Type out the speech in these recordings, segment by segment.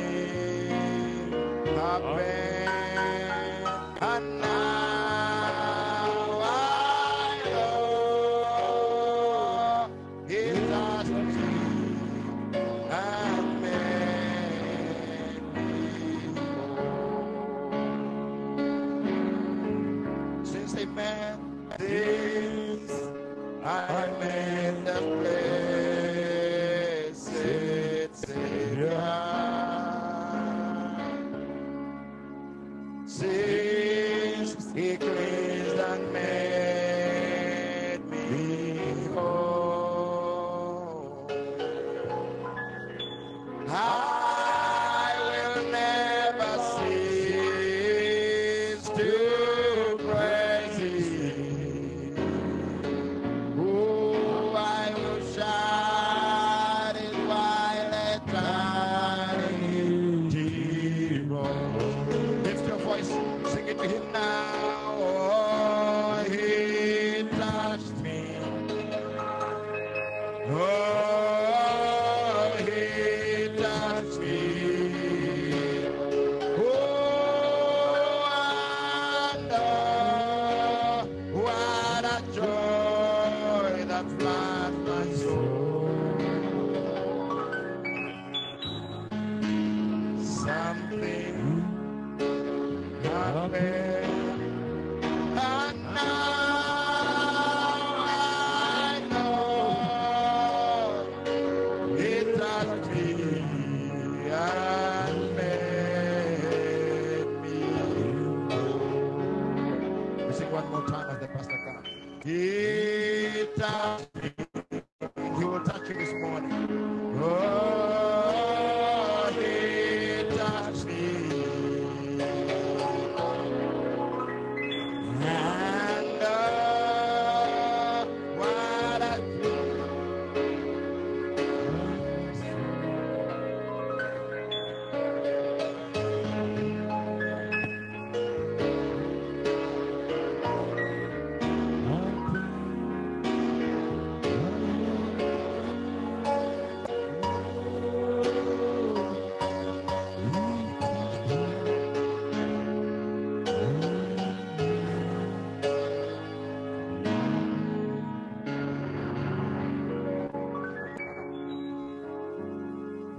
something happened, and now I know it has to be and made before. Since they met this, I met the blessed Savior. Since He cleansed and made me whole, I will never cease to praise Him. Oh, I will shout it while it time Lift your voice, sing it to him now. Oh, he touched me. Oh, he touched me. Oh, and oh, what a joy that floods my soul. Something happened, and now I know it has been and made me whole. We sing one more time as the pastor comes. It has been. He will touch you this morning. Oh, it has been. And oh, what a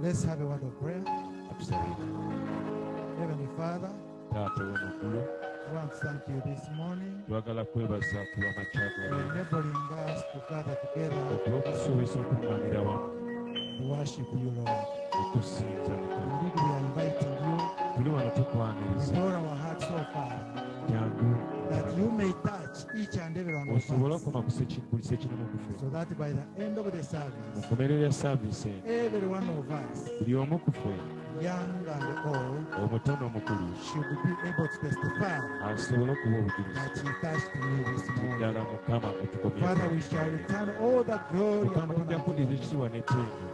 Let's have a word of prayer. Heavenly Father, taata w'omukulu I want to thank you this morning twagala kwebaza kulwamakyago for enabling us to gather together olw'okusuubiza okuŋŋaanira wamu to worship you, Lord. okusinza Indeed, we are inviting you tuli wano with tukwaniriza all our hearts so far jangu that you may touch each and every one osobole of us okoma kusekigulisa ekirimu okufe so that by the end of the mu service, nkomerero ya saaviisi eno every one of us, buli omu kufe young and old, omutono omukulu should be able to testify asobole okuba obujulizi that you touched me this morning. ddala mukama Father, etukomye we shall return all the glory and mukama ojja honor. to kuddiza you. ekitiibwa n'ettendo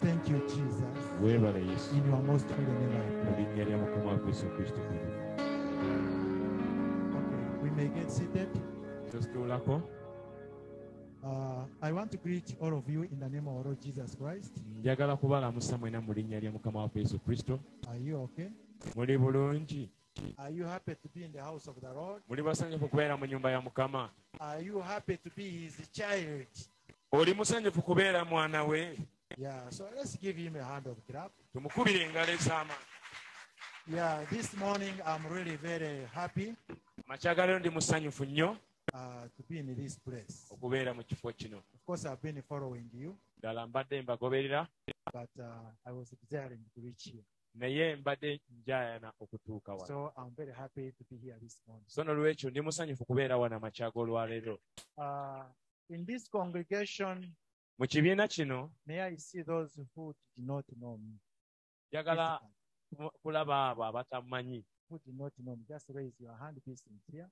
Thank you, Jesus. weebala yesu In your most holy name, mu linnya lya mukama waffe yesu kristo kuyivu I pray. Okay, we may get seated. tositulako Uh, I want to greet all of you in the name of our Lord Jesus Christ. njagala kubalamusa mwena mu linnya lya mukama waffe yesu kristo Are you okay? muli bulungi Are you happy to be in the house of the Lord? muli basanyufu kubeera mu nyumba ya mukama Are you happy to be his child? oli musanyufu kubeera mwana we Yeah, so let's give him a hand of clap. tumukubire engalo ez'amaanyi Yeah, this morning I'm really very happy amakya galeero ndi musanyufu nnyo uh, to be in this place. Of okubeera mu kifo kino course, I've been following you, ddala mbadde mbagoberera but uh, I was desiring to reach you. naye mbadde njaayana okutuuka wano So I'm very happy to be here this morning. so nolwekyo ndi musanyufu kubeera wano amakya g'olwaleero Uh, in this congregation, mu kibiina kino May I see those who did not know me. njagala physically, ku- kulaba abo abatamanyi Who did not know me. Just raise your hand, be sincere.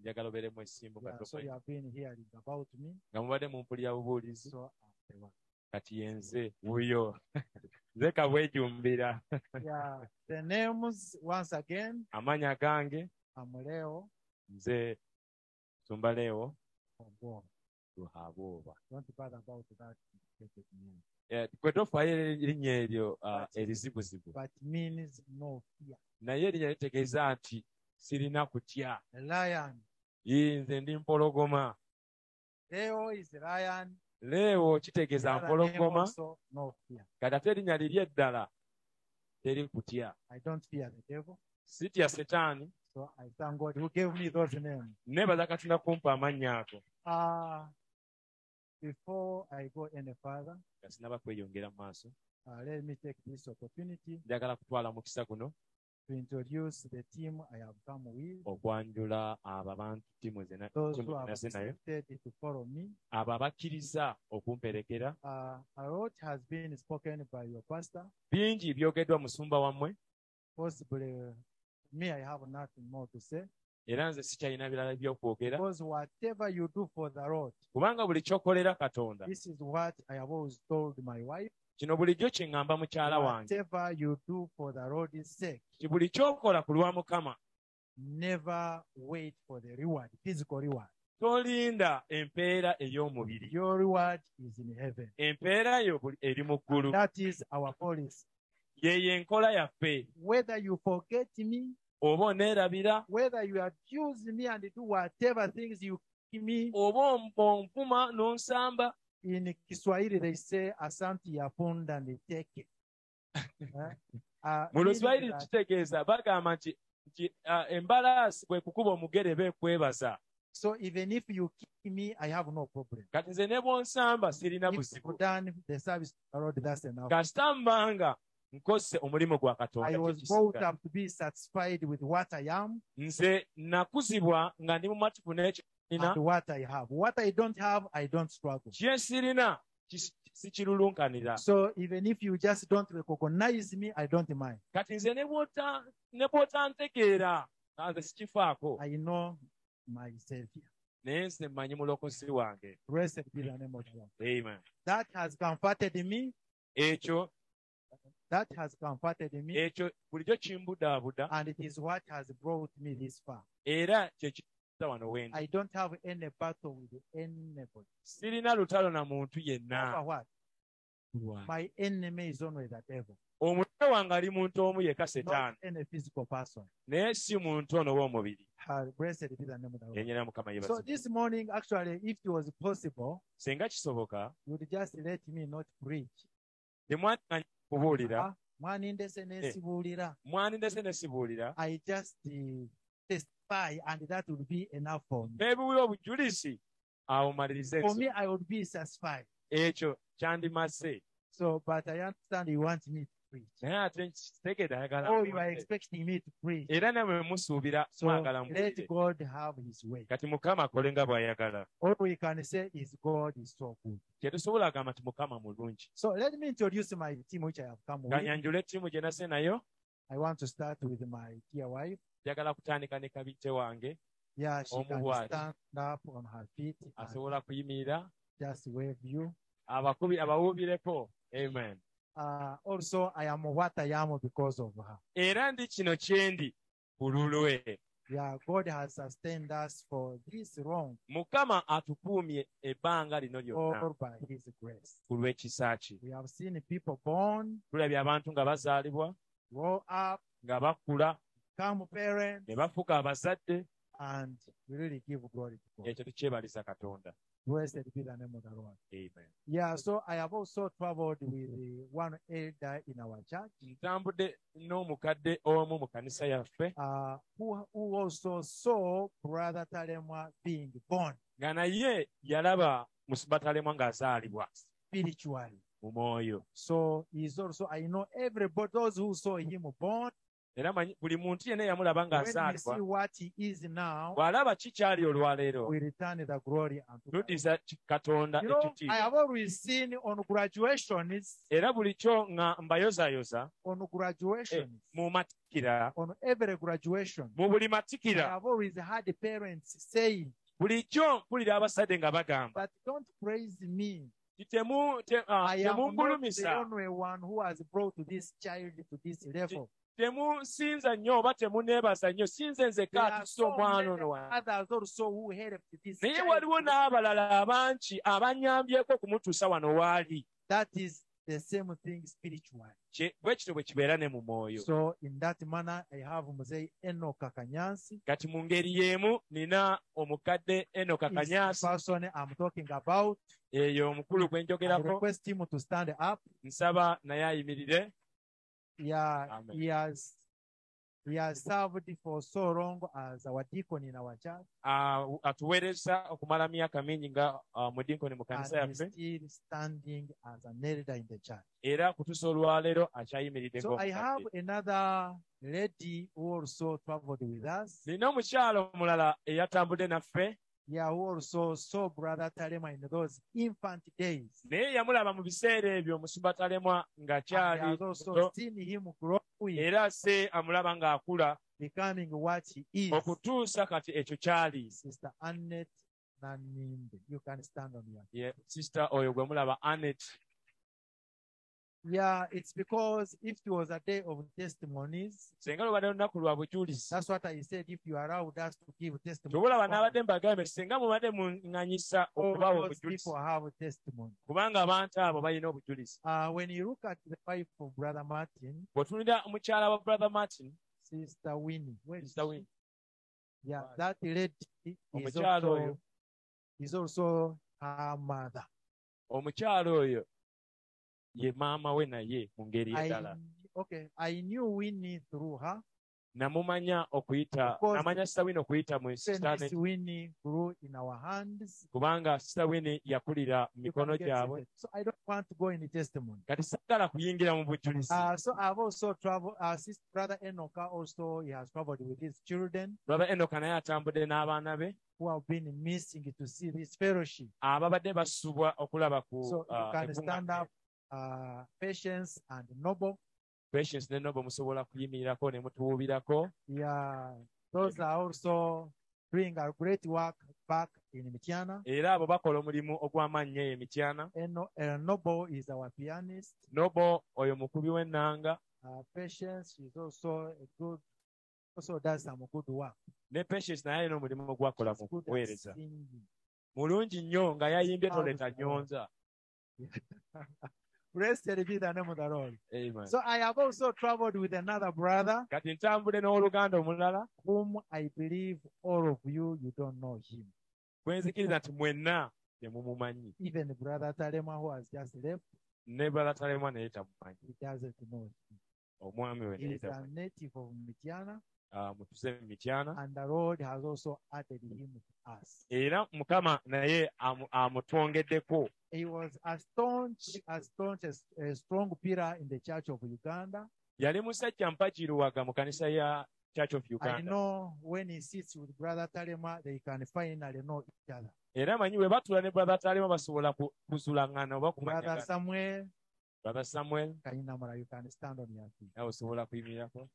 njagala obeeremu essimbu Yeah, Uh, so you katokoyi have been hearing about me. nga mubadde mu mpulira bubuulizi So I'm the one. kati yenze wuyo nze kabwejumbira uh, Yeah, the names, once again, amanya gange I'm Leo nze tumbaleewo Obo. ruhabooba Don't bother about that. complicated name. Eh, kwe tofaayo eri- erinnya eryo ah, erizibuzibu but means no fear. naye erinnya litegeeza nti sirina kutya The lion, Ye, nze ndi mpologoma Leo is the lion. leewo kitegeeza Another name mpologoma also, no fear. kati ate erinnya liri eddala teri kutya I don't fear the devil. sitya setaani So I thank God who gave me those names. neebaza katonda kumpa amannya ago Uh, before I go any further, nga sinaba kweyongera mu maaso uh, let me take this opportunity njagala kutwala mukisa guno to introduce the team I have come with, Oh, okwanjula abo abantu timu ze na- those timu who ze have naze nayo decided to follow me. abo abakkiriza okumperekera Uh, a lot has been spoken by your pastor. bingi byogeddwa musumba wammwe Possibly, uh, me, I have nothing more to say. era nze sikyalina birala byokwogera Because whatever you do for the Lord, kubanga buli kyokolera katonda this is what I have always told my wife. kino bulijjo kye ŋŋamba mukyala wange Whatever you do for the Lord's sake, ti buli kyokola ku lwa mukama never wait for the reward, physical reward. tolinda empeera ey'omubiri Your reward is in heaven. empeera yo buli- eri mu ggulu That is our policy. yeyo enkola yaffe Whether you forget me, oba oneerabira whether you abuse me and do whatever things you give me, oba om- onvuma n'onsamba in Kiswahili they say, Asante ya punda and take it. Eh? Uh, mu meaning luswayiri that kitegeeza bagamba nti nti, ah, embalaasi bwe kukuba omugere beekwebaza So even if you kill me, I have no problem. kati nze ne bonsamba sirina If buzibu you've done the service to the Lord, that's enough. kasita mbanga nkozese omulimu gwa I katonda was brought kyekisinga. up to be satisfied with what I am nze nakuzibwa nga ndi mu mativu n'ekyina and what I have. What I don't have, I don't struggle. kye sirina kis- sikirulunkanira So even if you just don't recognize me, I don't mind. kati nze ne bw'ota- ne bw'otantegeera nga nze sikifaako I know my Savior. naye nze mmanyi mulokozi wange Blessed be the name of the Lord. Amen. That has comforted me. ekyo That has comforted me. ekyo bulijjo kimbudaabuda And it is what has brought me this far. era kyekita wano wendi I don't have any battle with anybody. sirina lutalo na muntu Over yenna what? My enemy is only the devil, omutwe wange ali muntu omu yeka not setaani any physical person. naye si muntu ono w'omubiri Uh, Blessed be the name of the Lord. yenyera mukama So yebazibwe this morning, actually, if it was possible, singa kisoboka you'd just let me not preach. temwandiŋanya kubuulira Ah, mwandindese n'esibuulira. mwandindese ne sibuulira I just uh, testify, and that would be enough for me. n'ebiwula obujuliisi awo malirize For ensonga. me, I would be satisfied. ekyo kyandimaze So, but I understand you want me to preach. naye ate kitegeera ayagala Oh, you are nkwate. expecting me to preach. era namwe musuubira So mwagala let muwulire. God have his way. kati mukama akole nga bw'ayagala All we can say is God is so good. tetusobola kugamba ti mukama mulungi So let me introduce my team which I have come with. kanyanjula ettiimu gye nase nayo I want to start with my dear wife. njagala kutandika ne kabijje wange Yeah, she can Omubwate. stand up on her feet and asobola kuyimirira just wave you. abakubi abawuubireko amen Uh, also, I am what I am because of her. era ndi kino kyendi ku lulwe Yeah, God has sustained us for this long mukama atukuumye ebbanga lino lyonna all by His grace. ku lw'ekisa kye We have seen people born, tulabye abantu nga bazaalibwa grow up, nga bakula become parents, ne bafuga abazadde and we really give glory to God. ekyo tukyebaliza katonda Blessed be the name of the Lord. amen Yeah, so I have also traveled with uh, one elder in our church ntambudde n'omukadde omu mu kanisa yaffe uh, who, who also saw Brother Talemwa being born nga naye yalaba musibatalema ng'azaalibwa spiritually. mu mwoyo So he's also, I know everybody, those who saw him born, era manyi buli muntu yenna eyamulaba when we ng'azaalibwa see what he is now, bw'alaba kikyali olwaleero we return the glory unto God. luddiza ki- katonda You know, I ekitiibwa have always seen on graduations, era bulikyo nga mbayozayoza on graduations, mu matikira on every graduation, mu buli I matikira have always had parents saying, bulijjo mpulira abasajja nga bagamba but don't praise me. ti temu- te- ah, I am not temungulumisa the only one who has brought this child to this level. temunsinza nnyo oba temuneebaza nnyo sinze nzekka There are atuse so omwana many ono wange Others also who helped this naye child. waliwo n'abalala abangi abanyambyeko okumutuusa wano waali That is the same thing spiritually. Kye- bwe kityo bwe kibeera ne mu mwoyo So in that manner, I have Mzee Enoch Kakanyansi. kati mu ngeri y'emu nina omukadde eno Is the kakanyaasi person I'm talking about. eyo omukulu gwe I njogerako request him to stand up. nsaba naye ayimirire Yeah, Amen. he has he has served for so long as our deacon in our church, Ah, atuweereza okumala myaka mingi nga ah, mudinkoni mu kanisa and yaffe he's still standing as an elder in the church. era kutuusa olwaleero akyayimiriddeko So I have another lady who also traveled with us. nina omukyalo omulala eyatambudde naffe Yeah, who also saw Brother Talema in those infant days. naye yamulaba mu biseera ebyo omusumbatalema And ng'akyali has also muto, seen him growing, era se amulaba ng'akula becoming what he is. okutuusa kati ekyo kyali Sister Annette Nanimbe. You can stand on your Ye- sisita oyo gwe mulaba anet Yeah, it's because if it was a day of testimonies, singa lubadde lunaku lwa bujulizi that's what I said. If you allowed us to give testimonies, tobulaba n'abadde mbagambe singa mubadde muŋŋanyisa all okubawa those obujulizi people have testimony. kubanga abantu abo balina obujulizi Uh, when you look at the wife of Brother Martin, bwetunira omukyala wa brother martin Sister Winnie, where is Mr. she? Win, Yeah, that lady is Omukyala also, oyo. is also her mother. omukyala oyo ye maama we naye mu ngeri I, endala okay, I knew Winnie through her. namumanya okuyita Of course. namanya sita wini okuyita mu Then sisita this Winnie grew in our hands. kubanga sita wini yakulira mu You can mikono get gyabwe saved. So I don't want to go into testimony. kati sagala kuyingira mu bujulizi Uh, so I've also traveled. Uh, sister brother Enoka also he has traveled with his children lwaba enoka naye atambudde n'abaana be who have been missing to see this fellowship. ababadde basubwa okulaba ku So you ah, can ekkuŋŋaaniro. stand up, uh, patience and noble. Patience ne Noble musobola kuyimirirako ne mutuwuubirako Yeah, those are also doing a great work back in Mitiana. era abo bakola omulimu ogw'amannya eyo emityana And no- uh, noble is our pianist. nobo oyo mukubi w'ennanga Uh, patience is also a good, also does some good work. ne patience naye alina omulimu ogwakola mu She's good at kuweereza singing. mulungi nnyo nga yayimbye toleta Hallelujah. nyonza Blessed be the name of the Lord. Amen. So I have also traveled with another brother. kati ntambule n'oluganda omulala whom I believe all of you, you don't know him. gwenzikiriza nti mwenna temumumanyi Even Brother Talema, who has just left, ne balatalemwa naye tamumanyi he doesn't know him. omwami we He naye is a tamumanyi native of Mityana, Ah, mutuze mu mityana and the Lord has also added him to us. era mukama naye amu- amutongeddeko He was a staunch, a staunch, a, a strong pillar in the Church of Uganda. yali musajja mpakiruwaga mu kanisa ya church of I uganda know when he sits with Brother Talema, they can finally know each other. era manyi bwe batula ne brother talema basobola ku- kuzulaŋŋana Brother oba kumanyagana Samuel brother samuel Kainamura, you can stand on your feet. nawe osobola kuyimirirako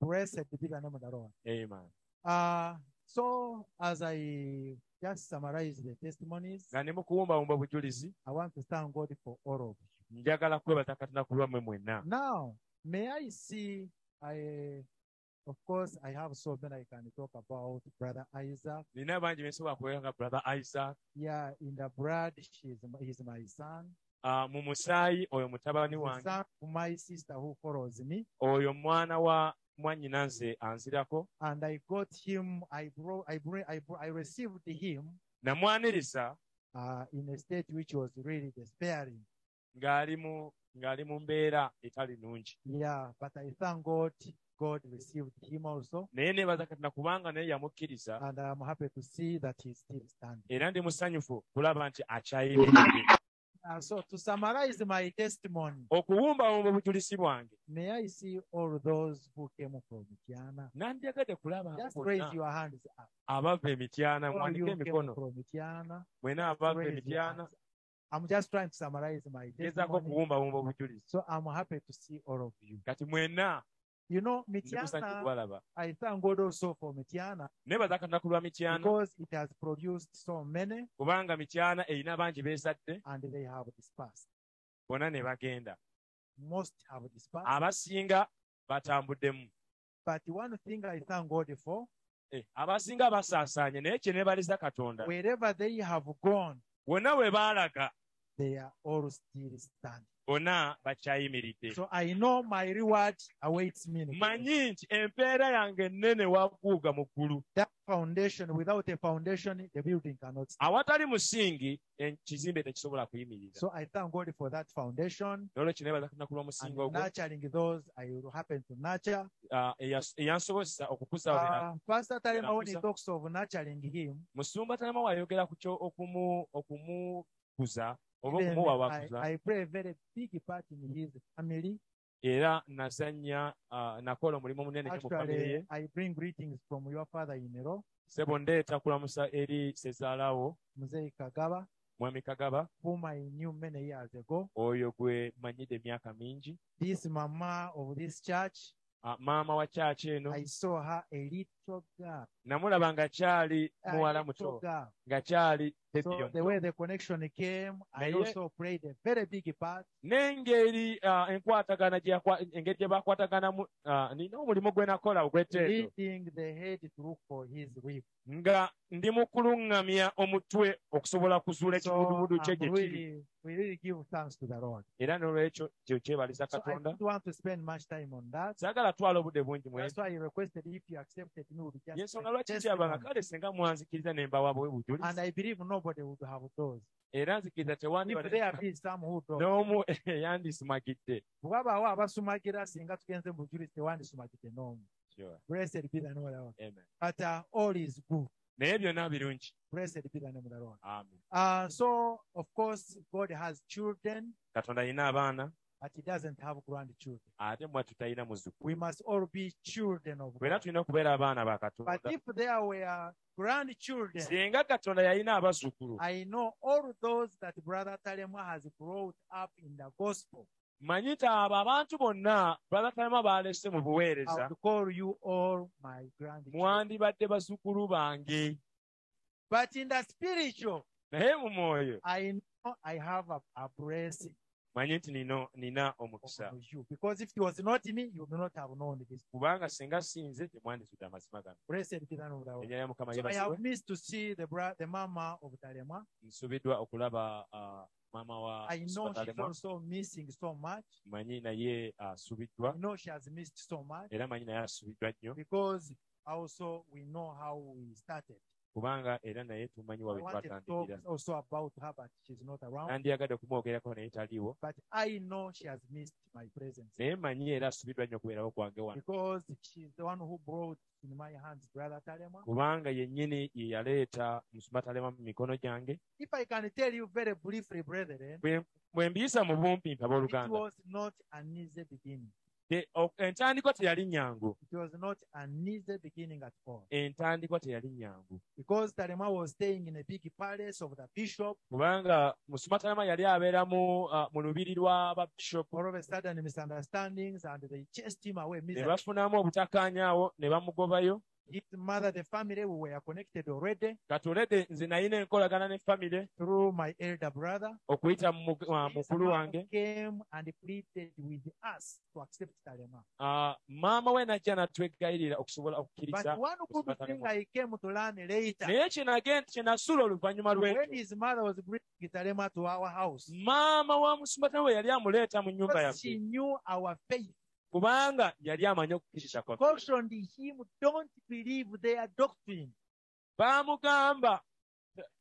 Blessed be the name of the Lord. amen Uh, so as I just summarize the testimonies, nga ne mukuwumbawumba obujulizi I want to thank God for all of you. njagala kwebaza katonda ku lwammwe mwenna Now, may I see? I of course I have so many I can talk about Brother Isaac. nina bangi bensobola kweganga brother isaac Yeah, in the blood, she's m- he's my son. Ah, mu musaayi oyo mutabani He's the wange son of my sister who follows me, oyo mwana wa mwannyina nze anzirako and I got him. I brought, I bring, I, bro- I received him namwaniriza uh, in a state which was really despairing. ng'ali mu ng'ali mu mbeera etali nnungi Yeah, but I thank God. God received him also. naye neebaza katonda kubanga naye yamukkiriza and I'm happy to see that he's still standing. era ndi musanyufu kulaba nti akyayimirire Uh, so to summarize my testimony, okuwumbawumba obujulizi bwange may I see all those who came from Tiana. nandiyagadde kulaba Just raise bonna your hands up. abava emityana All you mwanike who came emikono from Tiana. mwena abava Raise your hands. emityana up. I'm just trying to summarize my gezaako testimony. okuwumbawumba obujulizi So I'm happy to see all of you. kati mwenna You know, ndi musanyufu Mitiana, kubalaba I thank God also for Mitiana neebaza katonda ku lwa mityana because it has produced so many kubanga mityana erina bangi beezadde and they have dispersed. bonna ne bagenda Most have dispersed. abasinga batambuddemu But one thing I thank God for, Eh, abasinga basaasaanye naye kye neebaliza katonda wherever they have gone, wonna we baalaga they are all still standing. bonna bakyayimiridde So I know my reward awaits me. in heaven. manyi nti empeera yange ennene waguuga mu ggulu That foundation, without a foundation, the building cannot stand. awatali musingi en- ekizimbe tekisobola kuyimirira So I thank God for that foundation nolwekyo nebaza kunaku lw'omusingi and ogwo nurturing those I will happen to nurture. ah, eyas- eyansobozesa okukuza Uh, Pastor Tarema, when he Nakuza. talks of nurturing him, musumba tanama wayogera ku kyo okumu- okumukuza oba then okumuwa I, bakuza I play a very big part in his family. era nazannya ah, nakola omulimu munene nnyo mu famire ye Actually, I bring greetings from your father in law sebo ndeeta kulamusa eri sezaalawo Mzee Kagaba, mwami kagaba whom I knew many years ago. oyo gwe manyidde emyaka mingi This mama of this church, Ah, maama wa kyaki eno I saw her a little girl. namulaba ngakyali a muwala little muto girl. ngakyali So tebyo the way the connection came, I Naye- also played a very big part. n'engeri ah, enkwatagana gye yakwa- engeri gye bakwataganamu ah, nina omulimu gwe nakola ogwetteeto leading the head to look for his whip. nga ndi mu kulungamya omutwe okusobola kuzuula So ah, ekibudubudu kye I'm gye kiri really, we really give thanks to the Lord. era n'olwekyo kyo kyebaliza So I katonda don't want to spend much time on that. saagala twala obudde bungi mu That's why I requested if you accepted me, we'll just yensonga a lwaki testimony. kyabanga kale singa mwanzikiriza ne mbawa bwe And bujulizi I believe nobody would have those. era nzikiriza If there tewandiba be some who don't. n'omu eyandisumagidde bw'abaawo abasumagira singa tugenze mu bujulizi tewandisumakidde n'omu blessed be the name of the Lord. Amen. but uh, all is good naye byonna birungi blessed be the name of the Lord. Amen. Uh, so of course God has children katonda alina abaana but he doesn't have grandchildren ate mwe tutalina muzzukulu we must all be children of era God tulina okubeera abaana ba but katonda if there were grandchildren singa katonda yalina abazzukulu I know all those that brother Talema has brought up in the gospel manyita abo abantu bonna balatalama baalese mu I buweereza would call you all my grandchildren mwandibadde bazzukulu bange but in the spiritual naye mu mwoyo I know I have a, a blessing manye nti nino- nina omukisa over you. Because if it was not me, you would not have known this. kubanga singa sinze temwandizudde amazima gano Blessed be the name of the Lord. enjala ya mukama Oh. So I have yebasiwe missed to see the bra- the mama of Talema. nsubiddwa okulaba ah, maama wa I know she's Sipatalemwa. also missing so much. manyi naye asubiddwa I know she has missed so much era manyi naye asubiddwa nnyo because also we know how we started. kubanga era naye tumanyi I wabe wanted to talk twatandikira also about her, but she's not around. nandiyagadde okumwogerako naye taliiwo But I know she has missed my presence naye manyi era asubiddwa nnyo okubeerawo kwange wano because she's the one who brought in my hands Brother Talema. kubanga yennyini ye yaleeta musematalema mu mikono gyange If I can tell you very briefly, brethren, Bwe- bwe mbiyisa mu bumpimpi it abooluganda was not an easy beginning. Te- o- entandikwa teyali nyangu it was not an easy beginning at all entandikwa teyali nyangu because Talema was staying in a big palace of the bishop. kubanga musumatalema yali abeera mu ah, mu lubiri lw'ababishopu All of a sudden, misunderstandings and they chased him away. ne miserably. bafunamu obutakkaanyaawo ne bamugobayo His mother, the family, we were connected already katoledde nze nalina enkolagana ne famire through my elder brother. okuyita mu mu- ah, This mukulu man wange came and pleaded with us to accept Talema. Ah, maama we najja natwegayirira okusobola okukkiriza But one good Talema. thing I came to learn later naye kyenage- kye nasula oluvannyuma when lwekyo his mother was bringing Talema to our house, maama wa musumatana we yali amuleeta mu nyumba because she yaffe knew our faith, kubanga yali amanyi okukkiriza kwaffe cautioned him, don't believe their doctrine. baamugamba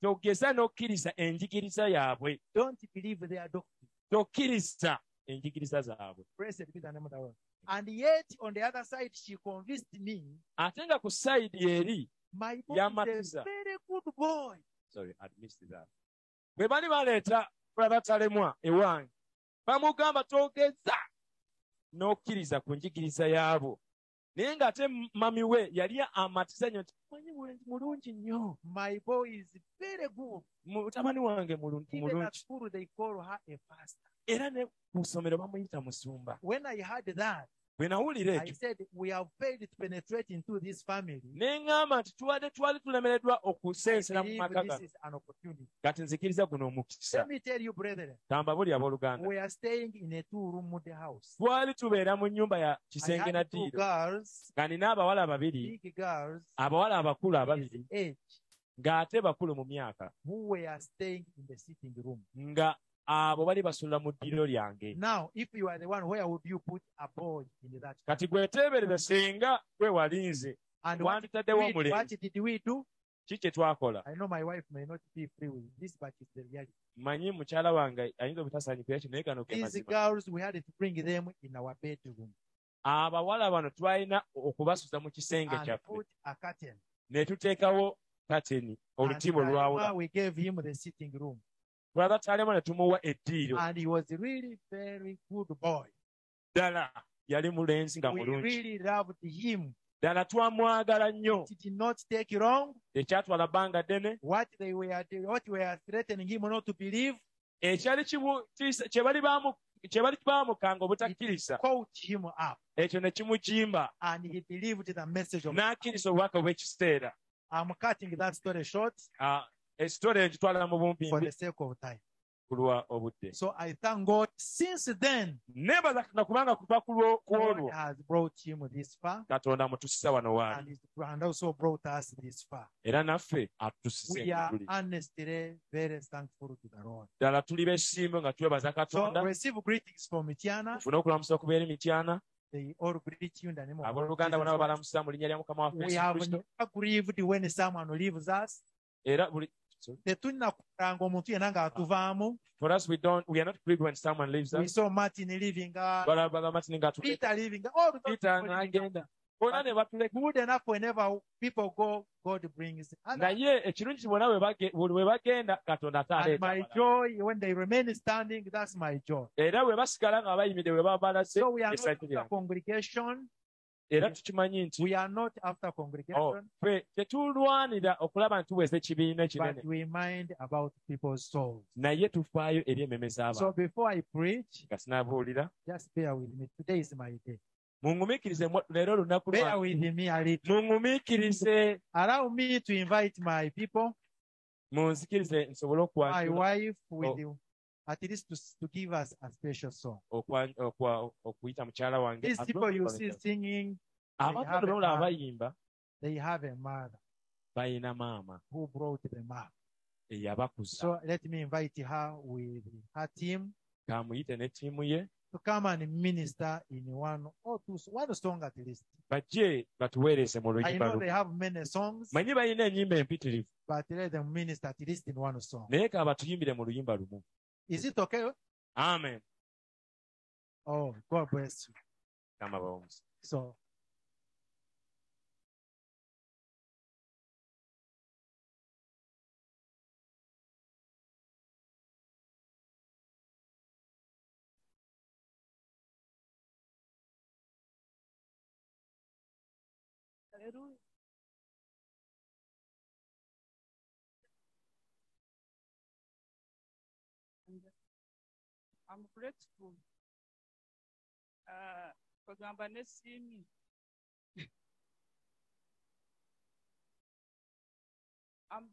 togeza n'okkiriza enjigiriza yaabwe Don't believe their doctrine. tokkiriza enjigiriza zaabwe Blessed be the name of the Lord. And yet, on the other side, she convinced me, ate nga ku sayidi eri my boy is Yamatiza. a very good boy. Sorry, I'd missed that. bwe bali baleeta kulabatalemwa ewange bamugamba togeza n'okkiriza ku njigiriza yaabo naye ng'ate m- mami we yali amatiza nnyo nti "Mumanyi we mulungi nnyo My boy is very good. mutabani wange mulu- Even at mulungi school, they call her a pastor. era ne ku ssomero bamuyita musumba When I heard that, bwe nawulira I ekyo said, we have failed to penetrate into this family. ne ŋŋamba nti tubadde twali tulemereddwa okusensera mu Believe maka this gano is an opportunity. kati nzikiriza guno omukisa Let me tell you, brethren, tambabuli abooluganda we are staying in a two-room house. twali tubeera mu nnyumba ya I kisenge na had two ddiiro girls, nga nina abawala babiri Ah, big girls, abawala abakulu his ababiri age. ng'ate bakulu mu myaka who were staying in the sitting room. nga abo bali basulira mu ddiriro lyange Now, if you are the one, where would you put a boy in that? camp? kati gweteeberere singa gwe walinze And what, wanditaddewo did we- what omulenzi did we do? ki kye twakola I know my wife may not be free with this, but it's the reality. manyi mukyala wange ayinza obutasanyukira ekyo naye gano ge These mazima girls, we had to bring them in our bedroom abawala bano twalina okubasuza mu kisenge and kyaffe put a curtain. ne tuteekawo kateni And olutibo lwawula Talema, we gave him the sitting room. brother talema ne tumuwa eddiiro And he was really very good boy. ddala yali mulenzi nga We mulungi really loved him. ddala twamwagala nnyo It did not take long. ekyatwala bbanga ddene What they were what were threatening him not to believe, ekyali Eh, kimu- kisa- kye bali baamu- kye bali baamukanga obutakkiriza caught him up. ekyo ne kimugimba And he believed the message of n'akkiriza obubaka obw'ekiseera I'm cutting that story short Ah, esitole ngitwala mu for bumpimbi the sake of time. kulwa obudde So I thank God since then nebaza katonda kubanga kuva ku lwo- ku God olwo has brought him this far katonda mutusisa wano waali and, is- and also brought us this far. era naffe atutusise We are tuli honestly very thankful to the Lord. ddala tuli besimbe nga twebaza So katonda receive greetings from Tiana. tufune okulamusa okubeera emityana They all greet you in the name of abooluganda Jesus bona Christ. balamusa mu linnya lya mukama waffe We yesu have kristo never grieved when someone leaves us. era buli sorry. Tetulina kulanga omuntu yenna ng'atuvaamu. for us we don't we are not grieved when someone leaves We us saw Martin leaving us, bala bala Martin ng'atuleka Peter leaving us, all those Peter people leaving us. n'agenda bonna ne batuleka Good enough whenever people go, God brings. And, and naye eh, ekirungi bonna bwe bage- buli we bagenda katonda ate aleeta my abalala. joy, when they remain standing, that's my joy. era bwe basigala nga bayimiridde we baba balase So we are not essanyu after lyange congregation. era tukimanyi nti We are not after oh, congregation, ffe tetulwanira okulaba nti tuweza ekibiina but ekinene we mind about people's souls. naye tufaayo eri ememe So z'abantu before I preach, nga sinaabuulira just bear with me. Today is my day. mungumiikirize mwa- leero olunaku Bear lwange with me a little. mungumiikirize Allow me to invite my people, munzikirize nsobole my okwanjula wife, with you, at least to, to give us a special song. okwa- okwa- okuyita mukyala wange These people you see singing, abantu have a banola heart. abayimba they have a mother balina maama who brought them up. eyabakuza So let me invite her with her team kamuyite ne ttiimu ye to come and minister in one or two, one song at least. bajje batuweereze mu I know luyimba they have many songs, manyi balina ennyimba empitirivu but let them minister at least in one song. naye kabatuyimbire mu luyimba lumu Is it okay? amen Oh, God bless you. kama bawonzi So, I'm grateful. Uh, kugamba n'essiimi I'm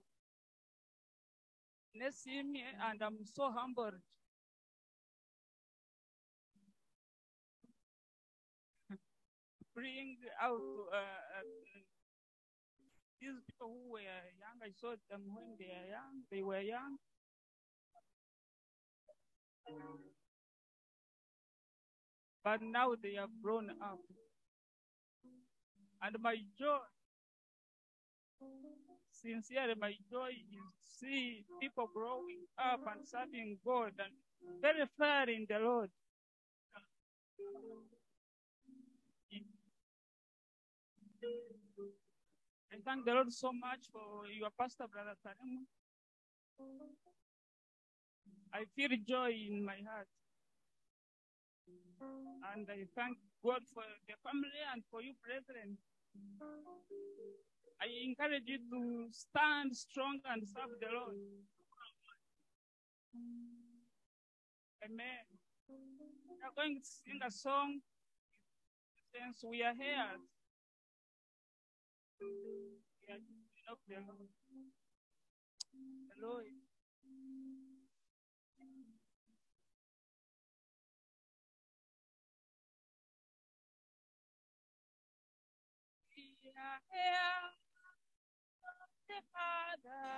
n'essiimi and I'm so humbled. Bring out uh, uh, these people who were young. I saw them when they are young. They were young. but now they have grown up. And my joy, sincerely, my joy is to see people growing up and serving God and very fair in the Lord. I thank the Lord so much for your pastor, Brother Taremu. I feel joy in my heart. And I thank God for the family and for you, brethren. I encourage you to stand strong and serve the Lord. Amen. We are going to sing a song since we are here. We are giving up the Lord. The Lord. We are here the Father.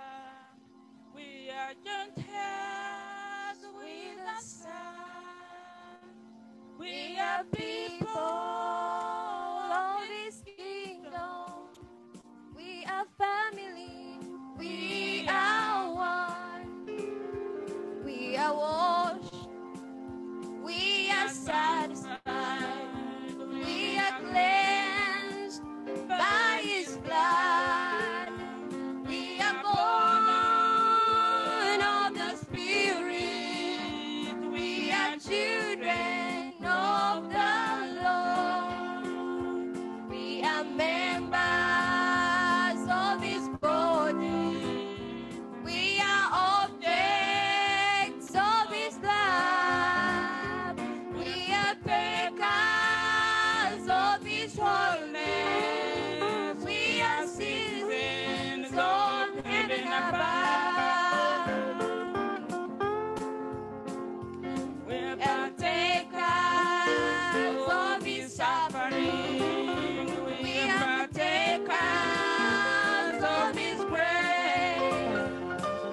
We are joined hands with the Son. We are people of His kingdom. We are family. We We are one. We are washed. We are satisfied. We are cleansed by His blood. We are born of the Spirit. We are children of the Lord. We are members of His body. We are objects of His love. We are bakers of His holiness. We are citizens of heaven above. We're Partakers of His suffering. We are partakers of His grace.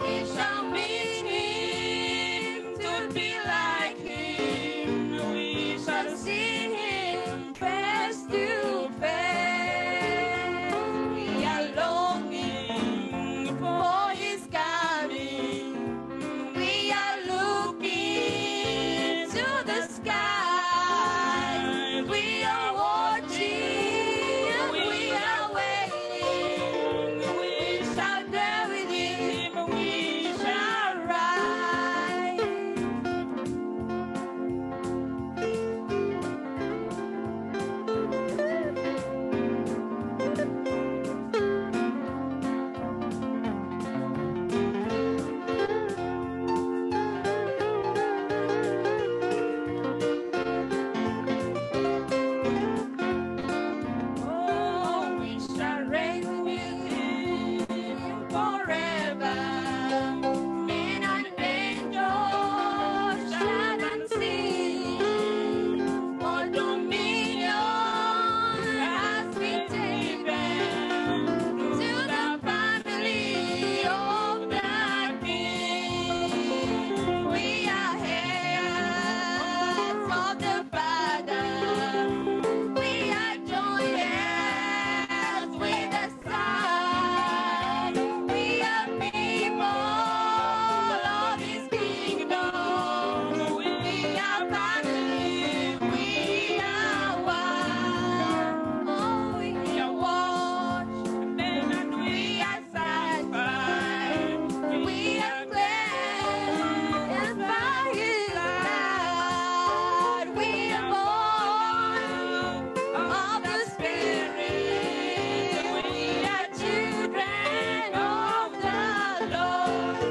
He shall meet him to be like him. We shall see him face to face. We are longing for his coming. We are looking to the sky. We are watching. We are waiting. We shall dwell with him. We shall rise. Oh, we shall reign with Him forever. Men and angels shall unseen. For dominion has been taken to the family of the King. We are heirs of the Father. We are joined hands with the sun. We are people of His kingdom. We are family. We are one. Oh, we are washed, and we are satisfied. We are cleansed by His blood. We are born of the Spirit. We are children of the Lord.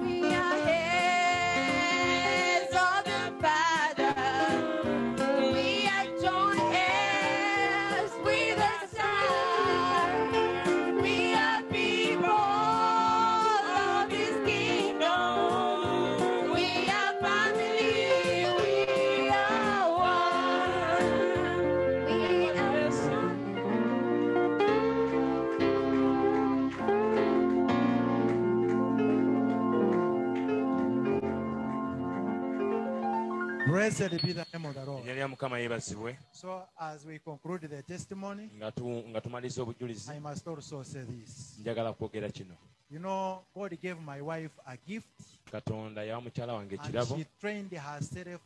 We are heirs of the Father. We are joint heirs with the Son. We are people of His kingdom. We are family. We are one. We are Blessed be the name of the Lord. erinnya lya mukama yeebazibwe So, as we conclude the testimony, nga tu- nga tumaliriza obujulizi I must also say this. njagala kwogera kino You know, God gave my wife a gift, katonda yawa mukyala wange and ekirabo she trained herself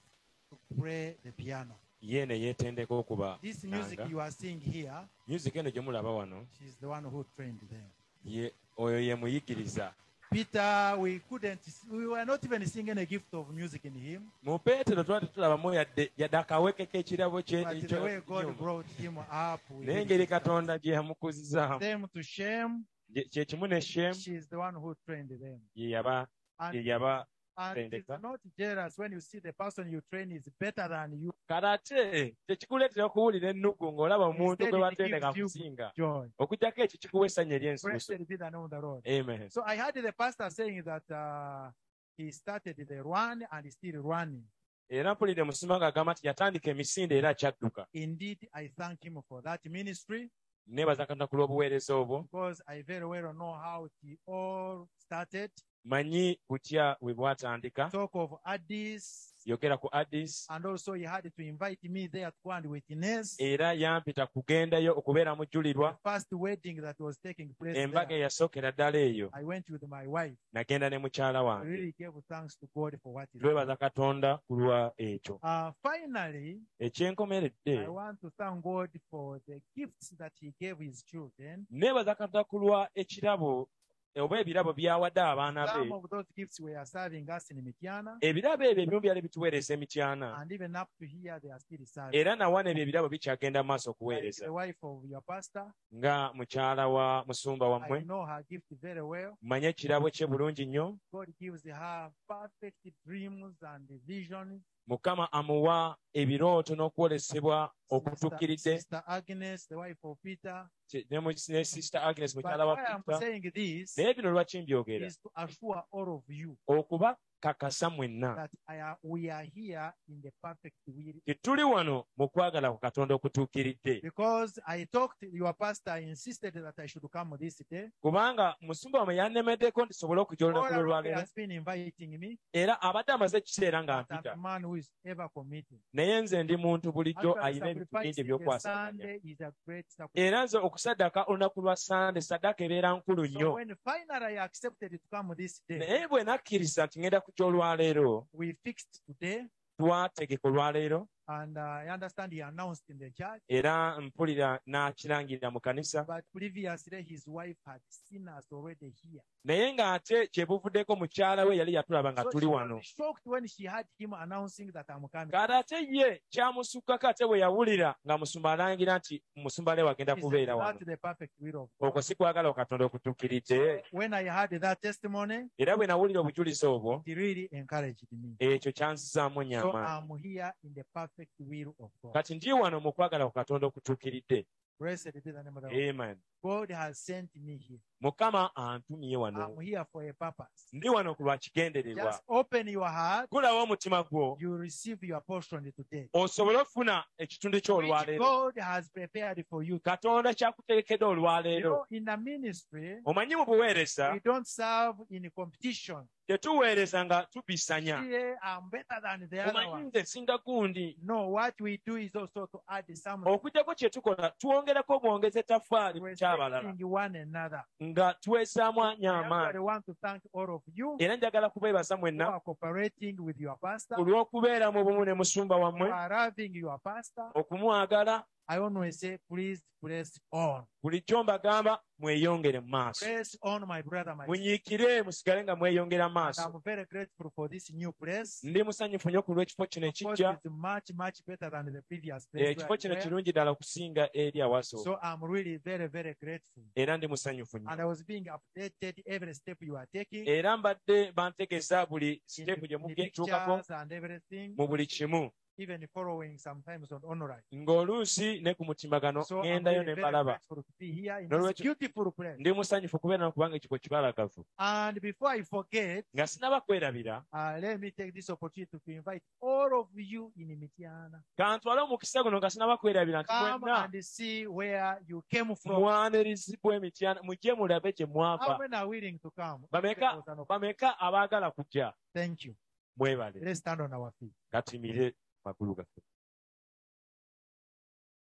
to play the piano. ye ne yeetendeka okuba This music nanga you are seeing here, music eno gye mulaba wano she's the one who trained them. ye- oyo ye muyigiriza Peter, we couldn't, we were not even singing a gift of music in him, mu peetero twali tulabamu yadde yadde akaweke k'ekirabo kye but the ekyo- way God ekyuma. brought him up, we naye give engeri it thanks. katonda gye yamukuzizaamu them to shame, gye- kye kimu n'eshemu she's the one who trained them. ye yaba And, ye yaba and it's Tendeka. not jealous when you see the person you train is better than you, kale ate tekikuleetera okuwulira ennugu ng'olaba omuntu Instead gwe it batendeka gives you- kusinga joy. okugjako ekyo kikuwa essanyu eryensuuso Blessed be the name of the Lord. amen So I heard the pastor saying that uh, he started the run and is still running. era mpulidde musima ng'agamba nti yatandika emisinde era akyadduka Indeed, I thank him for that ministry. neebaza katonda ku lw'obuweereza obwo because I very well know how it all started. manyi butya bwe bwatandika Talk of Addis, yogera ku addis and also he had to invite me there to go and witness era yampita kugendayo okubeera mujulirwa the first wedding that was taking place. embaga there. eyasookera ddala eyo I went with my wife. nagenda ne mukyala I wange really gave thanks to God for what he did. twebaza katonda ku lwa ekyo Uh, finally, ekyenkomeredde I want to thank God for the gifts that He gave His children. neebaza katonda ku lwa ekirabo eh, oba ebirabo byawadde abaana be Some of those gifts were serving us in Mityana, ebirabo ebyo ebimu byali bituweereza emityana and even up to here, they are still serving. era nawana ebyo ebirabo bikyagenda mu maaso Like okuweereza the wife of your pastor, nga mukyala wa musumba wammwe I know her gift very well. manye ekirabo kye bulungi nnyo God gives her perfect dreams and visions. mukama amuwa ebirooto n'okwolesebwa okutuukiridde Sister Agnes, the wife of Peter. ki- ne mu- ne sister agnes But mukyala wa why I'm Peter. saying this naye bino lwaki mbyogera is to assure all of you okuba kakasa mwenna that I are, we are here in the perfect will tetuli wano mu kwagala ku katonda okutuukiridde Because I talked, your pastor insisted that I should come this day. kubanga musumba wamwe yannemeddeko ntisobole okujja All olunaku along he lwolwaleero has been inviting me, era abadde amaze ekiseera but I'm ng'ampita a man who is ever committed. naye nze ndi muntu bulijjo Actually, ayina ebintu bingi sacrificing a ebyokwasaganya Sunday is a great sacrifice. era nze okusaddaka olunaku lwa sande saddaka ebeera nkulu nnyo So when finally I accepted to come this day, naye bwe nakkiriza nti ngenda kujja olwaleero we fixed today, twategeka olwaleero and uh, I understand he announced in the church. era mpulira n'akirangirira mu kanisa But previously, his wife had seen us already here. naye ng'ate kye buvuddeko mukyala we yali yatulaba nga So she tuli was wano shocked when she heard him announcing that I'm coming. kati ate ye kyamusukkako ate bwe yawulira nga musumba alangira nti musumbale wagenda She said, kubeera wano That's the perfect will of okwo si kwagala okatonda okutuukiridde When I heard that testimony, era bwe nawulira obujulizi obwo it really encouraged me. ekyo kyanzizaamu nnyo So I'm amaanyi here in the perfect will of God. kati ndi wano mu kwagala ku katonda okutuukiridde Blessed be the name of the Lord. amen God has sent me here. mukama antumye wano I'm here for a purpose. ndi wano ku lwakigendererwa Just open your heart. gulawo omutima gwo You receive your portion today. osobole okufuna ekitundu kyo Which olwaleero God has prepared for you. katonda kyakuterekedde You olwaleero know, in the ministry, omanyi mu buweereza we don't serve in competition. tetuweereza nga tubisanya Here, I'm better than the other omanyi one. nze singa gundi No, what we do is also to add something. okujjako kye tukola tuwongerako bwongeze taffaali ku We're kyabalala serving one another. nga tuweesaamu nnyo I amaanyi actually want to thank all of you era njagala kubeebaza who mwenna are cooperating with your pastor. ku lw'okubeera mu bumu ne musumba You wammwe are loving your pastor, okumwagala I always say, please press on. bulijjo mbagamba mweyongere mu maaso Press on, my brother, my sister. munyiikire musigale nga mweyongera mu And maaso I'm very grateful for this new place. ndi musanyufu nnyo ku lw'ekifo kino Of course, ekijja Eh, it's much, much better than the previous place. ekifo where kino we were. kirungi ddala okusinga eri awasooka So I'm really very, very grateful. era ndi musanyufu And nnyo I was being updated every step you are taking. in era mbadde bantegeza buli the- siteepu gye in the mugetuukako pictures and everything, mu buli kimu even following sometimes on online. ng'oluusi ne ku mutimbagano So I'm ŋŋendayo ne really very mbalaba grateful to be here in this N'olwekyo- beautiful place. ndi musanyufu kubeera nno kubanga ekifo kibalagavu And before I forget, nga sinaba kwerabira uh, let me take this opportunity to invite all of you in Mityana. kantwale omukisa guno nga sinaba kwerabira nti come mwenna and see where you came from. mwanirizibbwa emityana mujje mulabe gye mwava How many are willing to come? Bameka? Those are not- bameka abaagala kujja Thank you. mwebale Let's stand on our feet. katimire magulu gaffe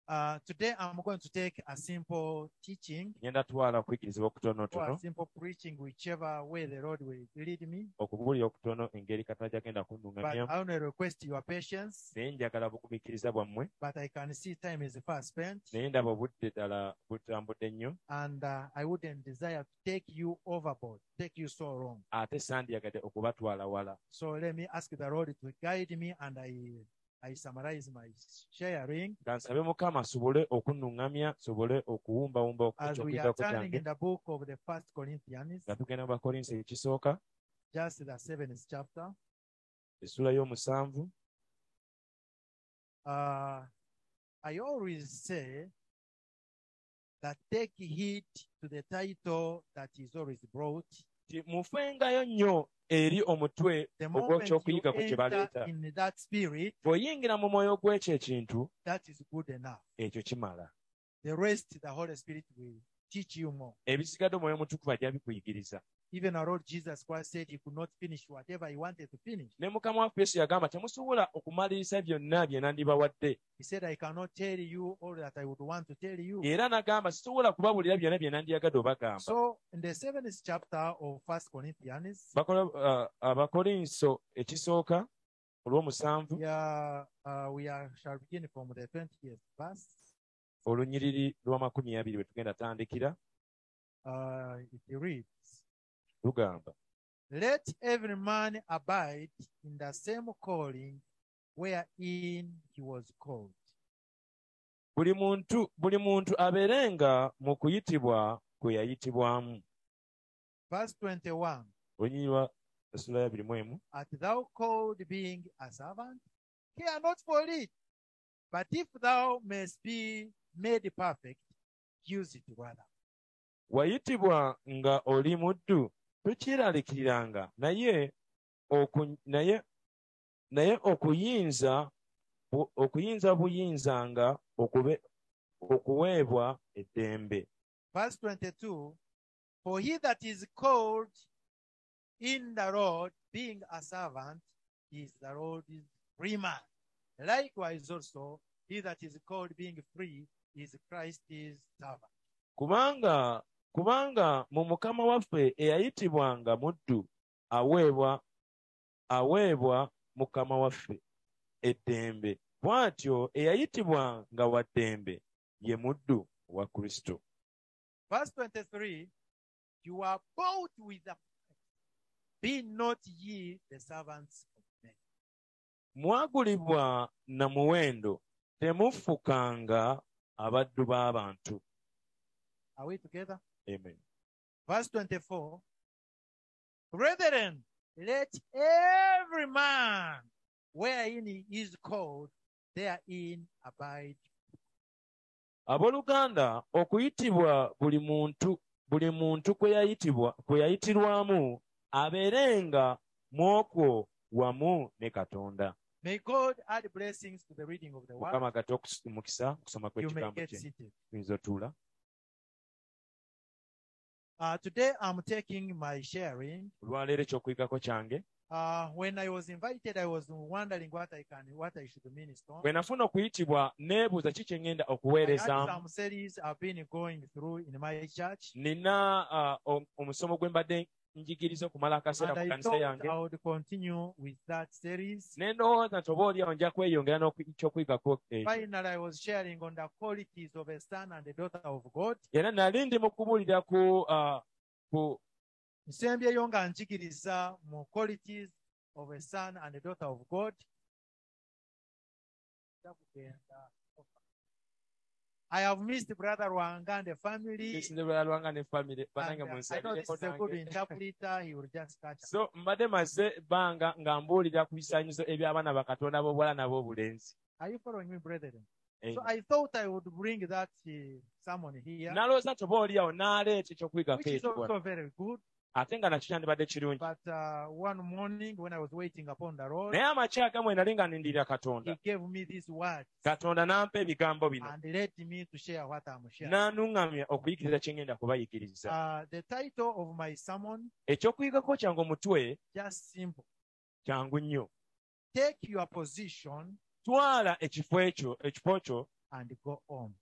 Uh, today I'm going to take a simple teaching ngenda twala okuyigirizibwa or okutonotono a simple preaching, whichever way the Lord will lead me. okubuulira okutono engeri katonda gyagenda But kunnuŋŋamyamu I want to request your patience, naye njagala bugumiikiriza bwammwe but I can see time is fast spent, naye ndaba obudde ddala butambudde nnyo and uh, I wouldn't desire to take you overboard, take you so wrong. ate sandyagadde okubatwala wala So let me ask the Lord to guide me, and I, I summarize my sharing. kansabe mukama sobole okunnuŋŋamya sobole okuwumbawumba as we are okukyokizako turning kyange in the book of the first Corinthians, nga tugenda mu bakolinso ekisooka just the seventh chapter, essula y'omusanvu uh, I always say that take heed to the title that is always brought. nti mufengayo nnyo eri omutwe The Ogwo moment you ky'okuyiga kwe kye enter baleeta. in that spirit, bw'oyingira mu mwoyo gw'ekyo ekintu that is good enough. ekyo kimala The rest, the Holy Spirit will teach you more. ebisigadde omwoyo omutukuvu ajja bikuyigiriza Even our Lord Jesus Christ said he could not finish whatever he wanted to finish. ne mukama waffe yesu yagamba temusobola okumaliriza byonna bye nandibawadde He said, I cannot tell you all that I would want to tell you. era n'agamba sisobola kubabuulira byonna bye nandiyagadde obagamba So, in the seventh chapter of First Corinthians, Bakola- uh, abakolinso ekisooka olw'omusanvu yeah, uh, we are, shall begin from the 20th verse. olunyiriri lw'amakumi abiri bwe tugenda tandikira Uh, it reads, lugamba Let every man abide in the same calling wherein he was called. buli muntu buli muntu abeerenga mu kuyitibwa kwe yayitibwamu Verse 21 olunyiriri lwa esula ya birimu emu Art thou called being a servant? Care not for it. But if thou mayest be made perfect, use it rather. wayitibwa nga oli muddu tokyeraliikiriranga naye oku- naye naye okuyinza bu- okuyinza buyinzanga okube- okuweebwa eddembe Verse 22 For he that is called in the Lord, being a servant, is the Lord's free man. Likewise, also, he that is called being free is Christ's servant. kubanga kubanga mu mukama waffe eyayitibwanga muddu aweebwa aweebwa mukama waffe eddembe bw'atyo eyayitibwanga wa ddembe ye muddu wa kristo Verse 23 You are bought with a price. Be not ye the servants of men. mwagulibwa na muwendo temufukanga abaddu b'abantu Are we together? Amen. Verse 24 Brethren, let every man wherein he is called therein abide. abooluganda okuyitibwa buli muntu buli muntu kwe yayitibwa kwe yayitirwamu abeerenga mu okwo wamu ne katonda May God add blessings to the reading of the word. mukama agate omukisa okusoma You may kw'ekigambo get kye seated. tuyinza otuula Uh, today I'm taking my sharing. olwaleero ekyokuyigako kyange Uh, when I was invited, I was wondering what I can, what I should minister. on. bwe nafuna okuyitibwa neebuuza ki kye ngenda I had okuweerezaamu some series I've been going through in my church, nina ah, o- omusomo gwe mbadde njigiriza okumala akaseera and ku I kanisa thought yange I would continue with that series. ne ndowooza nti oba oliawo nja kweyongera n'ekyokuyigako ekyo Finally, I was sharing on the qualities of a son and a daughter of God. era nali ndi mu kubuulira ku ah, ku- nsembyeyo nga njigiriza mu qualities of a son and a daughter of God. I have missed Brother Rwanga and the family. nsinze lulala lwanga ne famire And, banange uh, I know this munsabireko is a good nange interpreter. He will just catch up. so mbadde maze ebbanga nga mbuulira ku bisaanyizo eby'abaana bakatonda b'obuwala n'ab'obulenzi Are you following me, brethren? Amen. So I thought I would bring that uh, someone here, n'alowooza nti oba oliawo n'aleeta ekyokuyigako which is ekikola also very good. ate nga nakyo kyandibadde kirungi But uh, one morning when I was waiting upon the Lord, naye amakya agamu enali nga nindirira katonda He gave me these words katonda n'ampa ebigambo bino and led me to share what I'm sharing. n'anuŋŋamya okuyigiriza kye ngenda kubayigiriza Uh, the title of my sermon, ekyokuyigako kyange omutwe just simple. kyangu nnyo Take your position twala ekifo ekyo ekifo kyo and go on.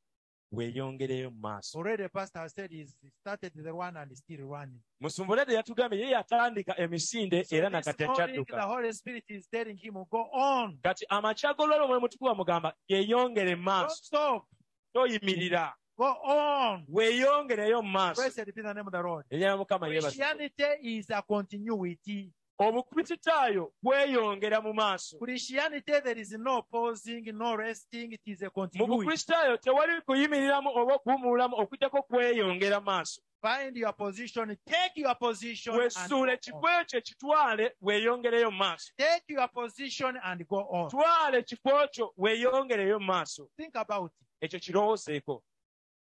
weeyongereyo mu maaso Already the pastor has said he's he started the run and is still running. musumbulede yatugambye ye yatandika emisinde era This nakati morning, uh, the akyadduka Holy Spirit is telling him, go on. kati amakya golwala omwe mutuku bamugamba yeeyongere Don't mu maaso stop. toyimirira Go on. weeyongereyo mu maaso Blessed be the name of the Lord. enyala mukama yeebasa Christianity is a continuity. obukristaayo bweyongera mu maaso Christianity, there is no pausing, no resting. It is a mu continuity. bukristaayo tewali kuyimiriramu oba okuwumuulamu okujjako kweyongera mu maaso Find your position. Take your position. and go wesuula ekifo on. ekyo ekitwale weeyongereyo mu maaso Take your position and go on. twala ekifo kyo weeyongereyo mu maaso Think about it. ekyo kirowoozeeko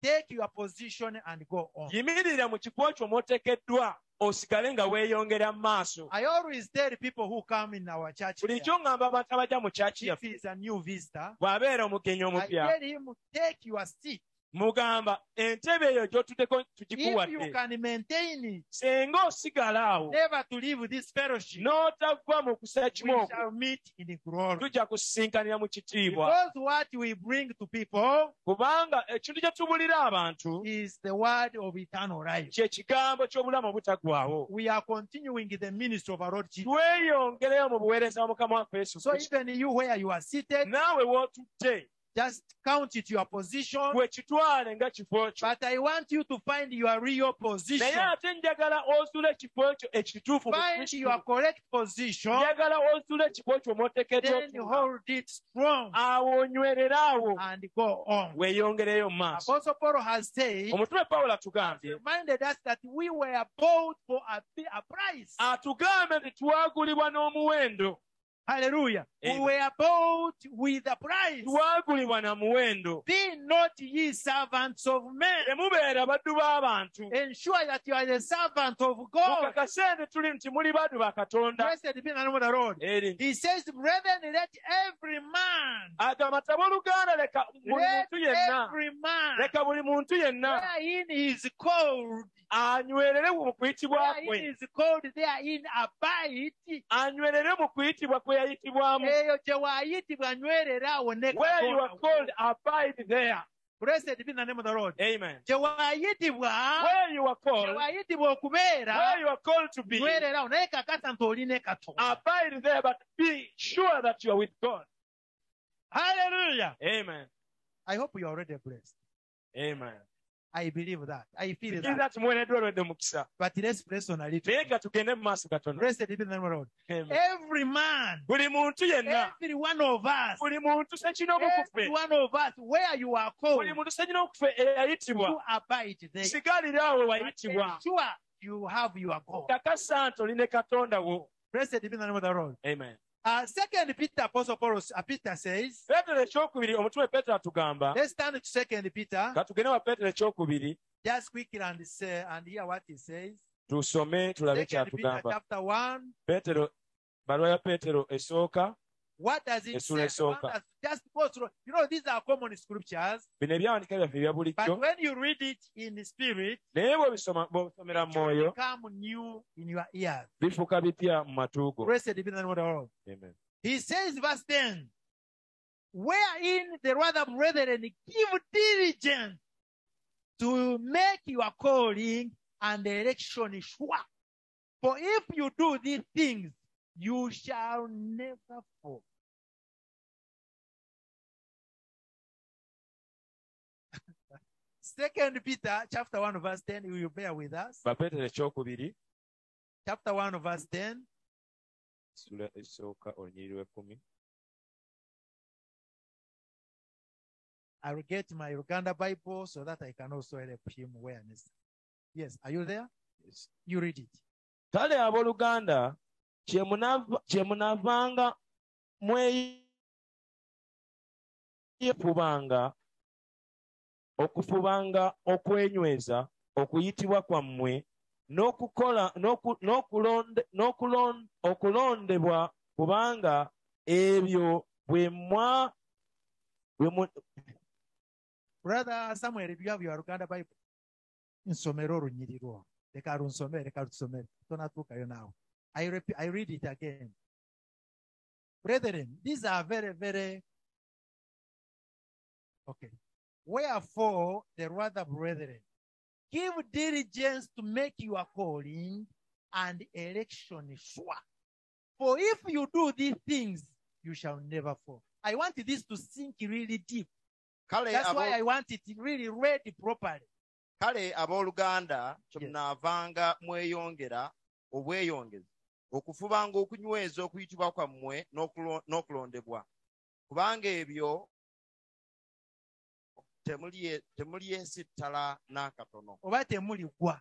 Oh. Take your position and go on. yimirira mu kifo kyo mw'oteekeddwa osigale nga weeyongera mu maaso I always tell people who come in our church, buli here, kyongamba abantu abajja mu kyaki if yaffe he's a new visitor, bw'abeera omugenyi I omupya tell him, take your seat mugamba entebe eyo gy'otuddeko If you tugikuwadde can maintain it, singa osigala awo never to leave this fellowship, n'otava mu kusa we kimu okwo shall meet in glory. tujja kusisinkanira mu kitiibwa Because what we bring to people kubanga ekintu kye tubulira abantu is the word of eternal life. kye kigambo ky'obulamu obutaggwaawo We are continuing the ministry of our Lord Jesus. tweyongereyo mu buweereza bwa mukama waffe yesu So Kristo. even you where you are seated, naawe w'otudde just count it your position. gwe kitwale nga kifo kyo But I want you to find your real position. naye ate njagala ozuula ekifo ekyo ekituufu mu Find Kristo. your correct position, njagala ozuula ekifo kyo mwotekedde then you hold Ah. it strong awo onywerere awo and go on. weeyongereyo mu maaso Apostle Paul has said, omutume pawulo atugambye reminded us that we were bought for a, p- a price. Ah. atugambe nti twagulibwa n'omuwendo Hallelujah. Amen. We were bought with a price. twagulibwa na muwendo Be not ye servants of Eh, men. temubeera baddu b'abantu Eh, Ensure that you are the servant of God. mukakase nti tuli nti muli baddu ba katonda Blessed be the name of the Lord. eri He says, Brethren, let every man, agamba tabooluganda leka buli let muntu yenna every man, leka buli muntu yenna wherein he is called, anywerere mu kuyitibwa kwe wherein he is called, therein abide. anywerere mu kuyitibwa kwe yayitibwamu Eyo gye waayitibwa nywerera awo ne where you are Katonda wo. called abide there Blessed be the name of the Lord. amen gye waayitibwa where you are gye called waayitibwa where okubeera you are called to be Ah, nywererawo naye kakasa nti oline katonda abide there but be sure that you are with God haleluya amen i hope you are already blessed amen i believe that i feel kiriza that nti muweereddwa olwedde omukisa but let's press on a little naye ka tugende mu maaso katono blessed be the name of the lord Amen. every man buli muntu yenna every one of us buli muntu sekirina every obukufe one of us where you are called buli muntu eh, sekirina obukufe eyayitibwa you abide there sigalira awo But wayitibwa ensure you have your goal kakasa nti oline katonda wo blessed be the name of the lord amen uh, second peter apostle paul uh, peter says peetero ekyokubiri omutume peetero atugamba let's turn to second peter katugende wa peetero ekyokubiri just quickly and say and hear what he says tusome tulabe Second Peter kyatugamba chapter 1, peetero baluwa ya peetero esooka what does it Yes, say? sura esooka. One has Just go through. You know, these are common scriptures, bino ebyawandika byaffe ebya but bulijjo when you read it in the spirit, naye bw'obisoma- bw'obisomera mu it will mwoyo become new in your ears. bifuuka bipya mu matu go Blessed be the name of the Lord. Amen. He says, verse 10, wherein the rather brethren give diligence to make your calling and election sure. For if you do these things, you shall never fall. Second Peter chapter 1 verse 10, will you bear with us? bapeetero ekyokubiri Chapter 1 verse 10. sula esooka olunyiri lw'ekkumi I will get my Uganda Bible so that I can also help him where necessary. Yes, are you there? Yes. You read it. kale abooluganda kye munaava- kye munaavanga mweyefubanga okufubanga okwenyweza okuyitibwa kwammwe n'okukola n'oku- n'okulonde- n'okulon- okulondebwa kubanga ebyo bwe mwa bwe mu- Brother Samuel, if you have your Uganda Bible, nsomero runyirirwa. Leka runsomere, leka rutusomere. Tonatuukayo naawe. I, repeat, I read it again. Brethren, these are very, very. Okay. Wherefore, the rather brethren, give diligence to make your calling and election sure. For if you do these things, you shall never fall. I want this to sink really deep. kale That's abo- why I want it really read properly. kale abooluganda Yes. kyemunaavanga mweyongera obweyongezi okufubanga okunyweza okuyitibwa kwammwe n'okulo- n'okulondebwa kubanga ebyo e, temulye- temulyesittala n'akatono Oba temuligwa.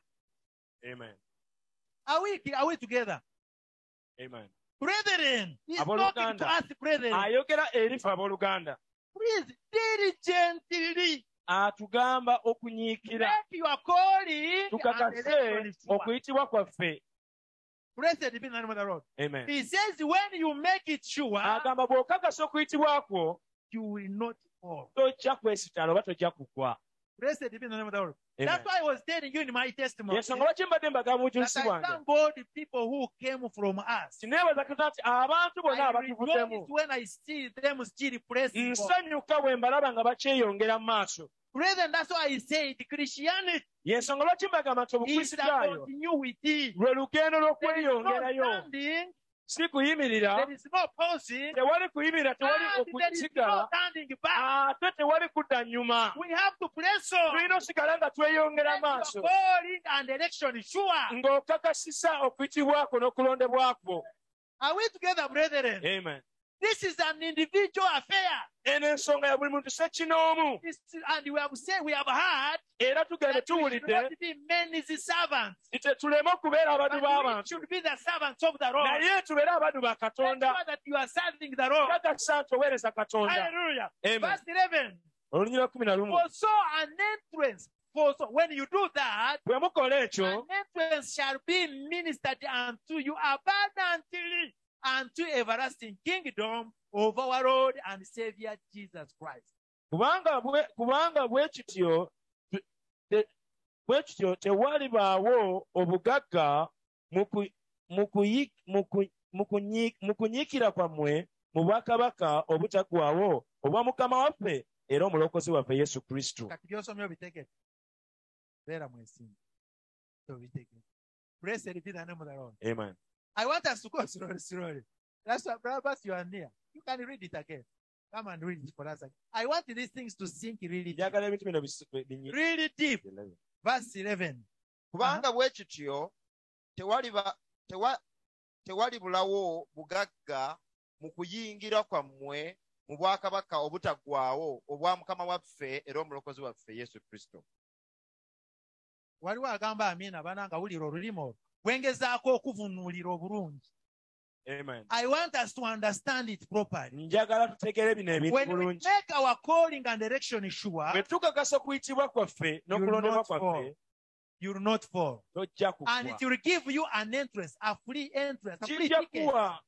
Amen. Are we, are we together? Amen. Brethren, he's talking to Abooluganda. us, brethren. ayogera erife abooluganda Please diligently atugamba okunyiikira make your calling and tukakase election sure. okuyitibwa kwaffe Blessed be the name of the Lord. Amen. He says, when you make it sure, agamba bw'okakasa okuyitibwa kwo you will not fall. tojja kwesittala oba tojja kugwa Blessed be the name of the Lord. Amen. That's why I was telling you in my testimony. Yes, nga lwaki mbadde mbagaba that bujulizi I bwange thank God the people who came from us. kineebaza katonda nti abantu bonna I rejoice abakivudemu when I see them still praising God. nsanyuka bwe mbalaba nga bakyeyongera mu maaso Brethren, that's why I said Christianity yensonga lwaki mbagamba nti is a obukristaayo continuity. lwe lugendo There is no lw'okweyongerayo standing, si kuyimirira there is no pausing, tewali kuyimirira tewali and there is okusigala no standing back. ate tewali kudda nyuma We have to press on. tulina osigala nga tweyongera Let maaso your calling and election is sure. ng'okakasisa okuyitibwako n'okulondebwako Are we together, brethren? amen This is an individual affair. eno ensonga ya buli muntu sekinoomu This is- and we have said we have heard era tugende that we should tuwulidde not be men's servants, nti tetuleme okubeera but abaddu we b'abantu should be the servants of the Lord. naye tubeere abaddu ba Make katonda sure that you are serving the Lord. kakasa nti oweereza katonda Hallelujah. amen Verse 11. olunyira lwa kumi na lumu For so an entrance, for so, when you do that, bwe mukola an ekyo entrance shall be ministered unto you abundantly unto everlasting kingdom of our Lord and Savior Jesus Christ. kubanga bwe- kubanga bwe kityo te- te- bwe kityo tewalibaawo obugagga mu ku- mu kuyi- mu ku- mu kunyi- mu kunyiikira kwammwe mu bwakabaka obutaggwawo obwa mukama waffe era omulokozi waffe yesu kristo kati by'osomye obiteekeko beera mwesimbu tobiteekeko blessed be the name of the Lord. amen I want us to go slowly, slowly. That's why, brothers, you are near. You can read it again. Come and read it for us. again. I want these things to sink really deep. njagala ebintu bino bisi- binyi- Really deep. Verse 11. kubanga bwe kityo tewaliba- tewa- tewalibulawo bugagga mu kuyingira kwammwe mu bwakabaka obutaggwaawo obwa mukama waffe era omulokozi waffe yesu kristo waliwo agamba amiina bananga wulira olulimi olwo bwengezaako okuvunuulira obulungi amen i want us to understand it properly njagala tutegeere bino ebintu when we bulungi make our calling and election sure bwe tukakasa okuyitibwa kwaffe n'okulondebwa not kwaffe fall. you will not fall tojja and it kugwa will give you an entrance a free entrance a free kijja ticket kuwa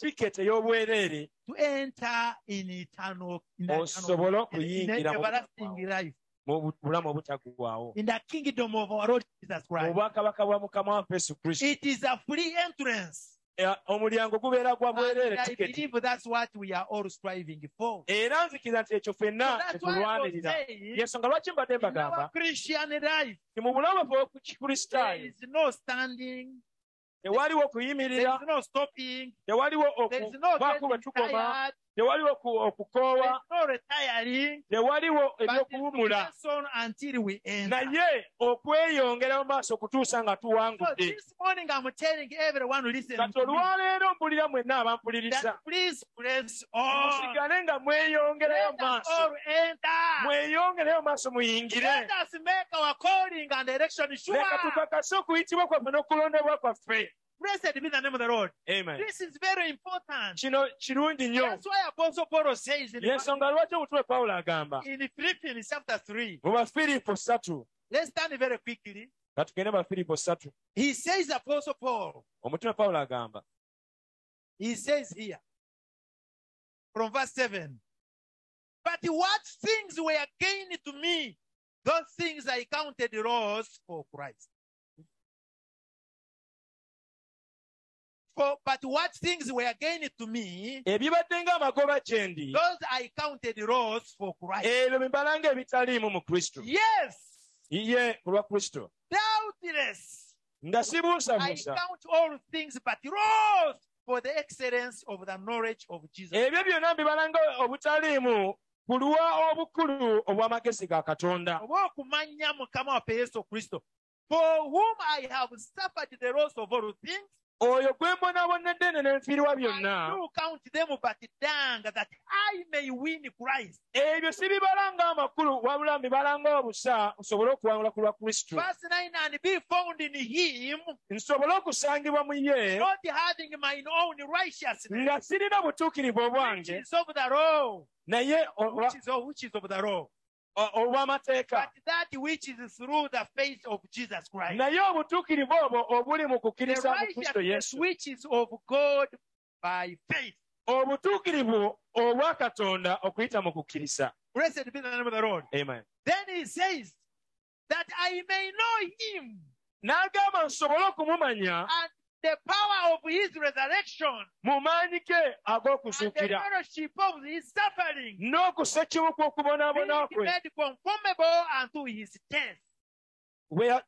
tiketi ey'obwereere to enter in eternal in the eternal osobole in okuyingira mu everlasting life mu bulamu obutaggwawo in the kingdom of our lord jesus mu christ bwakabaka bwa mukama waffe yesu kristo ah, it is a free entrance Era omulyango gubeera Ah, gwa bwereere And i tiketi believe that's what we are all striving for era nzikiriza E, nti So ekyo ffenna that's why I was tetulwanirira saying yensonga lwaki mbadde in mbagamba our Christian life, ti mu bulamu bwe there kikristaayo is no standing, tewaliwo there is okuyimirira no stopping, tewaliwo there is no okubaako bwe getting tukoma tired, tewaliwo oku- there okukoowa is no retiring, tewaliwo but it's to ebyokuwumula press on until we end. naye okweyongera mu maaso okutuusa nga So tuwangudde this morning I'm telling everyone who listens kati to me olwaleero mpulira mwenna abampuliriza that please press on. musigale nga mweyongerayo Let mu us maaso all enter. mweyongerayo mu maaso muyingire Let us make our calling and election sure. leka tukakase okuyitibwa kwaffe n'okulondebwa kwaffe Blessed be the name of the Lord. amen This is very important. kino kirungi nnyo That's why Apostle Paul says in yensonga lwaki omutume pawulo agamba in Philippians chapter 3. mu bafiripo ssatu Let's stand very quickly. ka tugende bafiripo ssatu He says, Apostle Paul, omutume pawulo agamba he says here from verse 7 But what things were gained to me, those things I counted loss for Christ. For, but what things were gained to me, ebibadde ng'amagoba gye ndi those I counted loss for Christ. ebyo bibala ng'ebitaliimu mu kristo Yes, ye ku lwa kristo doubtless. nga I sibuusabuusa count all things but loss for the excellence of the knowledge of Jesus. ebyo byonna mbibala nga obutaliimu ku lwa obukulu obw'amagezi ga katonda olw'okumanya mukama waffe yesu kristo for whom i have suffered the loss of all things oyo gwe mbonaabonedde ne nenfiirwa byonna i do count them but dung that i may win christ ebyo sibibala ng'amakulu wabula mbibala ng'obusa nsobole okuwangula ku lwa kristo verse 9 and be found in him nsobole okusangibwa mu ye not having mine own righteousness nga sirina butuukirivu which obwange is of the law naye which olwa- is of, which is of the law o- olw'amateeka but that which is through the faith of jesus christ naye obutuukirivu obwo obuli mu the kukkiriza mu kristo righteousness yesu which is of god by faith obutuukirivu obwa katonda okuyita mu kukkiriza blessed be the name of the lord amen Then he says, that I may know him n'agamba nsobole okumumanya and the power of his resurrection mu maanyi ge and the ag'okuzuukira fellowship of his suffering, n'okusekibu kw'okubonaabona being kwe made conformable unto his death, Bwe ya-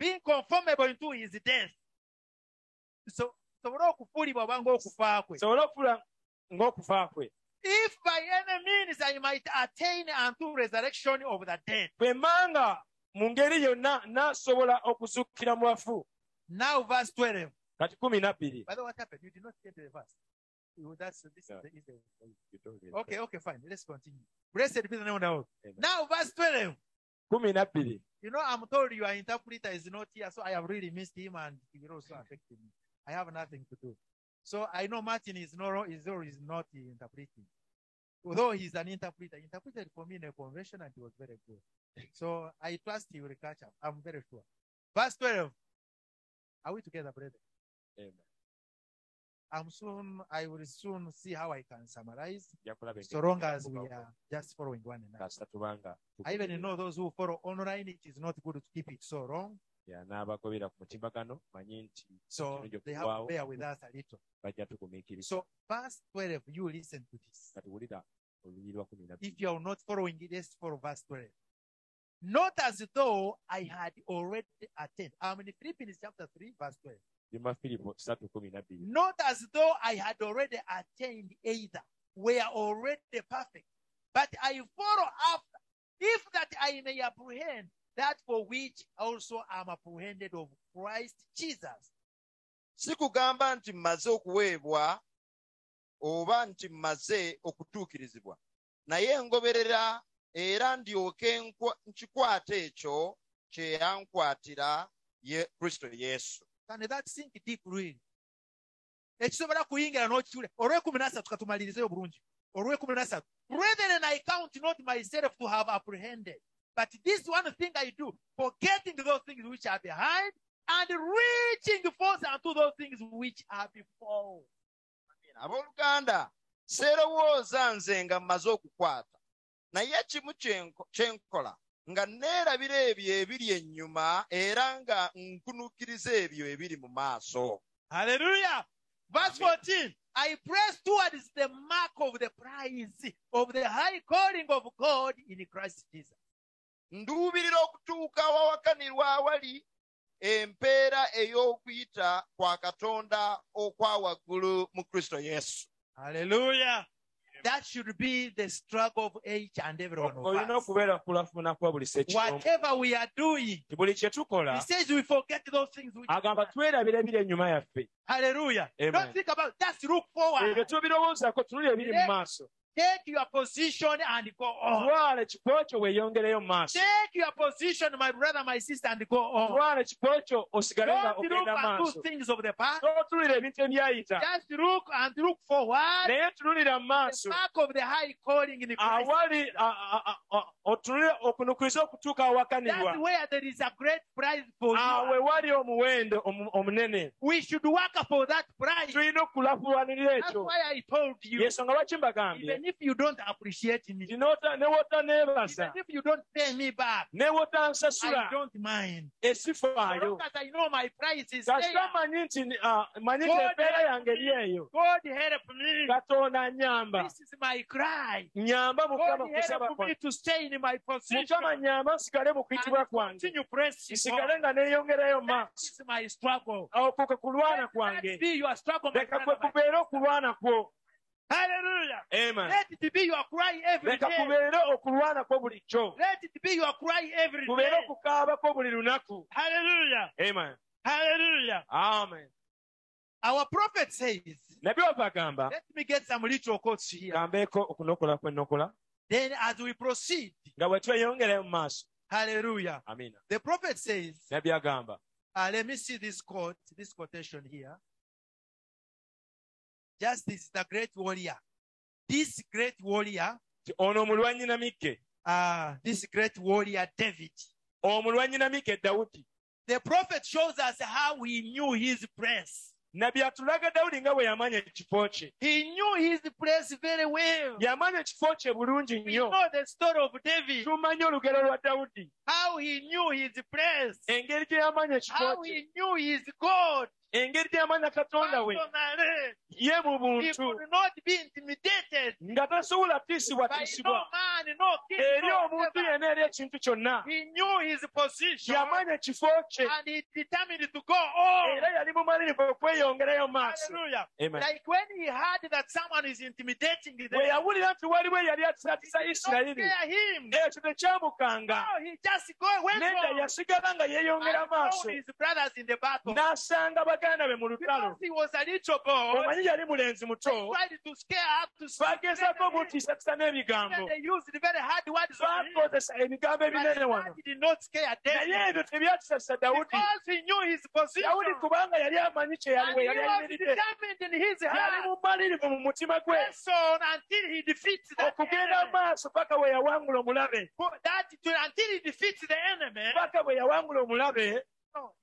being conformable into his death. So, sobole okufuulibwa oba ng'okufa kwe. nsobole okufula ng'okufa kwe if by any means I might attain unto resurrection of the dead. bwe mmanga mu ngeri yonna n'asobola okuzuukira mu bafu Now, verse 12. kati kumi na bbiri By the way, what happened? You did not get to the verse. You- That's, this Yeah. is the, is the, okay, okay, fine. Let's continue. Blessed be the name of the Lord. Amen. Now, verse 12. kumi na bbiri You know, I'm told your interpreter is not here, so I have really missed him and he will also affect me. I have nothing to do. So I know Martin is no is, or is not interpreting. Although he's an interpreter, he interpreted for me in a convention and he was very good. So I trust he will catch up. I'm very sure. Verse 12. Are we together, brother? Amen. I'm soon, I will soon see how I can summarize, Nja kulaba engeri so long as we gy'ekyambukawo. are just following one another. Kasita tubanga I even tugoberera. know those who follow online, it is not good to keep it so long. y'anaabagobera ku mutimbagano manye nti So Kirungi they have to okuwaawo. bear with us a little. bajja tugumiikiriza So verse 12, you listen to this. kati wulira oluyi lwa kumi na bbiri. If you are not following it, let's follow verse 12. Not as though I had already attained. I'm in Philippians chapter 3, verse 12. Lima Filipo kisatu kumi na bbiri. Not as though I had already attained either, were already perfect, but I follow after, if that I may apprehend that for which also am apprehended of Christ Jesus. si kugamba nti mmaze okuweebwa oba nti mmaze okutuukirizibwa naye ngoberera era ndyoke nkwa- nkikwate ekyo kye yankwatira ye kristo yesu Can that sink deep really? ekisobola kuyingira n'okiwulira olw'ekumi nasatu katumalirizeyo bulungi olw'ekumi nasatu brethren i count not myself to have apprehended but this one thing i do forgetting those things which are behind and reaching forth unto those things which are before abooluganda seerowooza nze nga mmaze okukwata naye kimu kye nko- kye nkola nga neerabira ebyo ebiri ennyuma era nga nkunukkiriza ebyo ebiri mu maaso hallelujah verse 14 i press towards the mark of the prize of the high calling of god in christ jesus nduubirira okutuuka awawakanirwa awali empeera ey'okuyita kwa katonda okwa waggulu mu kristo yesu Hallelujah. That should be the struggle of each and every one olina of us. okubeera kulafuna kwa buli sekiomu Whatever we are doing, ti buli kye tukola he says we forget those things which agamba twerabira ebiri ennyuma yaffe Hallelujah. Amen. Don't think about just look forward. ebyo tubirowoozako tunuli ebiri mu maaso Take your position and go on. twala ekifo kyo weeyongereyo mu maaso Take your position, my brother, my sister, and go on. twala ekifo kyo osigale nga Don't look ogenda mu at maaso those things of the past. totunulira ebintu ebyayita Just look and look forward. naye tunulira mu The maaso mark of the high calling in Christ. awali a- a- a- a- otunulire okunukiriza okutuuka awakanirwa That's where there is a great prize for awe you. wali omuwendo omu- omunene We should work for that prize. tulina okulafulwanirira That's ekyo why I told you. yensonga lwaki mbagambye Even if you don't appreciate me, even Tinota- ne wotaneebaza if you don't pay me back, ne wotansasula I don't mind. As esifaayo long as I know my price is there, kasita manyi nti ah, manyi nti embeera yange eri eyo God help me. katonda nyamba This is my cry. nyamba God mukama kusaba help me kwange to stay in my position. mukama nyamba nsigale mu kuyitibwa And kwange continue pressing. nsigale God. nga neeyongerayo mu That maaso is my struggle. awo kwe kulwana Let kwange it be your struggle, my leka kwe brother. my- kubeere okulwana kwo Hallelujah. Amen. Let it be your cry every leka day. kubeere okulwana kwo bulijjo Let it be your cry every kubeere day. okukaaba kwo buli lunaku Hallelujah. Amen. Hallelujah. Amen. Our prophet says, nabyo wabagamba Let me get some little quotes here. gambeeko okunokola kwe nokola Then, as we proceed, nga bwe tweyongerayo mu maaso hallelujah. amina The prophet says, nabyo agamba uh, let me see this quote, this quotation here. Justice is the great warrior. This great warrior, nti ono omulwanyi namikke uh, this great warrior, David. omulwanyi namikke dawudi The prophet shows us how he knew his place. nabbi atulaga dawudi nga bwe yamanya ekifo kye He knew his place very well. yamanya ekifo kye bulungi We nnyo know the story of David, tumanyi olugero lwa dawudi how he knew his place, engeri gye yamanya ekifo how kye he knew his God. engeri gye yamanya katonda we Personally, ye mu He buntu could not be intimidated nga tasobola by no tiisibwatiisibwa man, no king. eri no omuntu whatever. yenna eri ekintu kyonna He knew his position yamanya ekifo kye and he determined to go on. era yali mumalirivu okweyongerayo mu maaso Hallelujah. Amen. Like when he heard that someone is intimidating them, bwe yawulira nti waliwo eyali atisatiza don't isirayiri scare him. ekyo tekyamukanga No, he just go went nedda on. yasigala nga yeeyongera and found maaso his brothers in the battle. n'asanga baganda be mu lutalo Because he was a little boy, omanyi yali mulenzi they muto tried to scare up to bagezaako him. okuntiisatiisa n'ebigambo They used very hard words on him. bakozesa ebigambo But ebinene that wano did not scare naye David. ebyo tebyatisasisa dawudi Because he knew his position. dawudi kubanga yali amanyi kye yali And we he yali was ayimiridde determined in his yali heart. mumalirivu mu mutima gwe press on until he defeats that okugenda enemy. maaso paka we yawangula omulabe For that to, until he defeats the enemy, paka bwe yawangula omulabe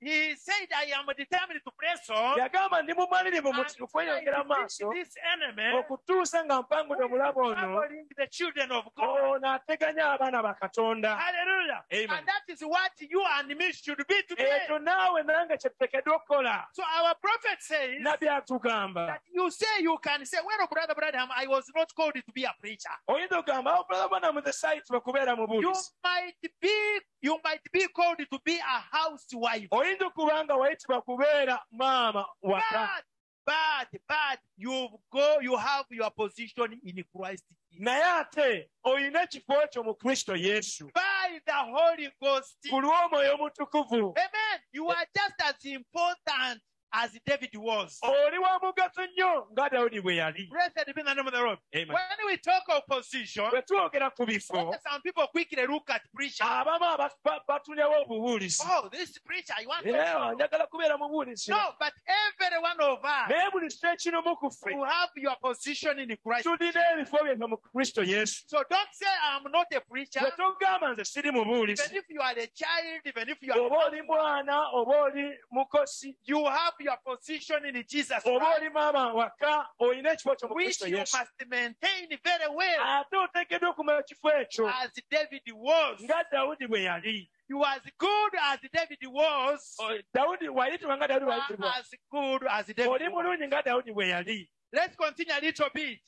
he said, I am determined to press on. yagamba ndi mumalirivu mu until I kweyongera defeat maaso this enemy okutuusa nga mpangudde omulabe ono troubling the children of God. ono ateganya abaana ba katonda Hallelujah. Amen. And that is what you and me should be today. ekyo naawe nange kyetutekeddwa okukola So our prophet says nabbi atugamba that you say you can say, Well, oh, brother, brother, I was not called to be a preacher. oyinza okugamba "Oh, brother bwana mu the site bwekubeera mu You buusi might be you might be called to be a housewife. oyinza okuba nga wayitibwa kubeera maama waka But, but, but you go, you have your position in Christ. naye ate olina ekifo ekyo mu kristo yesu By the Holy Ghost. ku lw'omwoyo omutukuvu Amen. You are just as important as David was. oli wa mugaso nnyo nga dawudi bwe yali Blessed be the name of the Lord. Amen. When we talk of position, bwe twogera ku bifo some people quickly look at preacher. abamu aba- ba- batunyawo obubuulizi Oh, this preacher, you want to era njagala kubeera mubuulizi No, but every one of us naye buli kyekirumu ku ffe who have your position in Christ. tulina ebifo byaffe mu kristo yesu So don't say I'm not a preacher. bwe togamba nze siri mubuulizi Even if you are a child, even if you are oba oli mwana oba oli mukosi you have your position in Jesus oba Christ, oli maama waka olina ekifo kyo mu which kristo you yesu must maintain very well, ate oteekeddwa okumala kifo ekyo as David was. nga dawudi bwe yali You as good as David was. O- dawudi wayitibwa nga dawudi you are wayitibwa As good as David. oli was. mulungi nga dawudi bwe yali Let's continue a little bit.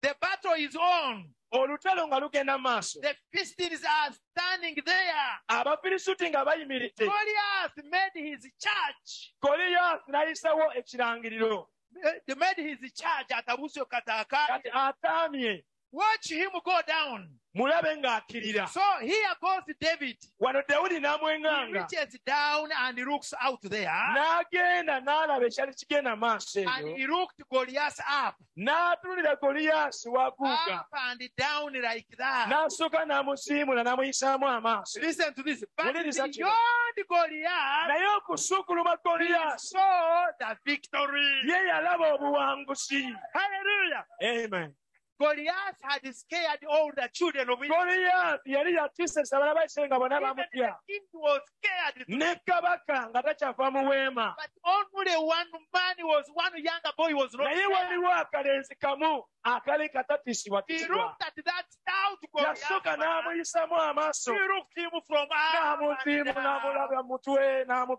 The battle is on. olutalo nga lugenda maaso The Philistines are standing there. abafirisuuti nga bayimiridde Goliath made his church. goliyaasi n'ayisawo ekirangiriro They made his church at Abusio Kataka. kati ataamye Watch him go down. mulabe ng'akirira So here goes David. wano dawudi He n'amwenganga reaches down and he looks out there. n'agenda n'alaba ekyali kigenda maaso And eyo he looked Goliath up, n'atunira goliyaasi waguuga up and down like that. n'asooka n'amusiimula n'amuyisaamu amaaso Listen to this. But What did he say to beyond you? Goliath, naye okusukuluma he goliyaasi saw the victory. ye yalaba obuwanguzi Hallelujah. Amen. Goliath had scared all the children of Israel. goliyaati yali yatiisesa abana baisere nga bonna Even the bamutya king was scared. ne kabaka nga takyava mu weema But only one man was, one younger boy was not naye scared. waliwo akalenzi kamu akali katatiisibwa He titibwa looked at that stout yasooka Goliath. n'amuyisamu amaaso He looked him from up and down. n'amuziimu n'amulaba mu mutwe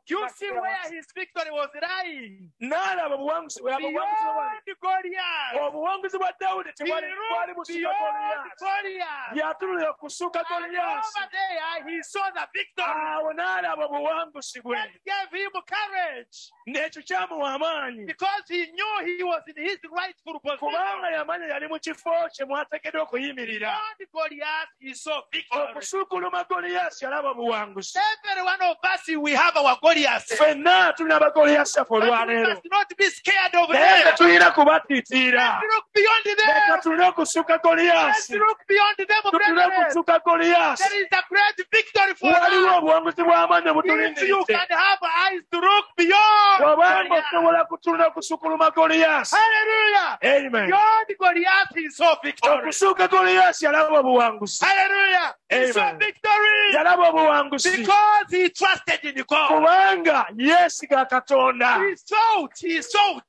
You see where n'amukira his victory was lying. n'alaba obuwanguzi bwe- Beyond obuwanguzi bwe bwali. Goliath. obuwanguzi bwa dawudi tewali twali Beyond busuka goliyaasi Goliath. yatulira kusuka And goliyaasi over there, he saw the victory. awo n'alaba obuwanguzi bwe That gave him courage n'ekyo kyamuwa amaanyi because he knew he was in his rightful kubanga position. yamanya yali mu kifo kye mwateekeddwa okuyimirira Beyond Goliath, he saw victory. okusukuluma goliyaasi yalaba obuwanguzi Every one of us, we have our Goliath. ffenna tulina bagoliyaasi affe But we olwaleero must not be scared of naye them. tetulina kubatiitiira Let's look beyond them. leka tulina okusuka Let's goliyaasi look beyond them, tutule brethren. kusuka goliyaasi There is a great victory for waliwo us. obuwanguzi bw'amaanyi If you obutulindiridde can have eyes to look beyond obanga Goliath. osobola kutunula kusukuluma goliyaasi Hallelujah. amen Beyond Goliath is so victorious. okusuuka goliyaasi yalaba yalaba obuwanguzi Hallelujah. He saw Amen. victory yalaba obuwanguzi because he trusted in God. kubanga yeesiga katonda He sought, he sought,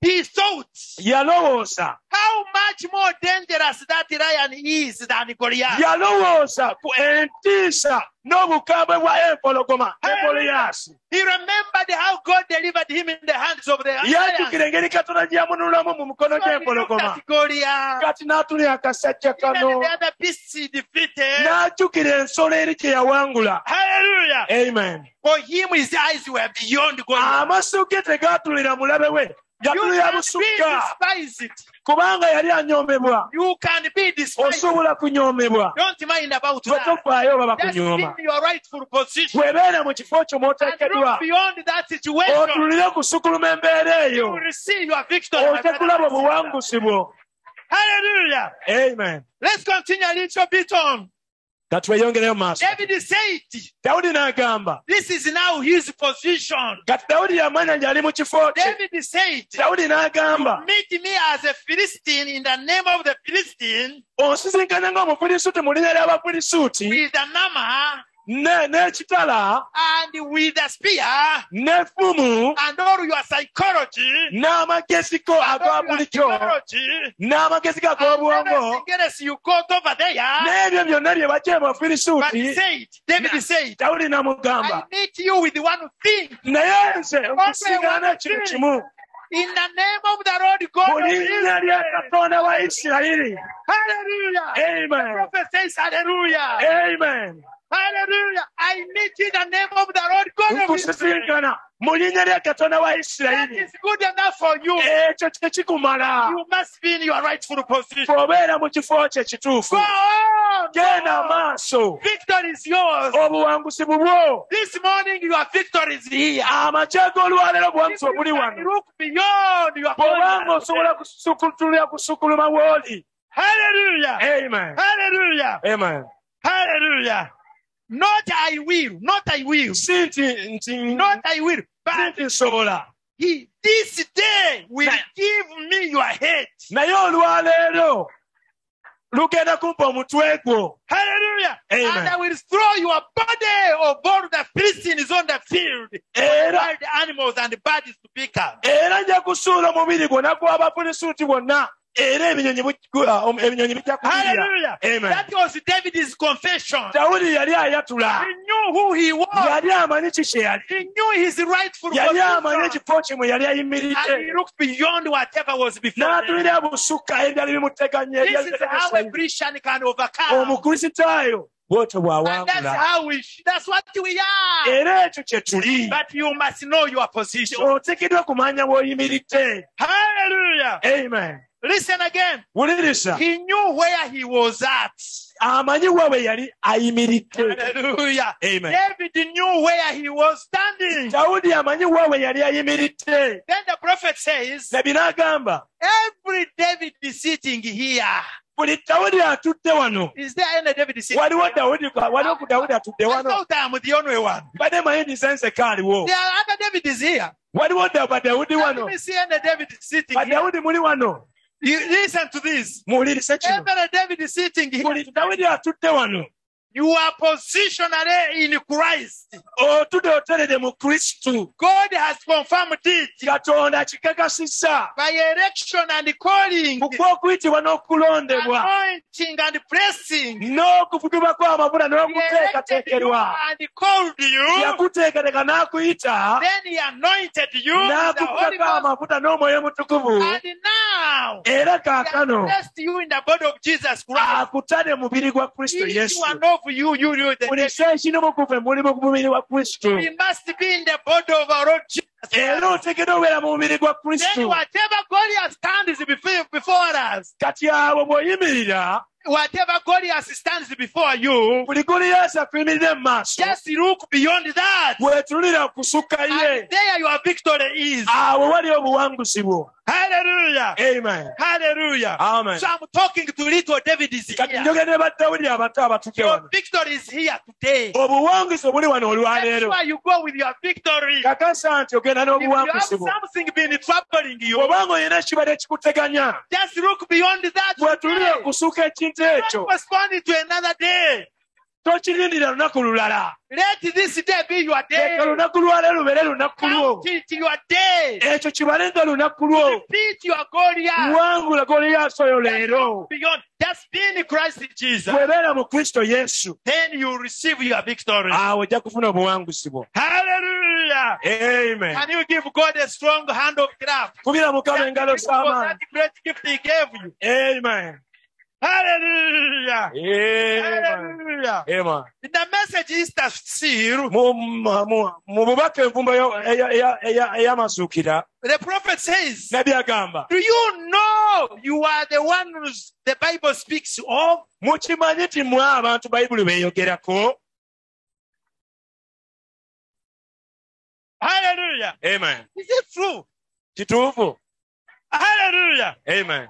he sought. yalowooza How much more dangerous that lion is than Goliath. yalowooza ku entiisa n'obukambwe bwa empologoma ne goliyasi He remembered how God delivered him in the hands of the yajjukira lion. engeri katonda gyeyamunulamu mu mukono So he looked gy'empologoma at Goliath. kati n'atulya akasajja Even kano the other beasts he defeated. n'ajjukira ensolo eri gye yawangula Hallelujah. amen For him, his eyes were beyond Goliath. amaaso ge tegaatulira mulabe we You gatulira can be busukka despised. kubanga yali anyoomebwa You can be despised. osobola kunyoomebwa Don't mind about twe that. tofaayo baba Just be kunyooma in your rightful position. webeera mu kifo kyo And mwoteekeddwa look beyond that situation. otulire okusukuluma embeera eyo You will receive your victory. my ote brother, kulaba my sister. obuwanguzi bwo Hallelujah. amen Let's continue a little bit on. ka tweyongereyo mu maaso David said, dawudi n'agamba This is now his position. kati dawudi yamanya gyali mu kifo kye David said, dawudi n'agamba Meet me as a Philistine in the name of the Philistine onsisinkana ng'omufirisuuti mu linnya ly'abafirisuuti with a hammer ne- n'ekitala and with a spear n'effumu and all your psychology. n'amagezi go all aga your bulijjo Psychology. n'amagezi go ag'obwongo Everything else you got over there. n'ebyo byonna bye baggya But he abafirisuuti said, David Na- said, dawudi I n'amugamba meet you with one thing naye nze nkusingana kino kimu in the name of the Lord God. mu of linnya Israel. lya katonda wa isirayiri Hallelujah. The amen prophet says, Hallelujah. amen Hallelujah. I meet you in the name of the Lord God. Of Israel. nkusisinkana mu linnya lya katonda wa Eh, That isirayiri is good enough for you. ekyo kye kikumala You must be in your rightful position. obeera mu kifo kye kituufu Go on. genda maaso Victory is yours. Oh. obuwanguzi bubwo This morning, your victory is here. amakya g'olwaleero If obuwanguzi you obuli can wano look beyond your bw'obanga osobola problems. kusukulutulira kusukuluma wooli Hallelujah. amen Hallelujah. amen Hallelujah. Not I will, not I will, si nti nti not I will, si but nti nsobola he this day will Na- give me your head. naye olwaleero lugenda kumpa omutwe gwo Hallelujah. Amen. And I will throw your body of all the Philistines on the field. era Wild animals and birds to pick up. era nja kusuula omubiri gwonna gw'abafirisuuti gwonna era ebinyonyi bu- ah, om- ebinyonyi bijja kubirya Hallelujah. amen That was David's confession. dawudi yali ayatula He knew who he was. yali amanyi ki kye yali He knew his rightful yali amanyi position. ekifo kimwe yali And he ayimiridde looked beyond whatever was before him. n'atulira busukka ebyali bimuteganya This is how a ebyali Christian can overcome. omukristaayo bwotyo Ah. And that's bw'awangula how we sh- that's what we are. era ekyo kye tuli But you must know your position. oteekeddwa kumanya w'oyimiridde Hallelujah. amen Listen again. wuliriza He knew where he was at. amanyi wa we yali ayimiridde Hallelujah. amen David knew where he was standing. dawudi amanyi waawe yali ayimiridde Then the prophet says, nabye n'agamba Every David is sitting here. buli dawudi atudde wano Is there any David sitting waliwo here? dawudi waliwo ku dawudi atudde I wano thought I'm the only one. mbadde manyi nti nze nzekka aliwo There are other Davids here. waliwo da- badawudi Let wano me see any David sitting here. badawudi muli wano You listen to this. muwulirize kino Every David is sitting here. buli dawudi atudde wano You are positionally in Christ. otudde oterere mu kristu God has confirmed it katonda akikakasizza by election and calling, ku gw'okuyitibwa n'okulondebwa anointing and blessing. n'okuvugibwa kw'amabula He elected you n'okuteekateekerwa and called you. yakuteekateka n'akuyita Then he anointed you with the Holy n'akukako Ghost. amafuta n'omwoyo mutukuvu And now, era he has kaakano blessed you in the body of Jesus Christ. akutane mubiri gwa Ah, kristo If yesu you are not for you, you you buli the seekino mukufe mulimu ku mubiri gwa kristo We must be in the body of our Lord Jesus. era otegedde obeera mu mubiri gwa Then Eh, kristo whatever Goliath stands before, before us, kati awo bw'oyimirira whatever Goliath stands before you, buli goliyasi akuyimirira mu maaso just look beyond that. wetunulira ku kusukka ye Ah. And there your victory is. awo wali obuwanguzi bwo Hallelujah. Eh. amen Hallelujah. amen So I'm talking to little David is kati here. njogere ne badawulire abato abatuke Your wano victory is here today. Oh, obuwangisi obuli wano That's olwaleero why you go with your victory. kakasa nti ogenda If you have n'obuwangisi bwo something been troubling you, obanga olina ekibala ekikuteganya just look beyond that. bwetulira today. okusuuka ekintu ekyo Don't postpone it to another day. tokirindira lunaku lulala Let this day be your day. leka lunaku lwale lubeere lunaku lwo Count it your day. ekyo kibale nga lunaku lwo Repeat your Goliath. wangula goliyasi oyo leero Beyond that's being Christ Jesus. bwebeera mu kristo yesu Then you receive your victory. awo ojja kufuna obuwanguzi bwo Hallelujah. amen Can you give God a strong hand of clap? kubira mukama Thank engalo you for that z'amaanyi great gift He gave you. amen Hallelujah. amen Hallelujah. amen The message is that seal. mu mu- mu- mu bubaka envumbo eyo- eya- eya- eya- ey'amazuukira The prophet says, nabbi agamba Do you know you are the one who's- the Bible speaks of? mukimanyi nti mwe abantu bayibuli beeyogerako Hallelujah. amen Is it true? kituufu Hallelujah. amen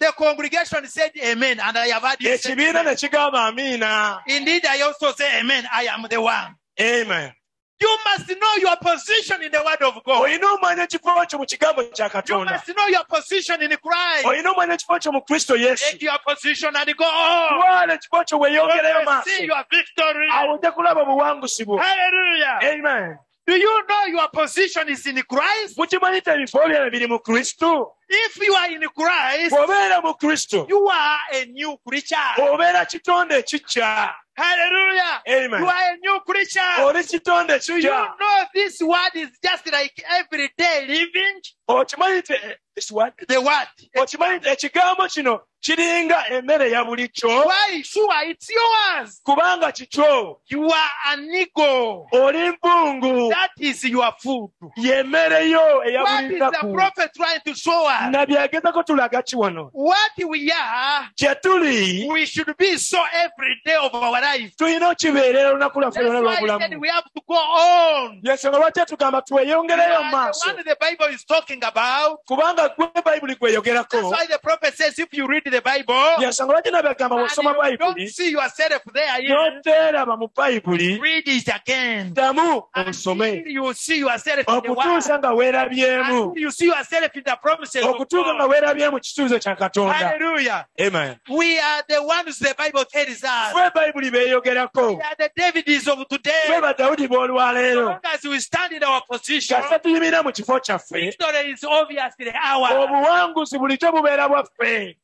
The congregation said amen, and I have heard you say ekibiina amen. ne kigamba amiina Indeed, I also say amen. I am the one. amen You must know your position in the word of God. olina omwanya ekifo kyo mu kigambo kya You katonda must know your position in Christ. olina omwanya ekifo kyo mu kristo yesu Take your position and go on. twala ekifo kyo weeyongerayo You maaso see your victory. awo ojja kulaba obuwangusi bwo Hallelujah. amen Do you know your position is in Christ? mukimanyi nti ebifo byano biri mu kristo If you are in Christ, bw'obeera mu kristo you are a new creature. obeera kitonde ekikya Hallelujah. amen You are a new creature. oli kitonde Do you ekikya know this word is just like everyday living? okimanyi nti eh, this word? The word. okimanyi nti ekigambo kino kiringa emmere eya bulijjo Why? Sure, it's yours. kubanga kikyo You are an ego. oli mpungu That is your food. y'emmere yo eya What is buli the lunaku prophet trying to show us? nabyagezako tulaga ki wano What we are, gye tuli we should be so every day of our life. tulina okibeerera olunaku lwaffe That's lona why he said lw'obulamu we have to go on. yensonga lwaki etugamba You tweyongereyo mu are the maaso one the Bible is talking about. kubanga gwe bayibuli That's gweyogerako why the prophet says if you read the Bible yensonga lwaki nabyagamba bw'osoma and you don't bayibuli see yourself there, n'oteeraba mu bayibuli read it again. ddamu Until osome you see yourself in the okutuusa word. nga weerabyemu Until you see yourself in the promises of okutuuka nga God. weerabye mu kituuzo kya katonda Hallelujah. amen We are the ones the Bible tells us. ffe bayibuli beeyogerako We are the Davids of ffe today. badawudi So b'olwaleero long as we stand in our position, nga ffe tuyimira mu kifo kyaffe victory is obviously Oh, ours. obuwanguzi bulijjo bubeera bwaffe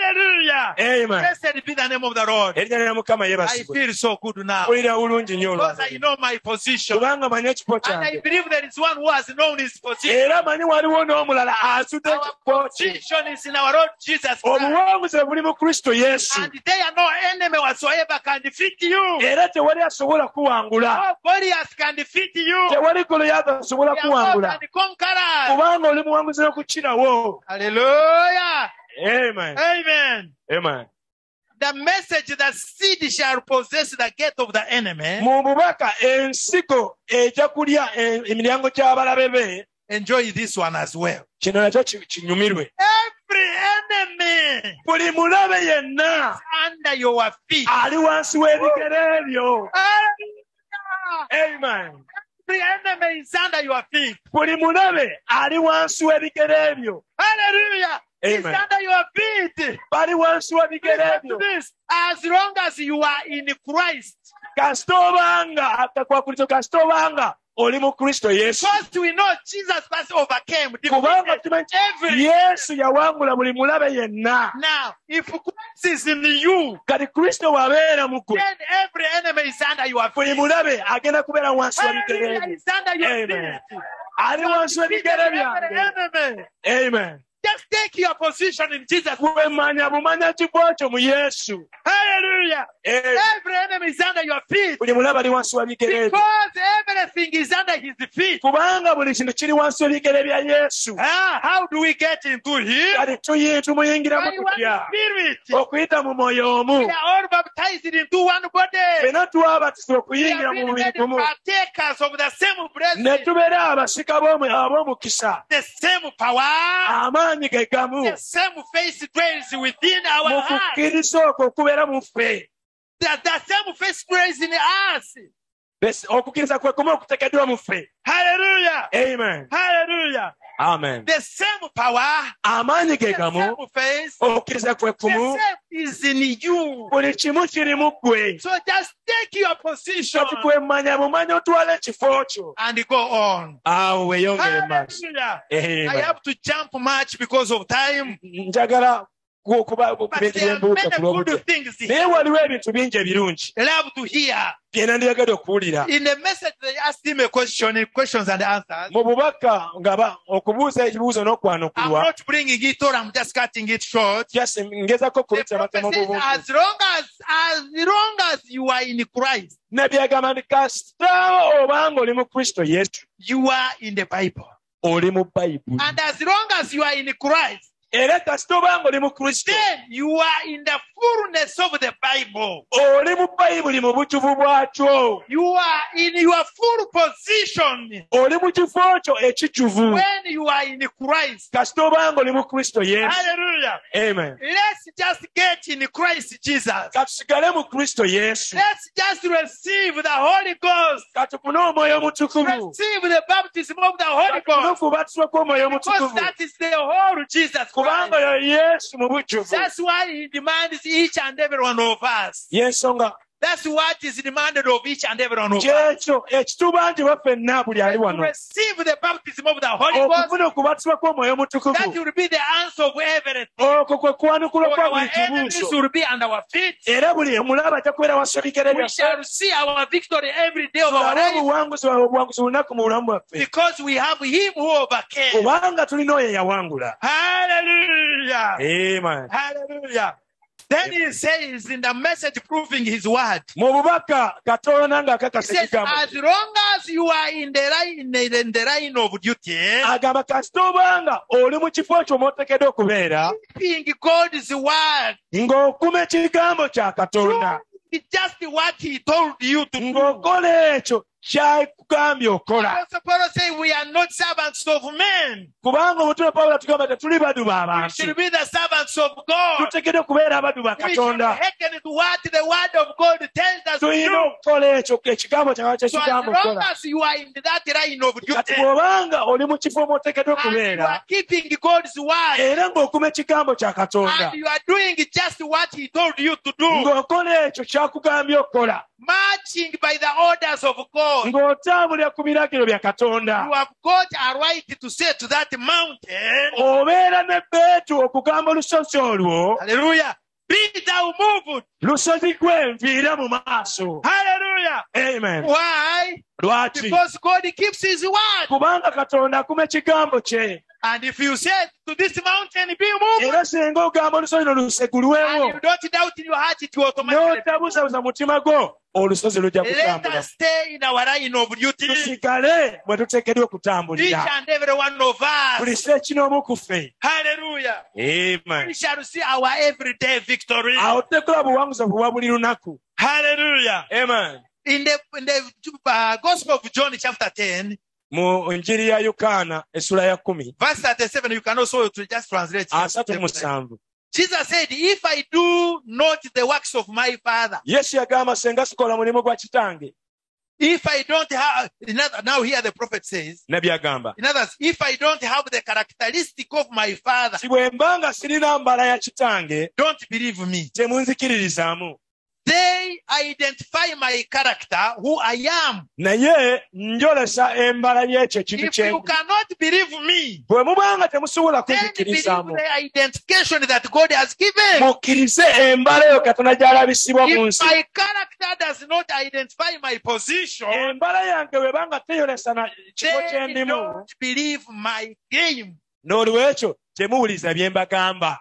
Hallelujah. amen Blessed be the name of the Lord. erinnya lya mukama I yeebasibwe feel so good now mpulira bulungi nnyo because I olwaleero know my position. kubanga manyi ekifo And I kyange believe there is one who has known his position. era manyi waliwo n'omulala asudde Our ekifo kye Position is in our Lord Jesus Christ. obuwanguzi buli mu kristo yesu And they are no enemy whatsoever can defeat you. era tewali asobola kuwangula No Goliath can defeat you. tewali goloyaaza asobola We are more kuwangula than conquerors. kubanga oli muwanguzi n'okukirawo Hallelujah. amen Amen. amen the message that seed shall possess the gate of the enemy. mu bubaka ensigo ejja kulya eh, emiryango gy'abalabe be Enjoy this one as well. kino nakyo ki- kinyumirwe Every enemy buli mulabe yenna under your feet. ali wansi w'ebigere byo Hallelujah. amen Every enemy is under your feet. buli mulabe ali wansi w'ebigere byo Hallelujah. It's Amen. under your feet. bali wansi w'ebigere Listen to byo this. As long as you are in Christ, kasita obanga akakwakulizo kasita obanga oli mu kristo yesu because we know Jesus first overcame kubanga defeated tumanyi every. yesu yawangula buli mulabe yenna Now, if Christ is in you, kati kristo bw'abeera mu ggwe then every enemy is under your feet. buli mulabe agenda kubeera wansi Hallelujah w'ebigere byo is under your Amen. feet. ali wansi w'ebigere byange Every enemy amen Just take your position in Jesus. wemanya bumanyaji bwakyo mu yesu Hallelujah. Eh, Every enemy is under your feet buli mulaba ali wansi wa bigere bye because everything is under his feet. kubanga buli kintu kiri wansi w'ebigere bya yesu Ah, how do we get into him? kati tuyi tumuyingiramu By tutya one spirit. okuyita mu mwoyo omu We are all baptized into one body. fena twabatizibwa We are okuyingira mu being mubiri made gumu partakers of the same ne blessing, tubeera abasika b'omu- ab'omukisa the same power, amaanyi ge gamu the same face dwells within mu our heart. kukkiriza okwo okubeera mu ffe The, the same face dwells in us. Bes- okukkiriza kwe kumu okuteekeddwa mu ffe Hallelujah. amen Hallelujah. amen The same power, amaanyi ge the same gamu face, okukkiriza kwe kumu the same is in you. buli kimu kiri mu ggwe So just take your position kati kwemanya mumanya otwala ekifo kyo and go on. awo weeyongere mu maaso Hallelujah. I Amen. have to jump much because of time. njagala But there okubekira are embuuka ku many lw'obudde good things here. naye waliwo ebintu bingi ebirungi Love to hear. bye nandiyagadde okuwulira In the message, they asked him a question, questions and answers. mu bubaka nga ba- okubuuza ekibuuzo I'm n'okwanukulwa not bringing it all, I'm just cutting it short. just ngezako The kubita prophet abatemu says, bubuntu as long as, as long as you are in Christ, ne byagamba nti kasitaawo obanga oli mu kristo yesu you are in the Bible. oli mu bayibuli And as long as you are in Christ, era kasita obanga oli mu kristo then you are in the fullness of the Bible. oli mu bayibuli mu bujuvu bwakyo You are in your full position oli mu kifo kyo ekijuvu when you are in Christ. kasita obanga oli mu kristo yesu Hallelujah. amen Let's just get in Christ Jesus. katusigale mu kristo yesu Let's just receive the Holy Ghost. katufune omwoyo omutukuvu Receive the baptism of the Holy katufune Ghost. okubatisibwa kw'omwoyo Because omutukuvu that is the whole Jesus Christ. kubanga oyo yesu mu bujjuvu That's why he demands each and every one of us. yensonga That's what is demanded of each and every one of us. kyekyo ekituba nti baffenna buli ali To wano receive the baptism of the Oh, Holy Ghost, okufuna okubatisibwa kw'omwoyo that omutukuvu will be the answer of everything. okwo Oh, kwe kwanukulwa kwa Our buli enemies kibuuzo will be under our feet. era buli omulaba ajja kubeera wansi w'ebigere We byaffe shall see our victory every day of our tulabe life obuwanguzi bwabwe obuwanguzi lunaku mu bulamu bwaffe because we have Him who overcame. kubanga tulina oyo eyawangula Hallelujah. Amen. Hallelujah. Then he says in the message proving his word, mu bubaka katoona he ng'akakasa says, ekigambo as long as you are in the line, in the, in the line of duty, agamba kasita obanga oli mu kifo kyo mw'oteekeddwa okubeera keeping God's word, ng'okuma ekigambo kya katonda it's just what he told you to do. ng'okola ekyo kyakugambye okola Apostle Paul said, we are not servants of men. kubanga omutume pawulo atugamba tetuli baduba We abantu should be the servants of God. tutegedde okubeera abaduba We should katonda hearken to what the word of God tells us to tulina do. okukola ekyo ekigambo kyawa So as kyekigamba long okukola as you are in that line of kati duty, bw'obanga oli mu kifo mwoteekeddwa and you okubeera are keeping God's word, era ng'okuma ekigambo kya katonda and you are doing just what he told you to do, ng'okola ekyo kyakugambye okukola marching by the orders of God, ng'otambulira ku biragiro bya katonda you have got a right to say to that mountain, obeera ne beetu okugamba olusozi olwo Hallelujah, be thou moved. lusozi gwe nviira mu maaso Hallelujah. amen Why? lwaki Because God keeps his word. kubanga katonda akuma ekigambo kye And if you say to this mountain, be moved, era singa ogamba olusozi no lusegulwewo and you don't doubt in your heart, it will automatically. n'otabuzabuza mutima gwo olusozi lujja Let kutambula us stay in our line of duty, tusigale bwe tuteekeddwa each okutambulira and every one of us. tulise ekinoomu ku ffe Hallelujah. We amen shall see our everyday victory. awo tutekola buwanguzi obubwa buli lunaku Hallelujah. amen In the, in the uh, Gospel of John, chapter 10, mu njiri ya yukaana essula ya kumi verse 37, you can also to just translate. asatu mu musanvu Jesus said, If I do not the works of my Father, yesu yagamba senga sikola mulimu gwa kitange if I don't have, in other- now here the prophet says, ne byagamba in others, if I don't have the characteristic of my Father, si bwe mba nga sirina mbala ya kitange don't believe me. temunzikiririzaamu They identify my character, who I am. naye njolesa embala y'ekyo ekintu If kye you cannot believe me, bwe mubanga temusobola then believe kunzikirizaamu the identification that God has given. mukkirize embala eyo katonda gy'alabisibwa mu If nsi my character does not identify my position, embala yange bwebanga teyolesana kifo kye then ndimu don't believe my game. n'olwekyo temuwuliza bye mbagamba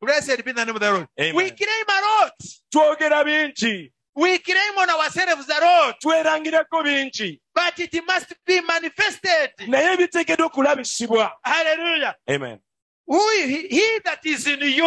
Blessed be the name of the Lord. Amen. We claim a lot. twogera bingi We claim on ourselves a lot. twerangirako bingi But it must be manifested. naye biteekeddwa okulabisibwa Hallelujah. amen Who he, he that is in you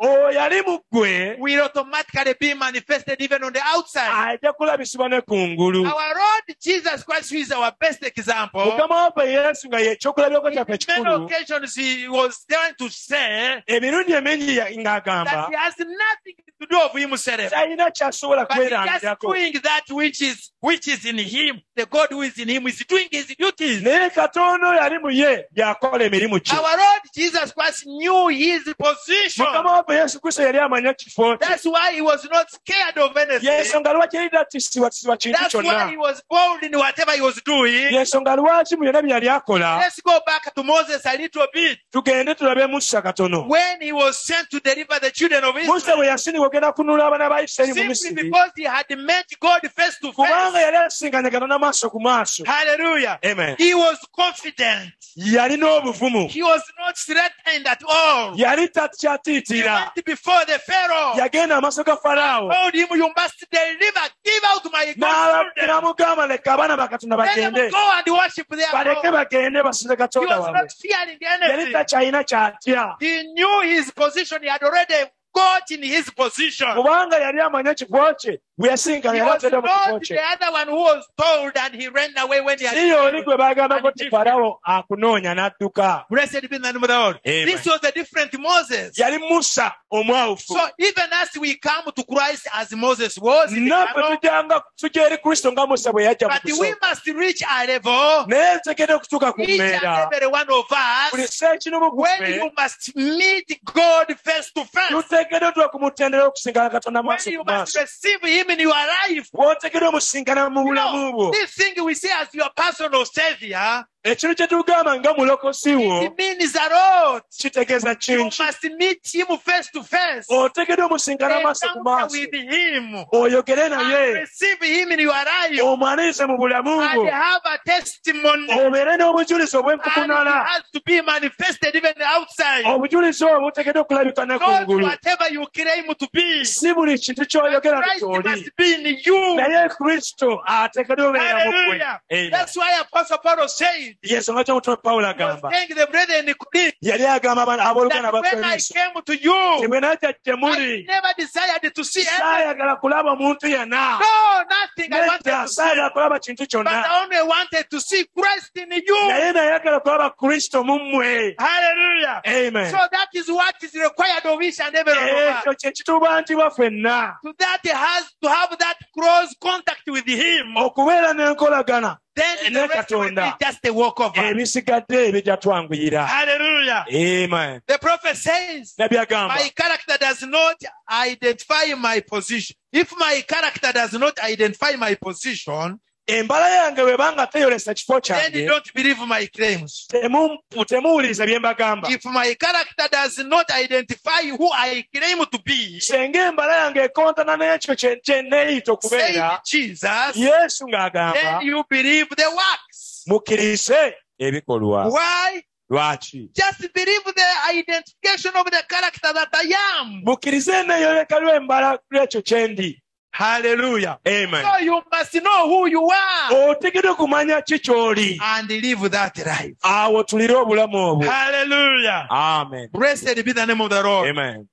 oyo ali mu ggwe will automatically be manifested even on the outside. ajja kulabisibwa ne kungulu Our Lord Jesus Christ who is our best example. mukama waffe yesu nga yekyokulabirako In kyaffe many ekikulu occasions he was trying to say emirundi emingi ya- that ng'agamba he has nothing to do of himself. talina kyasobola But he's just kwerangirako doing that which is which is in him. The God who is in him is doing his duties. naye katonda oyo ali mu ye y'akola emirimu ki Our Lord Jesus Christ knew his position. mukama waffe yesu kristo yali amanya kifo kye. That's why he was not scared of anything. yensonga lwaki yali tatisibwatisibwa kintu That's why kyonna he was bold in whatever he was doing. yensonga lwaki mu byonna bye yali akola Let's go back to Moses a little bit. tugende tulabe musa katono When he was sent to deliver the children of musa Israel, bwe yasinibwa ogenda kunula abaana ba isirayiri mu simply misiri because he had met God face to kubanga face. yali asisinkanye katonda maaso ku maaso Hallelujah. amen He was confident. yalina obuvumu He was not threatened at all. yali He Oh, takyatiitira went before the Pharaoh. yagenda amaaso ga falaawo Told him, you must deliver, give out my N'aba- good children. n'amugamba leka abaana ba katonda Let them bagende go and worship their baleke God. bagende basinze He katonda was waabwe not fearing yali anything. takyalina kyatya He knew his position. He had already got in his position. kubanga yali amanya ekifo kye bwe yasinkana He yali was atera mu kifo not kye the other one who was told and he ran away when he si yoli had gwe baagambako ti falawo akunoonya n'adduka Blessed be the name of the Lord. Amen. This was a different Moses. yali musa omwawufu So even as we come to Christ as Moses was, in the naffe Bible, tujanga tujja eri kristo nga musa bwe yajja mu but we kusooka must reach a level, naye tegenda okutuuka ku each and mmeera every one of buli us, sekinumu when guffe you must meet God face to face, tuteekeddwa otya okumutendera okusinkana katonda when maaso you ku must maaso receive Him in your life. w'oteekeddwa omusinkana mu bulamu bwo No, this thing we say as your personal savior, ekintu kye tugamba nga mulokosi wo it means a lot. kitegeeza You kingi must meet Him face to face. oteekeddwa omusinkana maaso ku Encounter maaso with Him. oyogere And naye receive Him in your life. omwanirize mu bulamu bwo And have a testimony. And obeere n'obujulizi it obwenkukunala has to be manifested even outside. obujulizi obwo buteekeddwa okulabika ne Not kungulu whatever you claim to be. si buli kintu kyoyogera Christ kyoli must be in you. naye kristo ateekeddwa obeera mukwe Hallelujah. That's why Apostle Paul said, yensonga kyomutume pawulo he was agamba saying to the brethren in Corinth, yali agamba abaana- that abooluganda when I abakristo came to you, temwe najja gye I muli never desired to see anything. saayagala kulaba omuntu yenna No, nothing. I wanted nedda to see, saayagala kulaba kintu but kyonna I only wanted to see Christ in you. naye nayagala kulaba kristo mu mmwe Hallelujah. amen Eh, So that is what is required of each and every one of us. ekyo kye kitubanjibwa ffenna To that he has to have that close contact with Him. okubeera n'enkolagana Then Ne the rest will be Katonda. just a walk Eh, over. ebisigadde ebijatwanguyira Hallelujah. amen The prophet says, nabyo agamba my character does not identify my position. If my character does not identify my position, embala yange bwebanga teyolesa kifo then you kyange don't believe my claims. temu- temuwuliriza bye mbagamba If my character does not identify who I claim to be, senga embala yange ekontana n'ekyo kye kye neeyita say okubeera Jesus, yesu then ng'agamba you believe the works. mukkirize ebikolwa Why? lwaki Just believe the identification of the character that I am. mukkirize neeyoleka lwembala lwekyo kye ndi Hallelujah. Oh. amen So you must know who you are otegedde okumanya ki ky'oli and live that life. awo tulire obulamu obwo Hallelujah. amen Blessed be the name of the Lord. amen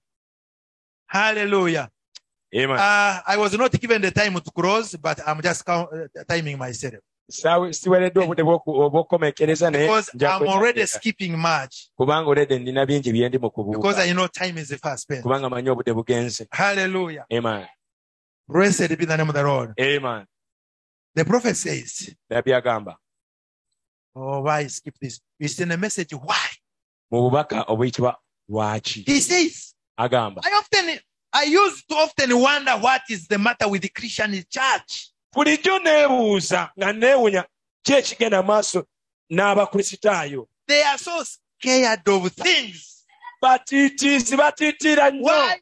Hallelujah. amen Uh, I was not given the time to close, but I'm just count, uh, timing myself Saawe- siwereddwa obudde bw'oku- obw'okukomekereza naye because nja I'm already kwetegeka. skipping much kubanga oledde nina bingi bye ndi mu because kubuuka I know time is fast spent. kubanga manyi obudde bugenze Hallelujah. amen Blessed be the name of the Lord. amen The prophet says, nabbi agamba Oh, why skip this? It's in a message. Why? mu bubaka obuyitibwa lwaki He says, agamba I often, I used to often wonder what is the matter with the Christian church. bulijjo neebuuza nga neewunya ki ekigenda maaso n'abakristaayo They are so scared of things. batiitiizi batiitiira nnyo Why?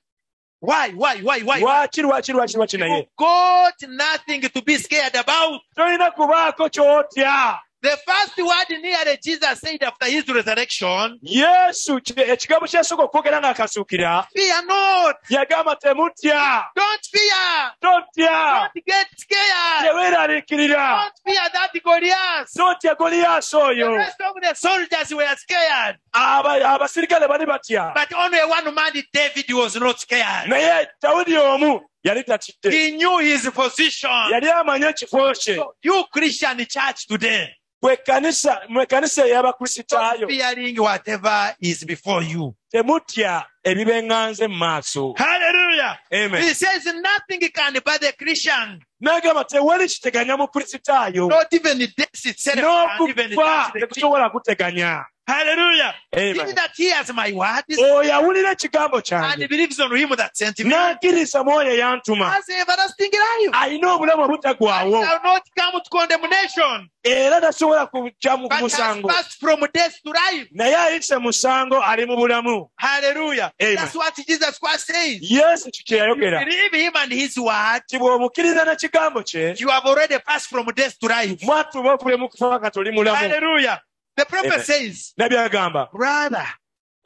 Why? Why? Why? Why? lwaki lwaki lwaki lwaki naye You've got nothing to be scared about. tolina kubaako ky'otya The first word nearly Jesus said after his resurrection, yesu kye- ekigambo kyesooka okwogera ng'akasuukira fear not, yagamba temutya don't fear, totya don't get scared, teweeraliikirira don't fear that Goliath. totya goliyasi The oyo rest of the soldiers were scared, Aba- abaserikale bali batya but only one man, David, was not scared. naye dawudi omu yali tatidde He knew his position. yali amanyi ekifo kye So you Christian church today, bwe kanisa mwe kanisa stop ey'abakristaayo fearing whatever is before you. temutya ebibeŋŋanze mu maaso Hallelujah. amen He says nothing can by the Christian, n'agamba tewali kiteganya mukristaayo not even death itself, can even n'okufa touch the Christian. tekusobola kuteganya Hallelujah. He Amen. that hears my words oyo awulira ekigambo and kyange believes on him that sent me n'akkiriza mu oyo eyantuma has everlasting life. alina obulamu I obutagwawo shall not come to condemnation, era tasobola kujja mu but has musango passed from death to life. naye ayise musango ali mu bulamu Hallelujah. Amen. That's what Jesus Christ says. yesu kyo kye You yayogera believe him and his word, nti bw'omukkiriza n'ekigambo kye you have already passed from death to life. mwatuba okule mu kufa nga toli mulamu Hallelujah. The prophet Amen. says, nabyagamba brother,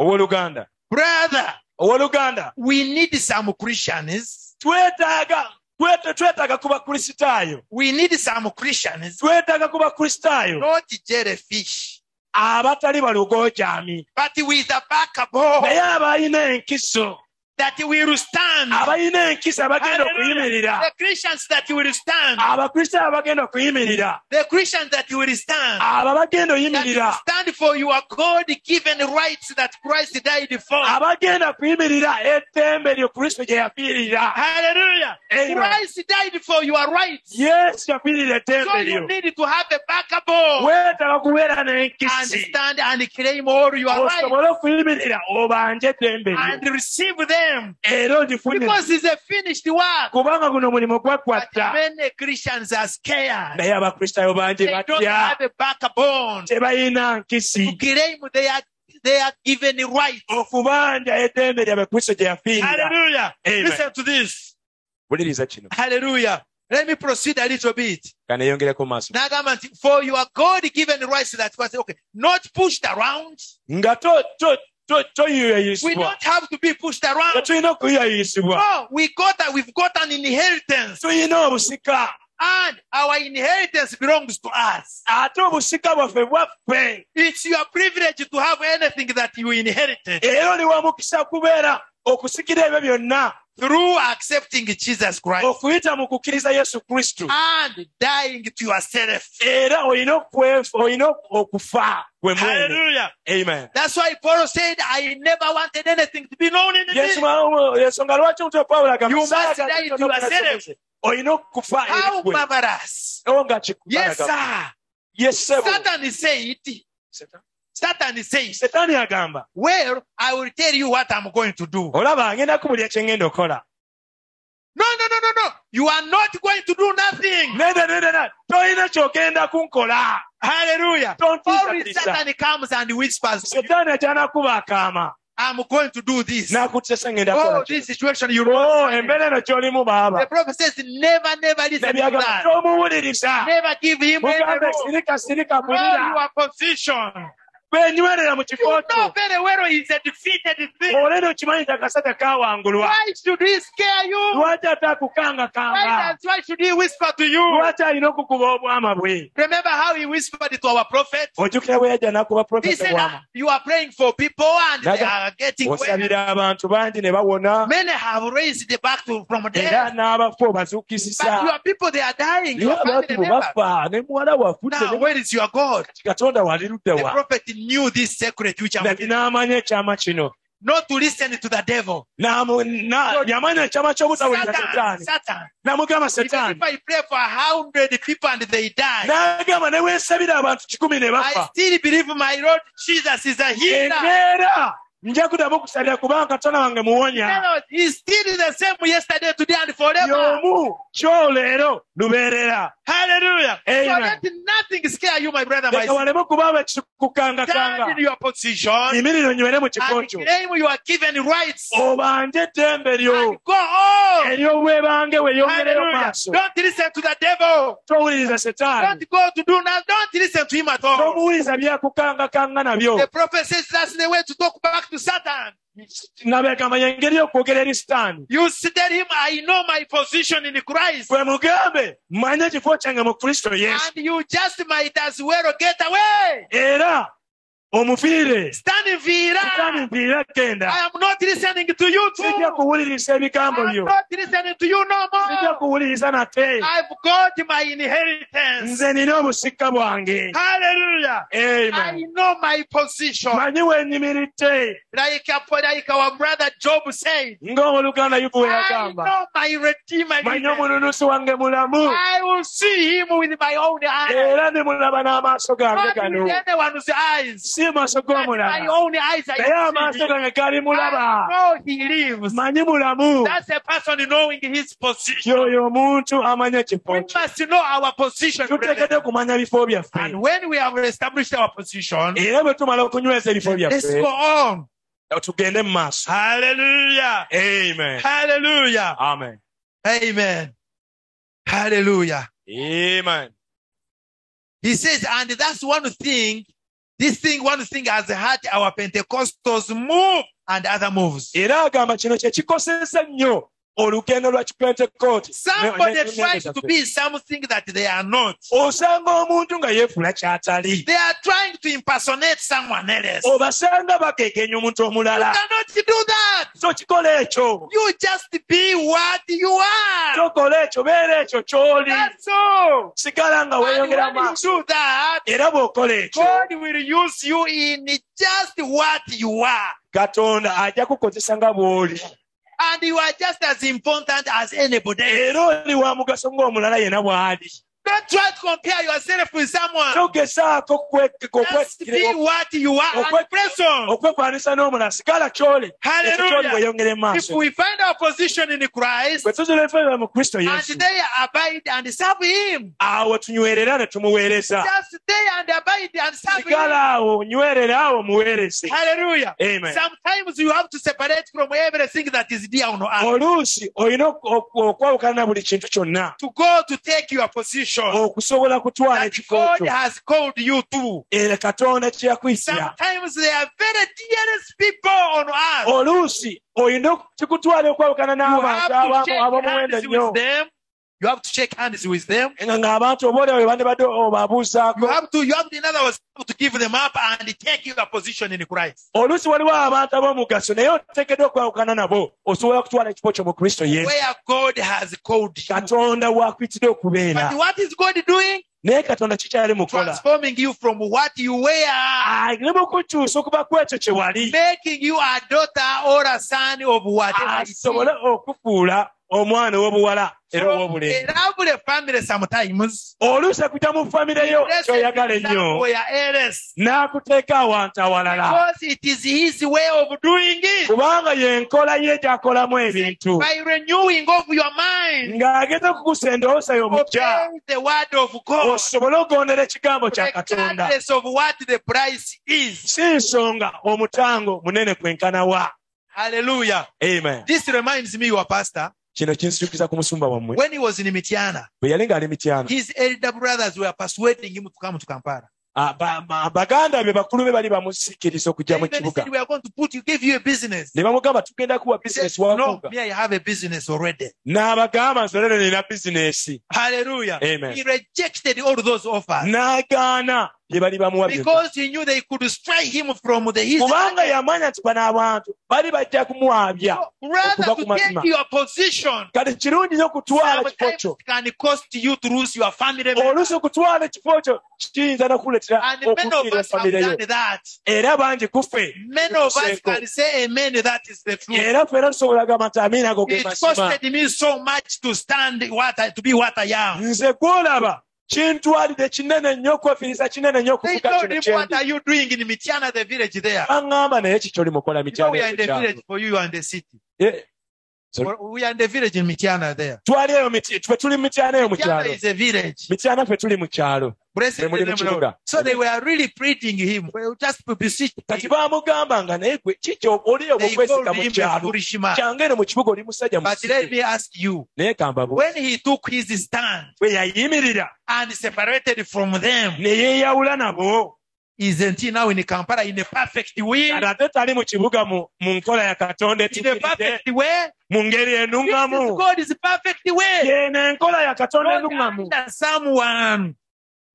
owooluganda brother, owooluganda we need some Christians. twetaaga twete- twetaaga ku bakristaayo We need some Christians, twetaaga ku bakristaayo not jellyfish, abatali balugoojami but with a backbone naye abalina enkiso that will stand. abalina enkiso abagenda Hallelujah. okuyimirira The Christians that will stand. Ah. abakristaayo abagenda okuyimirira The Christians that will stand. abo abagenda That oyimirira will stand for your God given rights that Christ died for. Ah. abagenda kuyimirira ettembe lyo kristo gye yafiirira Hallelujah. Amen. Christ died for your rights. yesu yafiirira So ettembe lyo you need to have a backbone weetaba kubeera and n'enkisi stand and claim all your rights. osobole okuyimirira obanje ettembe lyo and receive them era ogifunire because it's a finished work. kubanga guno omulimu But gwakwatta many Christians are scared. naye abakristaayo bangi They don't batya have a backbone tebalina to nkisi claim they are they are given rights. okubanja ettembe lyabwe kristo gye yafiirira Hallelujah. Amen. Listen to this. buliriza kino Hallelujah. Let me proceed a little bit. kaneyongereko maaso Nagamba nti, For your God given rights that was okay. Not pushed around. nga to- to- to- We toyiyayisibwa don't have to be pushed nga around. tulina okuyiyayisibwa No, we got a, we've got an inheritance. tulina obusika And our inheritance belongs to us. ate obusika bwaffe bwaffe It's your privilege to have anything that you inherited era oli wa mukisa kubeera okusikira ebyo byonna through accepting Jesus Christ okuyita mu kukkiriza yesu kristo and dying to yourself. era olina okwe- olina okufa gwe mwenyo amen That's why Paul said, I never wanted anything to be known in Yesu me. ma- ensonga lwaki omutwe pawulo agamba, You must "Saala kati die to tonoona yourself." nasobose." olina okufa How eri ggwe. marvelous. Ewo nga kikugana Yes, gamba. sir. Yes, ssebo. Satan said, Satan says, setaani agamba Well, I will tell you what I'm going to do. No, olaba ngenda kubulya kyengenda okola no, no, no, no. You are not going to do nothing. nedda nedda tolina kyogenda kunkola Hallelujah. Always tontiisatiisa Satan comes and whispers, setaani akyanakuba akaama I'm going to do this. n'akutesa ngenda Oh, kukola kino. this situation, you Oh, know. embeera eno gy'olimu The baaba prophet says, never, never listen to nebyagamba that. tomuwuliriza Never give him any mugambe room. sirika sirika Know bulira your position. benywerera mu kifo You know kyo very well he's a defeated thing. olero okimanyi takasata kawangulwa Why should he scare you? lwaki ate Why, akukangakanga does, why should he whisper to you? lwaki alina okukuba obwama bwe Remember how he whispered to our prophet? ojjukira bwe yajja n'akuba He profesa said, obwama "Ah, You are praying for people and they Naga- are getting well. osabira abantu bangi ne bawona Many have raised the back to, from era death. n'abafu But obazuukisisa your people, they are dying. naye Your abantu family bwe members. bafa ne muwala wafudde Now, ne where is your God? katonda wali ludda The wa prophet knew this secret which I'm n'amanya ekyama kino not to listen to the devil. N'amu- na- yamanya ekyama ky'obutawulira Satan, setaani Satan. n'amugamba Even if setaani I pray for a hundred people and they die, n'agamba ne weesabira abantu kikumi ne I bafa still believe my Lord Jesus is a healer. enkeera nja kudamu okusabira kubanga katonda wange muwonya Lord, He's still the same yesterday, today, and forever. y'omu kyoleero lubeerera Hallelujah. So Amen. let nothing scare you, my brother, my leka sister. waleme kubaawo ekikukangakanga Stand in your position yimirira onywere mu kifo and kyo Oh, claim you are given rights obanje eddembe lyo and go on. ery'obulamu weebange weeyongereyo mu Hallelujah. maaso Don't listen to the devil. towuliriza setaani Don't go to do now. Don't listen to him at all. n'omuwuliriza byakukangakanga nabyo The prophet says that's the way to talk back to Satan. nabegamba yengeri y'okwogera eri sitaani You s- tell him, I know my position in Christ. bwe mugambe manye ekifo kyange mu kristo yesu And you just might as well get away. era omufiire Stand sitaani vira. mpiira genda I am not listening to you too. sijja kuwuliriza ebigambo I'm byo not listening to you no sijja more. kuwuliriza nate I've got my inheritance. nze nina obusikka bwange Hallelujah. I Amen. know my position. manyi wenyimiridde Like, like our brother Job said, ng'owooluganda yubu bwe I yagamba know my redeemer. manyi lives. omununusi wange mulamu I will see him with my own eyes. era ne mulaba n'amaaso gange Not gano with anyone's eyes. si maaso But with g'omulala my own eyes, I naye see amaaso him. gange galimulaba I know he lives. manyi mulamu That's a person knowing his position. yoyo omuntu amanya ekifo We kye must know our position. brethren. tuteekedde kumanya bifo byaffe And when we have established our position, era bwe tumala okunyweza ebifo let's byaffe go on. tugende mu maaso Hallelujah. amen Hallelujah. amen Amen. Hallelujah. amen He says, and that's one thing. This thing, one thing has had our Pentecostals move and other moves. era agamba kino kye kikosezza nnyo olugendo lwa kipentekooti Somebody tries to be something that they are not. osanga omuntu nga yeefuna ky'atali They are trying to impersonate someone else. You obasanga bakekenya omuntu omulala cannot do that. so kikola ekyo You just be what you are. tokola ekyo beera ekyo ky'oli That's all. sigala nga And weeyongera when you maaso do that, era bw'okola ekyo God will use you in just what you are. katonda ajja kukozesa nga bw'oli And you are just as important as anybody. else. era oli wa mugaso ng'omulala yenna bw'ali Don't try to compare yourself with someone. togesaako okwe- Just be okwe- what you are as a person. okwefaanisa n'omulala sigala ky'oli ekyo ky'oli Hallelujah. weeyongere If maaso we find our position in Christ bwe tuzula ebifaananyi mu kristo yesu and they abide and serve Him, awo tunywerera ne tumuweereza just stay and abide and serve sigala Him. awo nywerera awo muweereze Hallelujah. Amen. Sometimes you have to separate from everything that is dear on Oh. earth oluusi olina ok- ok- okwawukana na buli kintu kyonna to go to take your position Oh, okusobola kutwala that ekifo God kyo has called you to. era katonda kye yakuyisira Sometimes they are very dearest people on Oh, earth. oluusi olina kikutwala okwawukana You n'abantu have to abamu shake ab'omuwendo hands ennyo with them. You have to shake hands with them. nga ng'abantu obaolera we bandibadde obabuuzaako You have to, you have to, in other words, you have to give them up and take your position in Christ. oluusi waliwo abantu ab'omugaso naye oteekeddwa okwawukana nabo osobola okutwala ekifo kyo mu kristo yesu Where God has called you. katonda waakuyitiddwa okubeera But what is God doing? naye katonda kikyali mukola Transforming you from what you were, ali mu kukyusa okuva ku ekyo kye wali making you a daughter or a son of whatever. it is. asobole okufuula omwana ow'obuwala era From a ow'obulenzi lovely family sometimes. oluusi akuyita mu famire yo blessed kyoyagala is ennyo that where else. n'akuteeka awantu awalala Because it is his way of doing it. kubanga yenkola ye gy'akolamu ebintu by renewing of your mind. ng'ageze okukusa endowooza y'omukya Obey the word of God, osobole ogondera ekigambo kya katonda regardless of what the price is. si nsonga omutango munene kwenkanawa Hallelujah. amen This reminds me, your pastor, kino kinsitukiza ku musumba wammwe when he was in Mitiana, bwe yali ng'ali mityana his elder brothers were persuading him to come to Kampala. Ah, ba- ba- baganda be bakulu be bali bamusikiriza They okujja mu even kibuga said, We are going to put you, give you a business. ne bamugamba tugenda kuwa He said, bizinesi No, wakuga me, I have a business already. n'abagamba nti olero nina bizinesi Hallelujah. Amen. He rejected all those offers n'agaana bye bali bamuwa byonna. because he knew they could strike him from the his kubanga yamanya nti bano abantu bali bajja kumwabya rather okuva ku to take mazima. your position kati kirungi nnyo okutwala ekifo Sometimes kyo it can cost you to lose your family member. oluusi okutwala ekifo kyo kiyinza n'okuleetera And many of okufiira us have efamireyo done that. era bangi kufe Many of us Kuseko. can say amen, that is the truth. era ffe era tusobola gamba nti amiina ago ge It masima costed me so much to stand what I, to be what I am. nze gwolaba kintwalidde kinene nnyo okwefiiriza kinene nnyo They okufuka told kino him, What kyendi are you doing in Mitiana, the village there? Ah, baŋŋamba naye kiki olimukola You know, we are in the mityano village for you, you are in the city. Eh, Sorry. Well, We are in the village in Mitiana there. twali eyo miti- ffe tuli mukyalo eyo Mitiana mukyalo is a village. mityana ffe tuli mukyalo Blessed Mwe be the muli mu name of the Lord. kibuga. So they were really pleading him. Well, just beseeching kati him. baamugamba nga naye gwe kiki oli They obwokwesiga called mu him a kyalo foolish man. kyange eno mu kibuga oli musajja But let musibe me ask you, naye kambabu when he took his stand bwe yayimirira and separated from them, ne yeeyawula nabo isn't he now in Kampala in a perfect way? kati ate tali mu kibuga mu mu nkola ya katonda In a etukiridde perfect way? mu ngeri This enuŋŋamu is God is perfect way. yeeno enkola ya katonda Not enuŋŋamu under someone.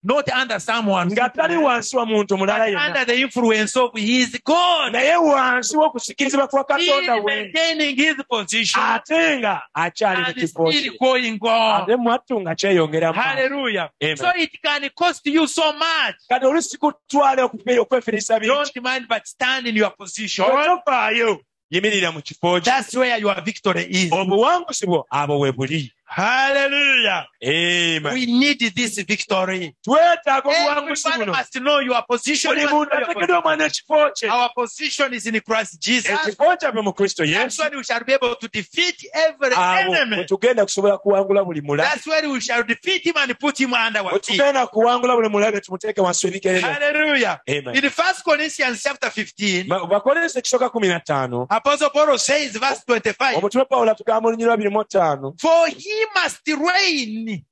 Not under someone. nga tali wansi wa muntu mulala yenna Under the influence of his God. naye wansi w'okusikirizibwa kwa He katonda is we maintaining his position ate nga akyali mu and is kifo still kye going on. ate mwattu nga kyeyongeramu Hallelujah. Amen. So it can cost you so much. kati olusikutwala okwefirisa bingi Don't mind, but stand in your position. tofaayo yimirira mu kifo kyo That's where your victory is. Oh, obuwanguzi bwo abo we buli Hallelujah. Amen. We need this victory. twetaaga obuwanguzi Everyone buno must know your position. buli muntu ateekedwa omwana ekifo kye Our position is in Christ Jesus. ekifo kyaffe mu kristo That's yesu when we shall be able to defeat every abo enemy. wetugenda Ah, kusobola kuwangula buli mulabe That's where we shall defeat him and put him under our feet. wetugenda kuwangula buli mulabe tumuteeke wansi w'ebigere byaffe. Hallelujah. Amen. In First Corinthians chapter 15, Ma- bakolinsi ekisooka kumi na ttaano Apostle Paul says, verse 25, omutume pawulo atugamba olunyirwa lwa birimu ttaano For he must reign.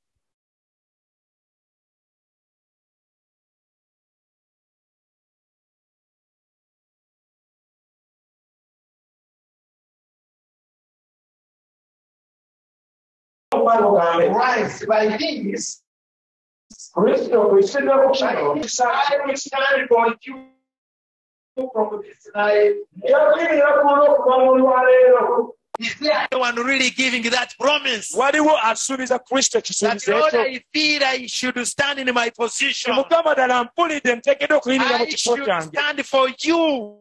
Rise by these. Kristo kushinda kushindwa. I will stand for you from this night. Yakiira kuno okuva mu lwaleero. Is there anyone really giving that promise? waliwo asuubiza kristo That ekisuubizo Lord, ekyo I feel I should stand in my position. mukama ddala mpulidde nteekeddwa okuyimirira mu I kifo should kyange stand for you.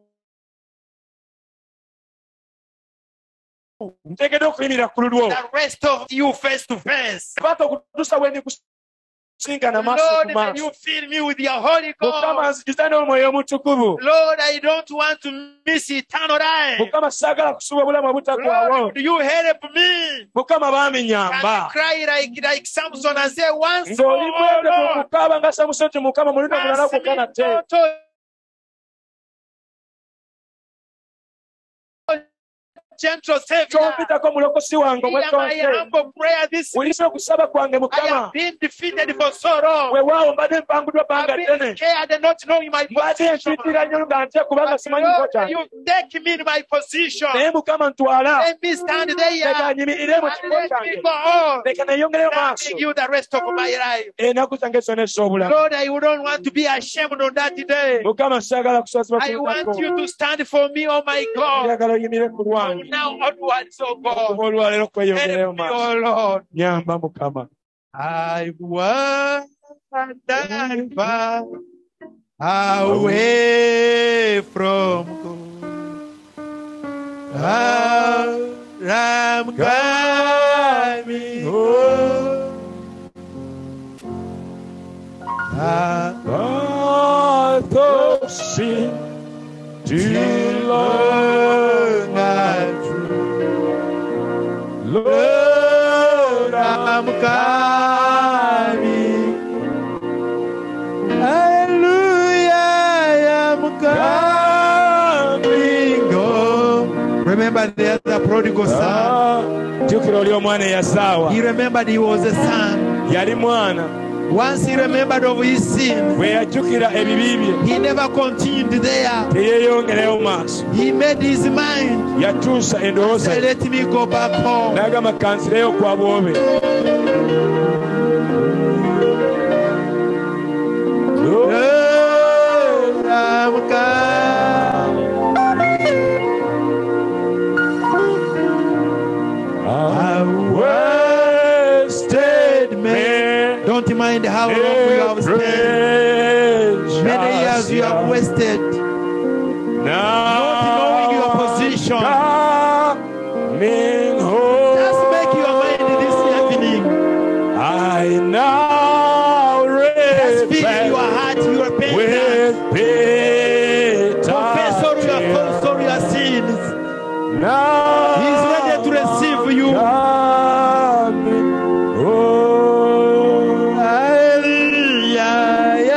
nteekeddwa okuyimirira ku lulwo The rest of you face to face. paka okutuusa we ndikusinkana maaso Lord, ku may maaso you fill me with your Holy mukama Ghost. nzikiza n'omwoyo omutukuvu Lord, I don't want to miss eternal life. mukama saagala kusuba obulamu obutagwawo Lord, do you help me? mukama Can baaminyamba I cry like, like Samson and say, once more, ng'oli oh bwete Lord, mukukaaba nga samusoni ti mukama muluno mulala pass me gwokka nate not to gentle Savior. kyompitako mulokosi wange Hear my omwetonse humble prayer this wulisa okusaba kwange I mukama have been defeated for so long. weewaawo mbadde mpanguddwa bbanga I've ddene been scared and not knowing my mbadde position. nfiitira nnyo nga ntya kubanga But simanyi kifo Lord, kyange you take me in my position. naye mukama ntwala Let me stand there leka and nyimirire mu kifo let me kyange go on. leka neeyongereyo maaso Serving you the rest of my life. ennaku zange zonna ez'obulamu Lord, I don't want to be ashamed on that day. mukama saagala kusazibwa I want you kulutako to stand for me, oh my God. njagala oyimire ku From lwange now onwards, oh okuva God. olwaleero kweyongereyo Help me, maaso oh Lord. nyamba mukama I wandered far away from home. Now I'm coming home. I athosi learned that Lord, I'm coming. Hallelujah, I'm coming home. Remember the other prodigal son. jjukira oli omwana eyasaawa He remembered he was a son. yali mwana Once he remembered of his sin, bwe yajjukira ebibi bye he never continued there. teyeeyongereyo maaso He made his mind. yatuusa endowooza Say, ye let me go back home. n'agamba kanzireyo kwa bwobe Lord, I'm coming. I wasted man. Don't mind how long you have spent. Many years you have wasted. Not knowing your position. Just make your mind this evening. I now Just feel in your repent heart your pain. with bitter Confess all your, tears. all your sins. Now He is ready to receive you. coming. Oh, Hallelujah.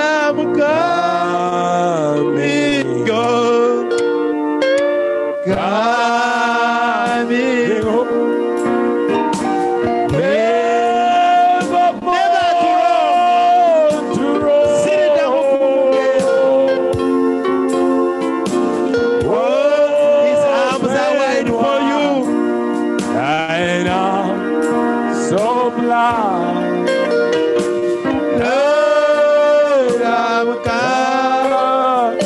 of love. Lord, I've come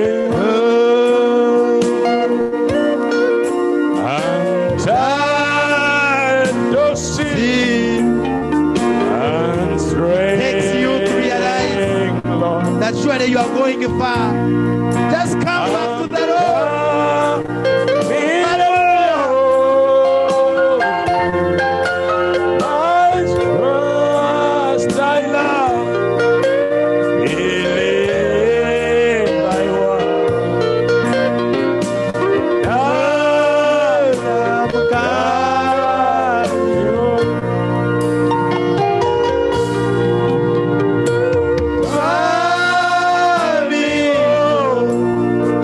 in love. I'm tired of sin and straying. Makes you to realize Lord. that surely you are going far. Just come back to the Lord. Love you.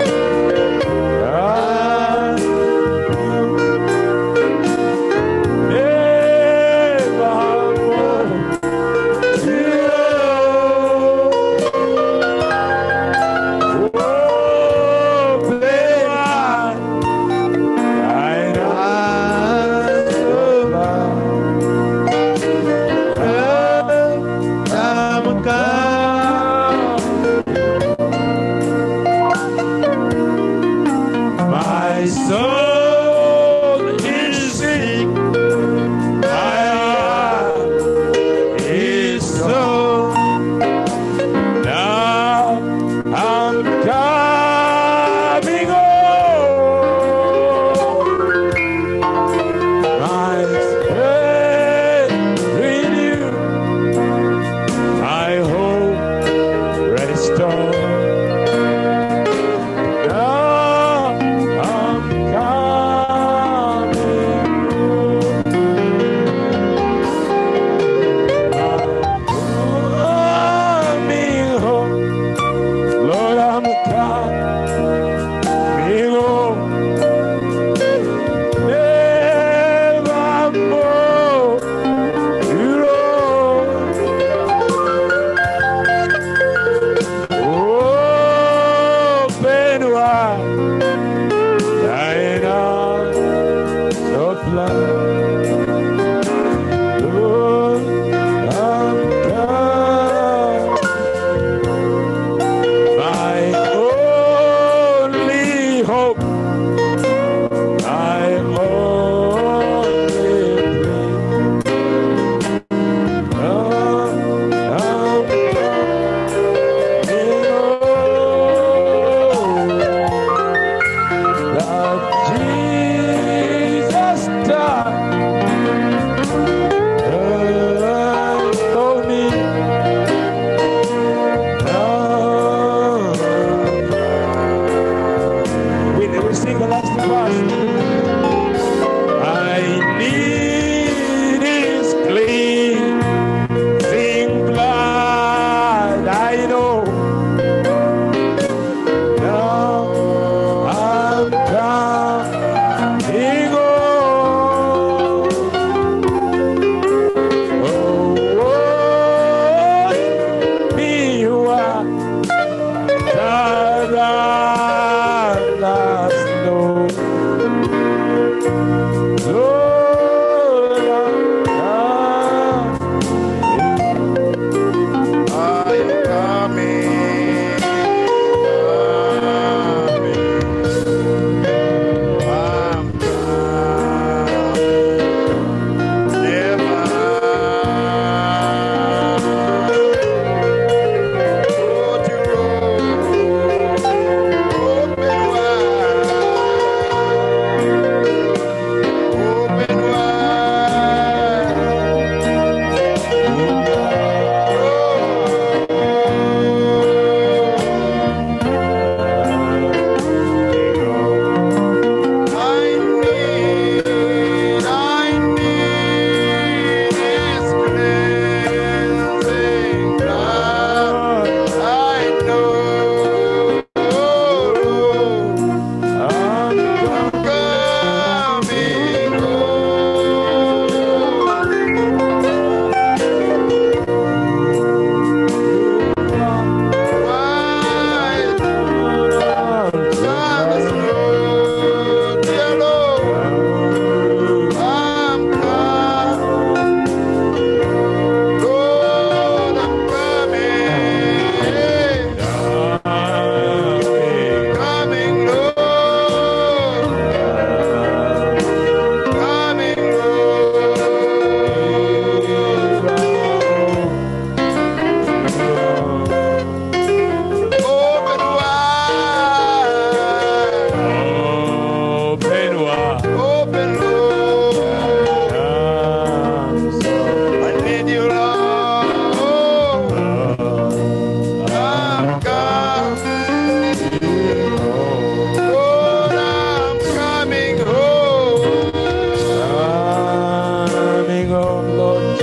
Lord. Oh,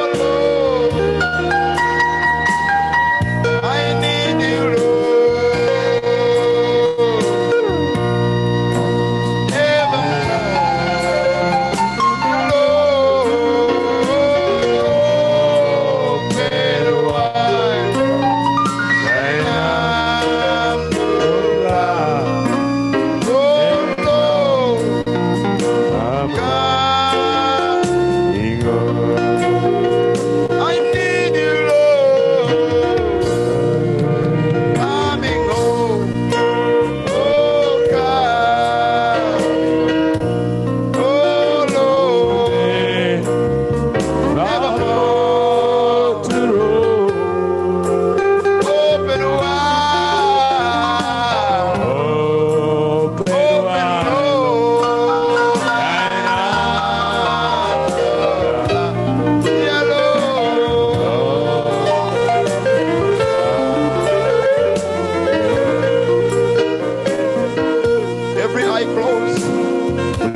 Lord. I need you, Lord. Evermore. Oh, Lord, better wise than I'm around. Oh, Lord. God, I need you, Lord. Coming home, oh God, oh Lord, nevermore to open wide. Open road, and Every eye closed. If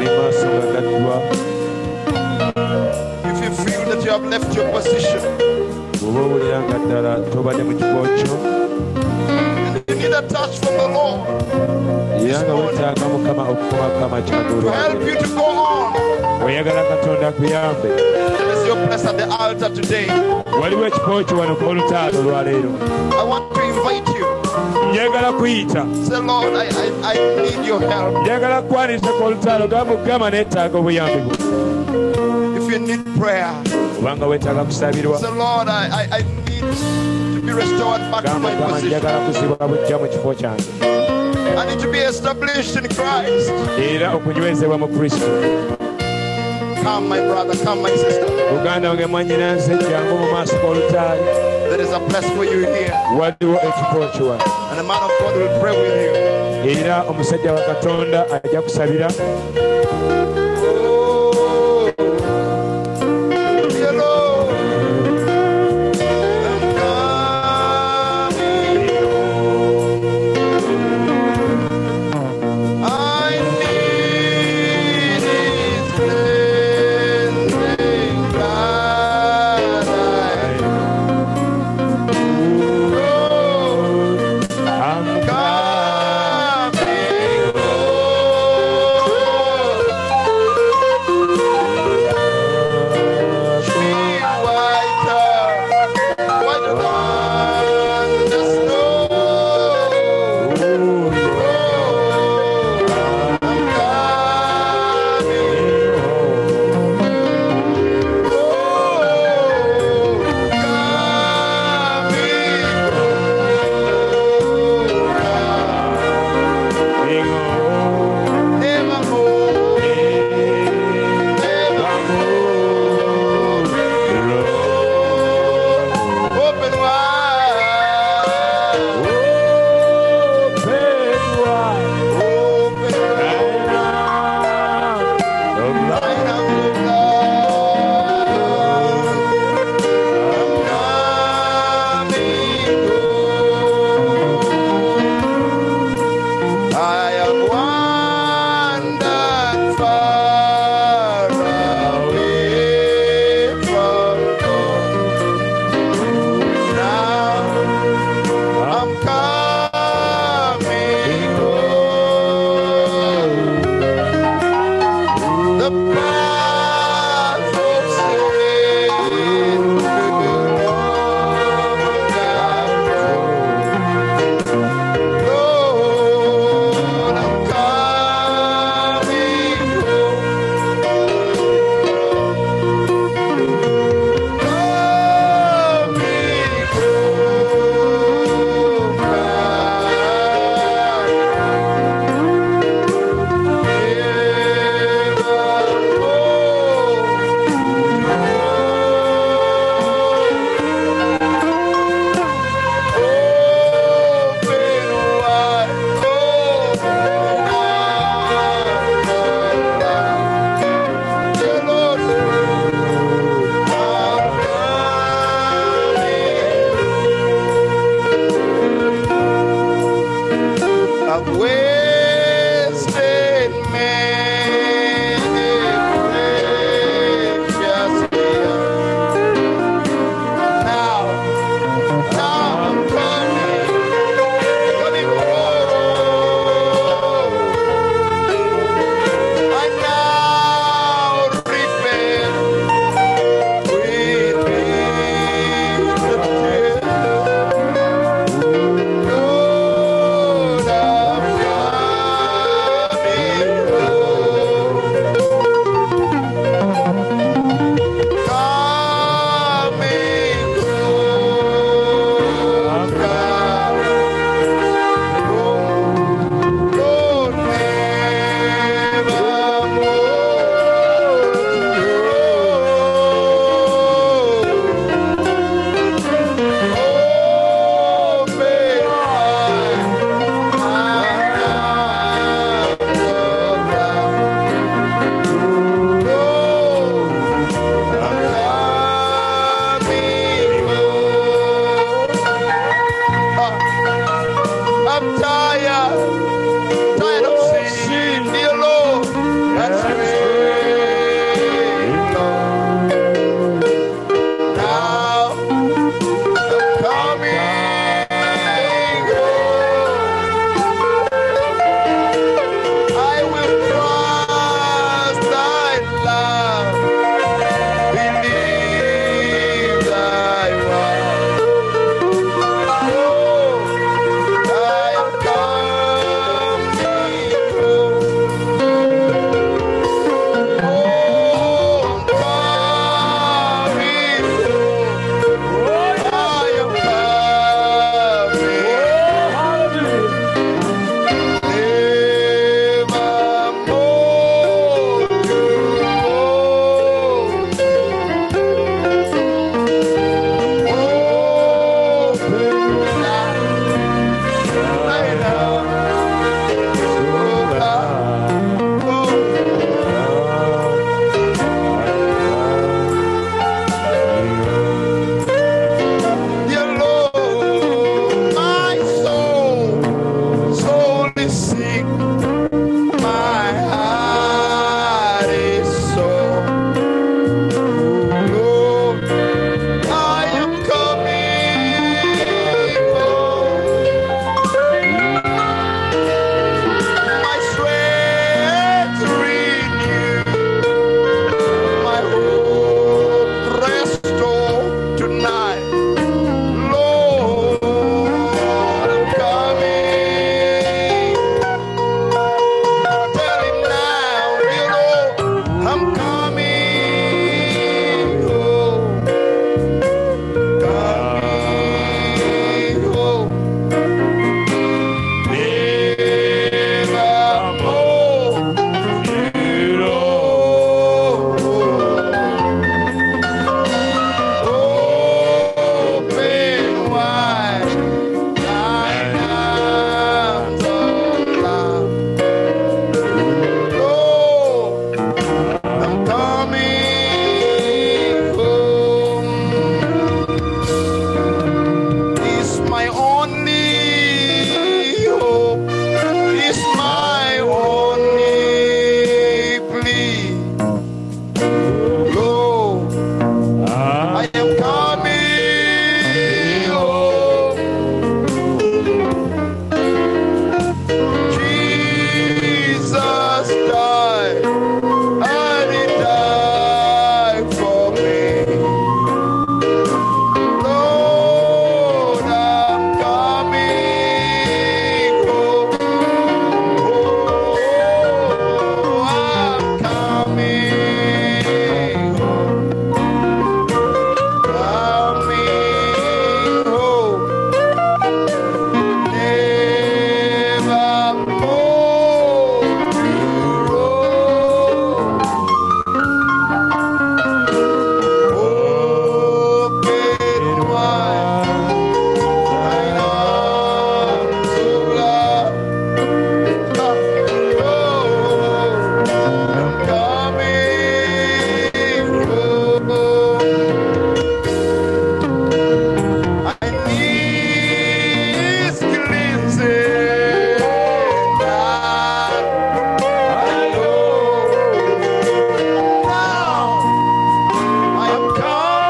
you feel that you have left your position, bw'oba owulira nga ddala tobadde mu kifo kyo and you need a touch from the Lord era nga weetaaga mukama okukomako amakyago to help lwange you to go on. weyagala katonda akuyambe There is your place at the altar today. waliwo ekifo kyo wano kolutaano olwaleero I want to invite you. njagala kuyita Say, Lord, I, I, I need your help. njagala kukwanirisa ku olutaano gamba okugamba neetaaga obuyambi bwo If you need prayer, obanga weetaaga kusabirwa say, Lord, I, I, I need to be restored back to gamba my gamba position. njagala kuzibwa bujja mu kifo kyange I need to be established in Christ. era okunywezebwa mu kristo Come, my brother, come, my sister. muganda wange mwanyinanze jangu mu maaso g'olutaano There is a place for you here, waliwo ekifo kyo wano and the man of God will pray with you. era omusajja wa katonda ajja kusabira Oh, dear Lord, I'm coming home. I need His cleansing blood. Oh, coming home. Oh, Oh.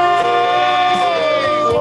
Oh, Oh,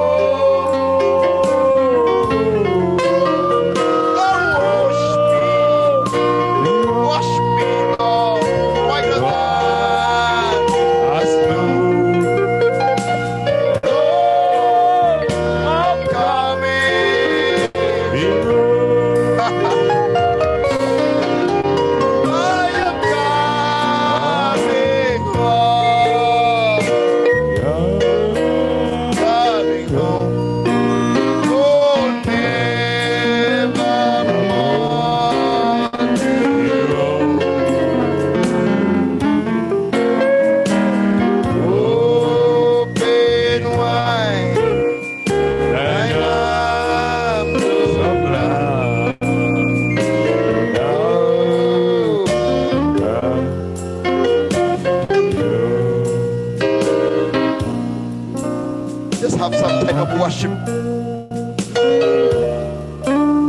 Just have some time of worship.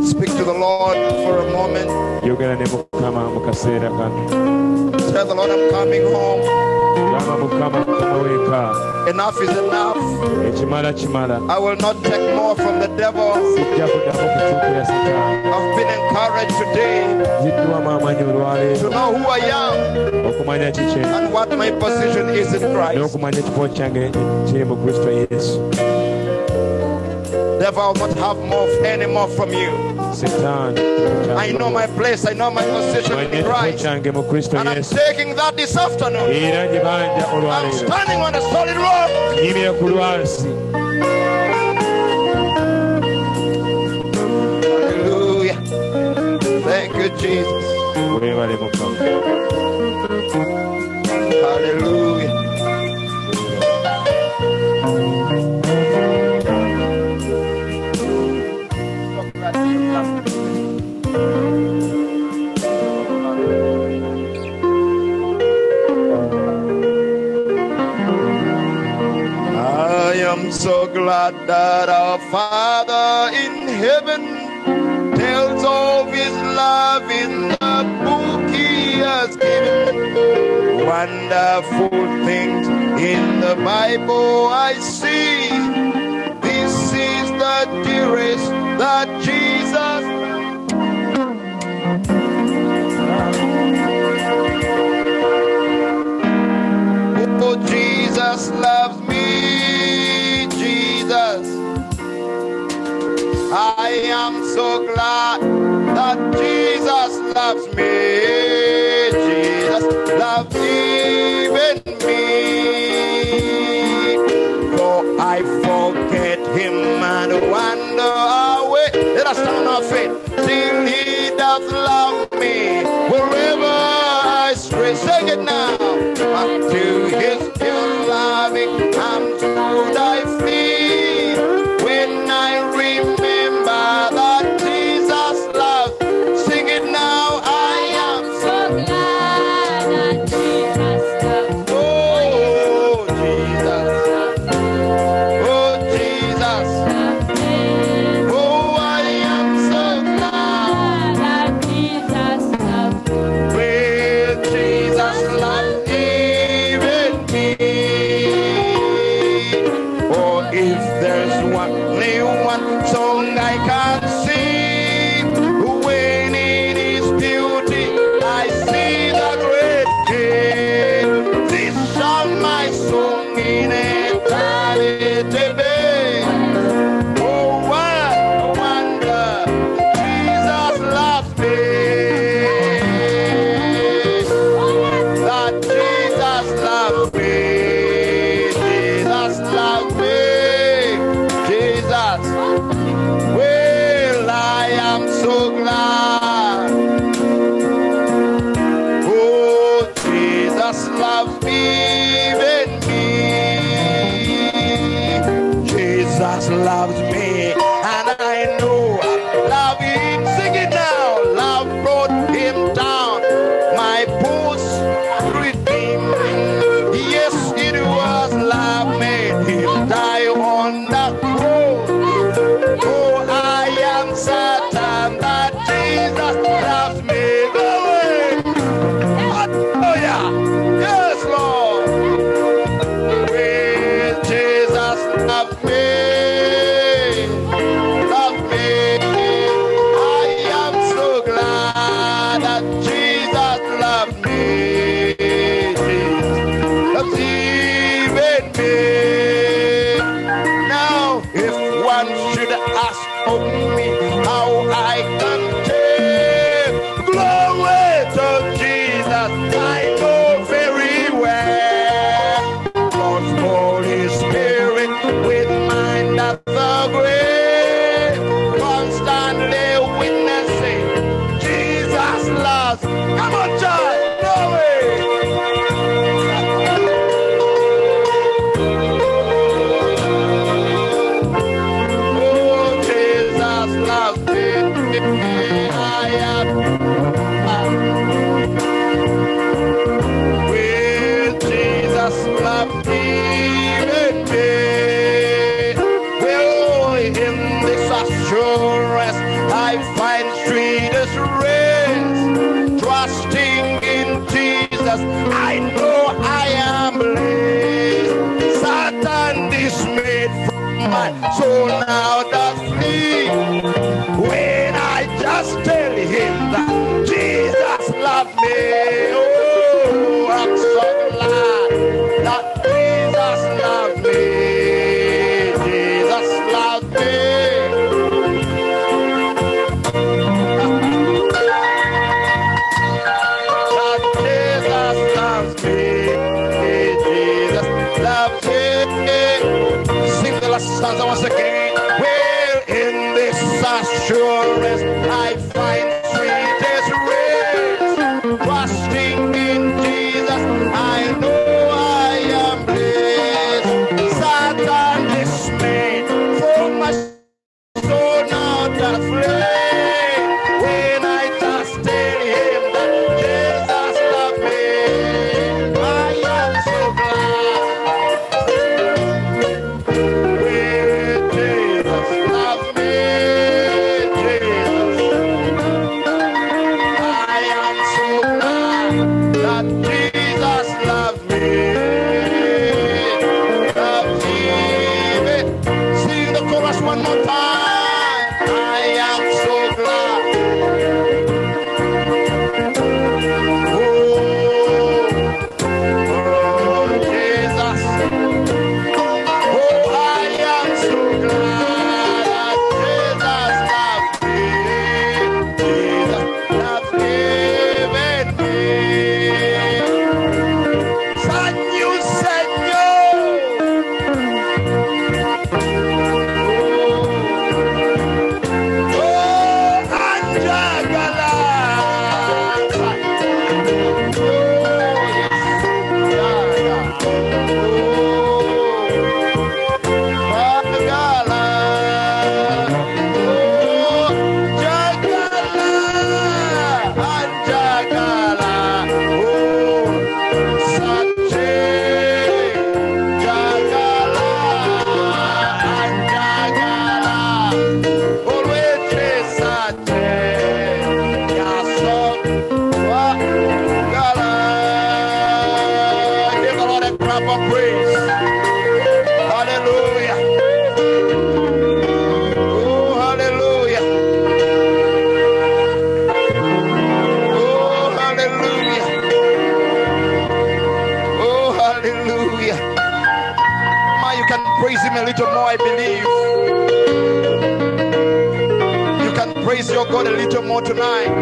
Speak to the Lord for a moment. yogera ne mukama mu kaseera kano Tell the Lord I'm coming home. gamba mukama komaweka Enough is enough. ekimala kimala I will not take more from the devil. sijja kuddamu kutuukira sitaani I've been encouraged today ziddwamu amaanyi olwaleero to know who I am okumanya kiki and what my position is in Christ. n'okumanya ekifo kyange kiri mu kristo yesu Therefore, I will not have more any more from you. sitaani I know my place. I know my position manya in ekifo Christ. kyange mu kristo And I'm yesu taking that this afternoon. era gye banja I'm olwaleero standing on a solid rock. nyimire ku lwansi Hallelujah. Thank you, Jesus. weebale mukama Hallelujah. I am so glad that our Father in heaven tells of his love in the book he has given. Wonderful things in the Bible I see. This is the dearest that Jesus. Oh, Jesus loves me, Jesus. I am so glad that Jesus loves me. Jesus loves even me. Though I forget him and wander away. Let us stand on our feet. Till he doth love me. Wherever I stray. Sing it now. Unto his new loving arms would I flee. When I remember that Jesus loves, sing it now. I am oh Jesus, oh Jesus, oh I am so glad when Jesus loves even me. Oh, if there's one new one song I can sing, when in His beauty I see the great King. This shall my song in eternity be. Oh, what a wonder Jesus loves me that Jesus loves me. Jesus loves me. Jesus. Well, I am so glad. Oh, Jesus loves even me. Jesus loves me, and I know love him. Sing it now. Love brought him down. My pulse redeemed. Yes, it was love made him die on the cross. Oh, I am certain that Jesus loves me. Glory. Hallelujah. Yes, Lord. Will Jesus love me? Love me. I am so glad that Jesus loved me. Jesus loves even me. Now, if one should ask of me how I can take glory to Jesus, I know very well. Cause Holy Spirit with mind at the grave, constantly witnessing Jesus loves. Come on, child, glory. Oh, Jesus mine. So now that flee. When I just tell him that Jesus loved me, oh, I'm so glad that Jesus loved me. Jesus loved me. That Jesus loves me. Jesus loves me. Sing the last stanza once again. Where in this assurance I find sweetest rest. Trusting in Jesus, I know I am blessed. Satan dismayed, for my soul now doth flame. When I trust in Him that Jesus loved me, I am so glad. Where Jesus loves me, I am so glad that Jesus loves me. Loves me. Sing the chorus one more time. I am so glad. Oh, oh, Jesus. Oh, I am so glad that Jesus loved me. Jesus has given me such new Señor. Oh, Anjagala. Oh, yes. Oh, Oh, Oh, Give the Lord a clap of praise. Hallelujah. Oh, hallelujah. Oh, hallelujah. Oh, hallelujah. Ma, you can praise him a little more, I believe. You can praise your God a little more tonight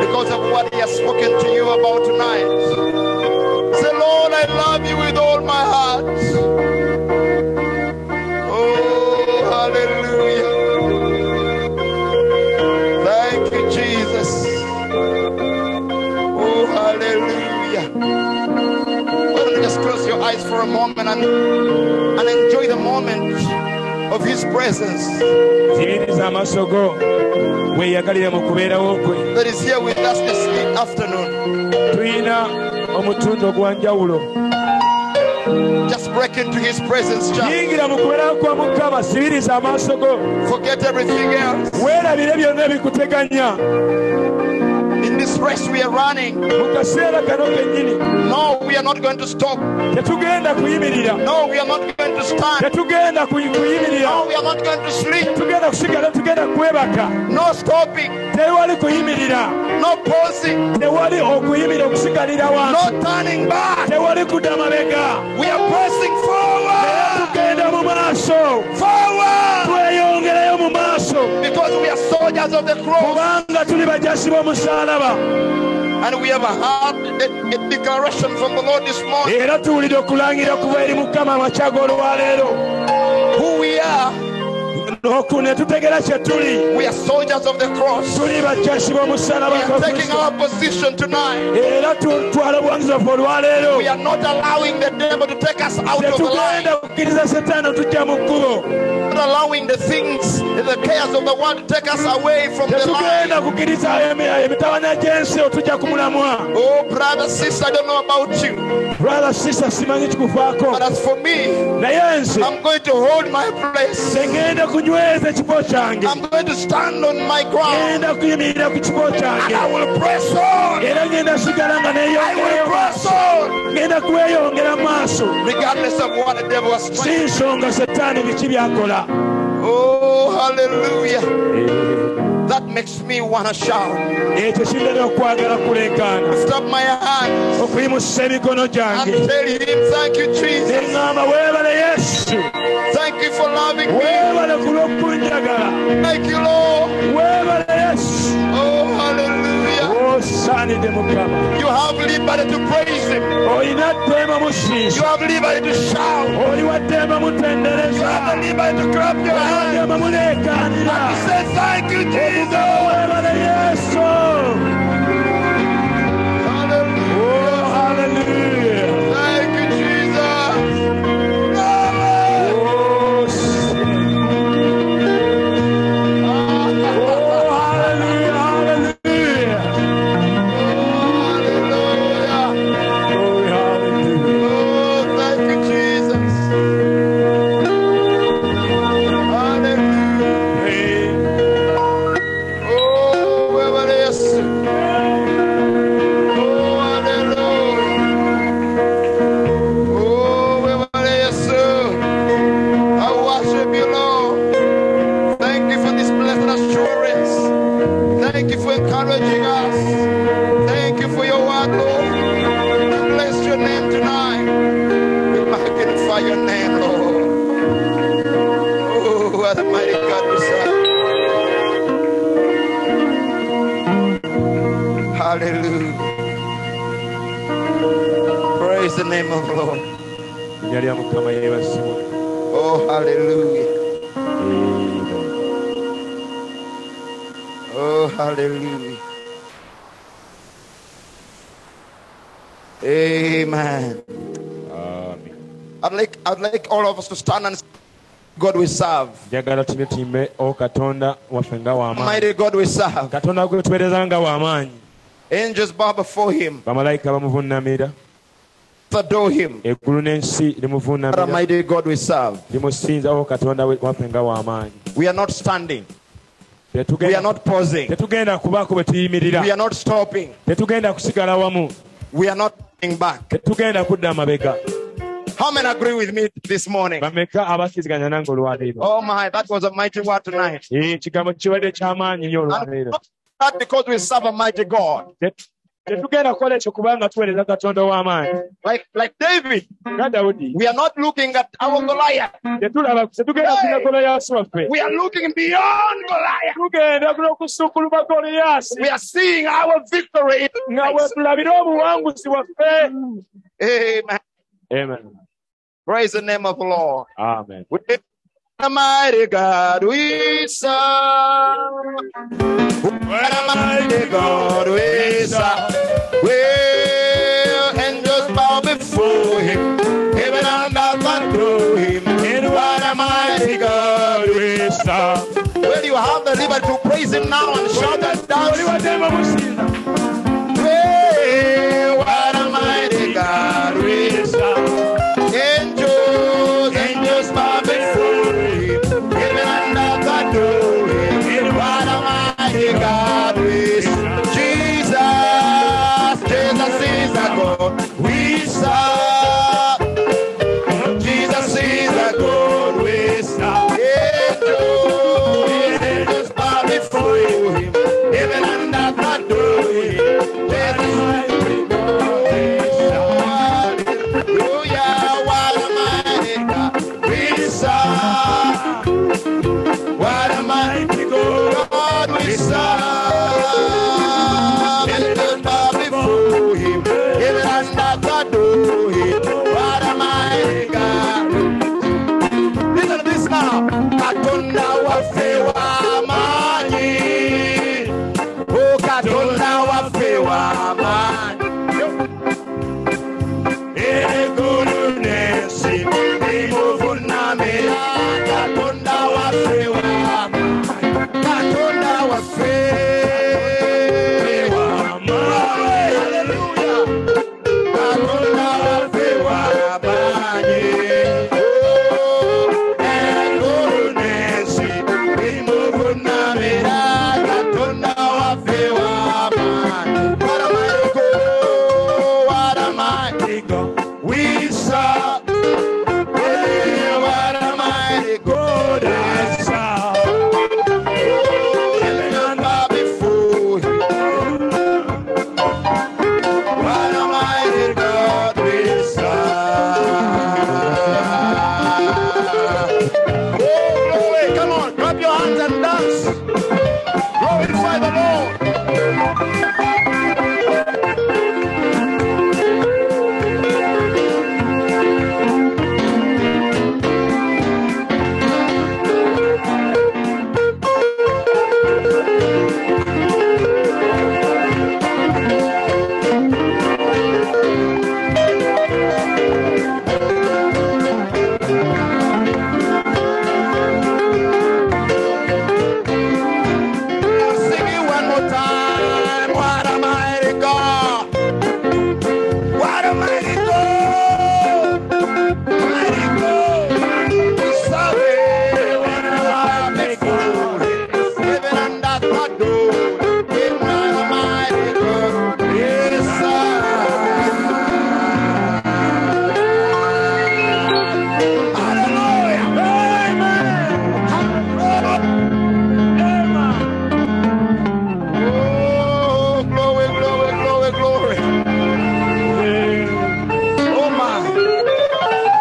because of what he has spoken to you about tonight. Say, Lord, I love you with all my heart. Oh, hallelujah. Thank you, Jesus. Oh, hallelujah. Why don't you just close your eyes for a moment and, and enjoy the moment of His presence zibiriza amaaso go weeyagalire mu kubeerawo gwe that is here with us this afternoon? tulina omutundu ogwanjawulo Just break into His presence, child. yingira mu kubeerawo kwa mukama sibiriza amaaso go Forget everything else. weerabire byonna ebikuteganya In this race we are running. mu kaseera kano kennyini No, we are not going to stop. tetugenda kuyimirira No, we are not going to stand. tetugenda kuyi- kuyimirira No, we are not going to sleep. tugenda kusigala tugenda kwebaka No stopping. tewali kuyimirira No pausing. tewali okuyimirira okusigalira wansi No turning back. tewali kudda mabega We are pressing forward. tugenda mu maaso Forward. tweyongerayo mu maaso Because we are soldiers of the cross. kubanga tuli bajasi b'omusaalaba And we have had a, a declaration from the Lord this morning era tuwulidde okulangira kuba eri mukama amakya g'olwaleero who we are. n'oku ne tutegera kye tuli We are soldiers of the cross. tuli bajasi b'omusaalaba We gwa are taking Kristo. our position tonight. era tutwala obuwangizi bwaffe olwaleero We are not allowing the devil to take us out of the line. tetugenda kukkiriza setaani otujja mu kkubo Not allowing the things, the cares of the world to take us away from the line. tetugenda kukkiriza emi- emitabana gy'ensi otujja kumulamwa Oh, brother, sister, I don't know about you, brother sister simanyi kikufaako but as for me, naye nze I'm going to hold my place. tengenda kunyweza ekifo kyange I'm going to stand on my ground. ngenda kuyimirira ku kifo And kyange I will press on. era ngenda sigala nga I will neeyongereyo press on. ngenda kweyongera maaso Regardless of what the devil has si planned. nsonga setaani biki byakola Oh, hallelujah. That makes me want to shout. ekyo kindera okwagala kulenkaana Lift up my hand okuyimusa emikono and gyange tell him, Thank you, Jesus. neŋŋamba weebale yesu Thank you for loving me. weebale ku lw'okunjagala Thank you, Lord. weebale yesu Oh, hallelujah. osaanidde mukama You have liberty to praise him. olina tteema You musinza have liberty to shout. oli wa tteema You mutendereza have the liberty to clap your oli wa hands tteema muleekaanira and to say, Thank you, okuga Jesus. weebale yesu Hallelujah. o haleluya Thank you, Jesus. Oh, Hallelujah. Oh, thank you, Jesus. Hallelujah. Oh, whoever it is. Oh, hallelujah. Oh, whoever it is. I worship you, Lord. Thank you for this blessed assurance. Thank you for encouraging us. Thank you for your word, Lord. We bless your name tonight. We magnify your name, Lord. Oh, what a mighty God we serve. Hallelujah. Praise the name of the Lord. erinnya lya mukama yeebasibwa Oh, hallelujah. Oh, hallelujah. Amen. I'd like, I'd like all of us to stand and God we serve. njagala tube timbe o katonda waffe nga w'amaanyi Mighty God we serve. katonda gwe tubeereza nga w'amaanyi Angels bow before him, bamalayika bamuvuunamira adore him. eggulu n'ensi What a limuvuunamira mighty God we serve. limusinzawo katonda we- waffe nga w'amaanyi We are not standing. Tetugenda- We are not pausing. tetugenda kubaako bwe We tuyimirira are not stopping. tetugenda kusigala wamu We are not turning back. tetugenda kudda amabega How many agree with me this morning? bameka abakiriziganya nange olwaleero Oh my, that was a mighty word tonight. Eh, ekigambo kibadde ky'amaanyi nnyo And olwaleero not that because we serve a mighty God. Tet- tetugenda kukola ekyo kubanga tuweereza katonda ow'amaanyi Like, like David, nga dawudi we are not looking at our Goliath. tetulaba tetugenda kulina goloyaasi waffe We are looking beyond Goliath. tugenda n'okusukuluma goliyaasi We are seeing our victory. in nga Christ. wetulabira obuwanguzi bwaffe Amen. Praise the name of the Lord. We a mighty God we serve. What a mighty God we serve. Well, angels bow before him. Heaven and earth adore him. And what a mighty God we Well, you have the liberty to praise him now and shout and dance. Well, what a mighty God we Angels, angels bow before him. Heaven and earth adore him. What a mighty God we serve. Jesus, Jesus is the God we serve. Jesus is the God we serve. Angels, angels bow before him. Heaven and earth adore him. Jesus, oh, Hallelujah, what a mighty God we serve. What a mighty God we serve. Angels bow before him. Heaven and earth adore him. What a mighty God. Listen to this now. Katonda waffe w'amaanyi. Oh, Katonda waffe w'amaanyi. Eggulu n'ensi bimuvuunamira, Katonda waffe w'amaanyi. Katonda waffe w'amaanyi. Hallelujah. Katonda waffe w'amaanyi. Oh, by the Lord. Just sing it one more time. What a mighty God. What a mighty God. Mighty God. We serve Him in a life before. Heaven and earth adore. Him, what a mighty God. Yes, sir. Hallelujah. Amen. Hallelujah. Oh, glory, glory, glory, glory. Oh my.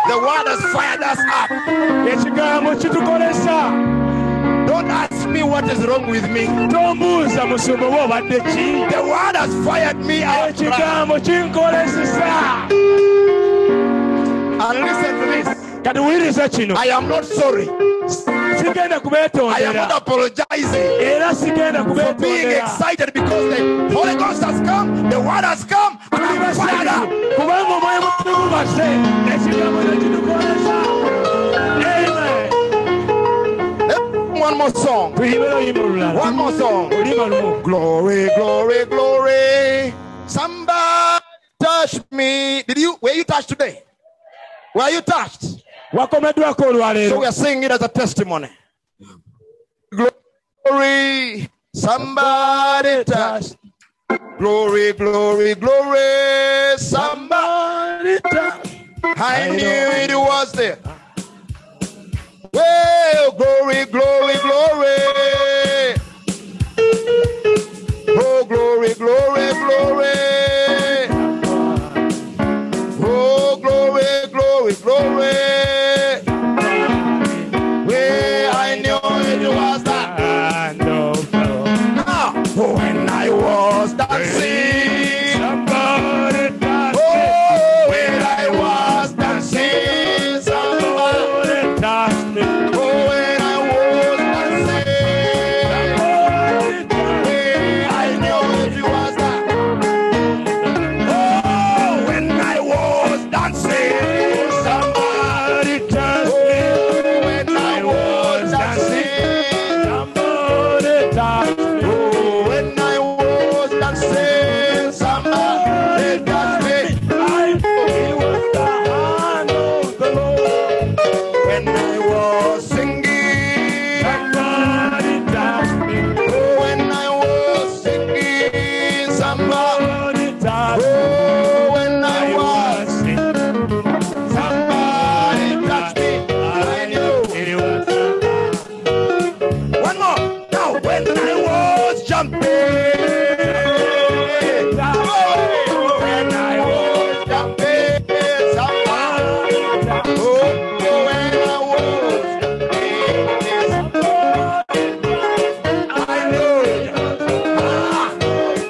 The water fired us up. ekigambo kitukolesa Don't ask me what is wrong with me. tombuuza musumba oba obadde ki The water has fired me out. brother. ekigambo kinkolesesa And listen to this. katuwuliriza kino I am not sorry. I sigenda am kubeetondera not apologizing era sigenda for being kubeetondera excited because the Holy Ghost has come, the water has come, and Tuli I'm fired basanyufu, up. kubanga omwoyo mutukuvu gubasse ekigambo nekitukolesa Amen. Let's sing One more song. tuyimbe oluyimba olulala One more song. oluyimba lumu Glory, glory, glory. Somebody touch me. Did you were you touched today? Were you touched? wakomeddwako So olwaleero we are saying it as a testimony. Glory. Somebody touched. Glory, glory, glory. Somebody touched. I knew it was there. Well, glory, glory, glory. Oh, glory, glory, glory. Oh, glory, glory, glory. Well, I knew it was that. I know Now, when I was dancing, somebody touched me. oh, when I was dancing, somebody, Somebody touched me. oh, when I was dancing, Somebody touched me. hey, I knew it was that. Oh, when I was dancing, somebody, Somebody touched me. oh, when I was dancing, Somebody touched me. oh, when I was dancing, somebody touched me. I knew it was the hand of the Lord. When I was singing, Somebody touched oh, when I was singing, somebody, me. Somebody touched me. oh, when I was, singing. somebody touched me, I knew. It was the One more, now when I was jumping, oh, when I was jumping, somebody, oh, when I was jumping, I knew it. Ah.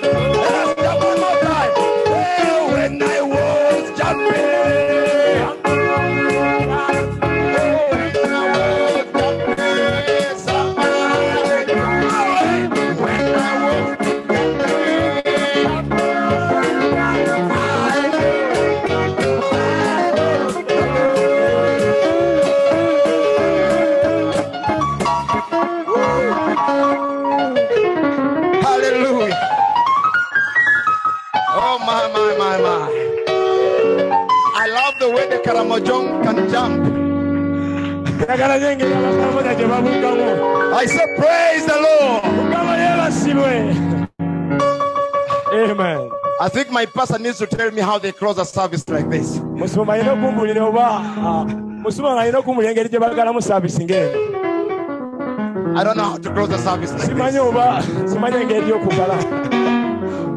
Let's jump one more time. Well, when I was jumping, oh, when I was jumping, somebody, oh, when I was jumping, I Hallelujah. Oh my my my my. I love the way the Karamojong can jump. njagala nyengeri abakamuda gye babuukamu I say praise the Lord. mukama yeebasibwe amen I think my pastor needs to tell me how they close a service like this. musumba alina okumbulira oba ah, musumba nga alina okumbulira engeri gye bagalamu saavisi ng'eno I don't know how to close a service like simanyi this. oba simanyi engeri gy'okugala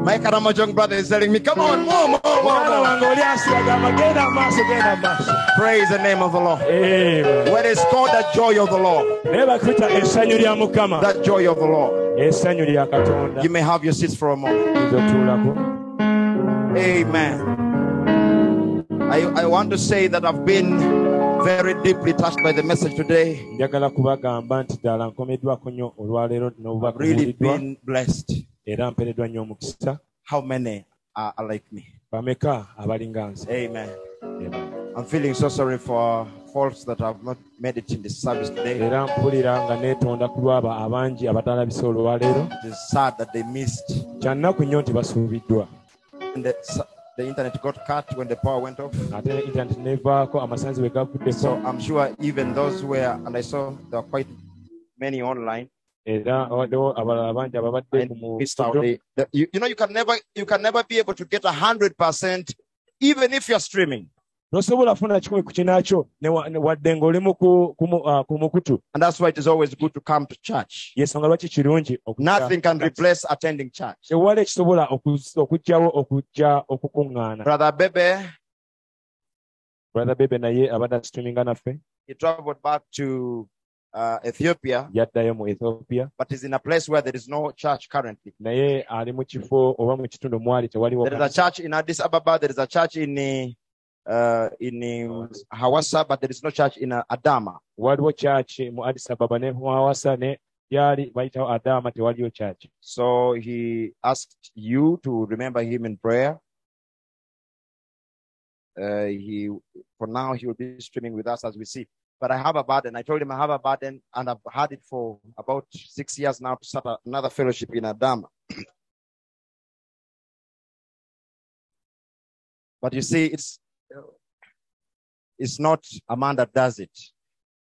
My Karamojong brother is telling me, come on, more, more, mwana more, more. wange oli asiragamba genda amaaso genda amaaso Praise the name of the Lord. Amen. What is called the joy of the Lord. naye bakuyita essanyu lya mukama That joy of the Lord. essanyu lya katonda You may have your seats for a moment. Oyinza otuulako Amen. I, I want to say that I've been very deeply touched by the message today. njagala kubagamba nti ddala nkomeddwako nnyo olwaleero I've really n'obubakabuuliddwa been blessed. era mpereddwa nnyo omukisa How many are, are like me? bameka abalinga nze Amen. I'm feeling so sorry for folks that have not made it in the service today. era mpulira nga neetonda ku lwabo abangi abatalabise olwaleero It is sad that they missed. kya nnaku nnyo nti basuubiddwa And the, s- the internet got cut when the power went off. ate intaneti nevaako amasanzi bwe gavuddeko So I'm sure even those who were, and I saw there were quite many online. era abaddewo abalala bangi ababadde I ku missed out. mufudo They, the- you, you know, you can never, you can never be able to get hundred percent, even if you're streaming. nosobola funa kikumi ku kinaakyo ne wa- ne wadde ng'oli mu ku- ku mu- ah, ku mukutu And that's why it is always good to come to church. yensonga lwaki kirungi okujja- Nothing can replace attending church. ewali ekisobola okuz- okugyawo okujja okukuŋŋaana Brother Bebe, brother bebe naye abadde asituminga naffe he traveled back to uh, Ethiopia, yaddayo mu ethiopia but is in a place where there is no church currently. naye ali mu kifo oba mu kitundu mwali tewaliwo There is a kanisa. church in Addis Ababa. There is a church in uh, in um, Hawassa, but there is no church in uh, Adama. waliwo kyaki mu addis ababa ne hawasa ne gyali bayitawo adama tewaliyo kyaki So he asked you to remember him in prayer. Uh, he for now he will be streaming with us as we see. But I have a burden. I told him I have a burden, and I've had it for about six years now to start a- another fellowship in Adama. But you see, it's it's not a man that does it;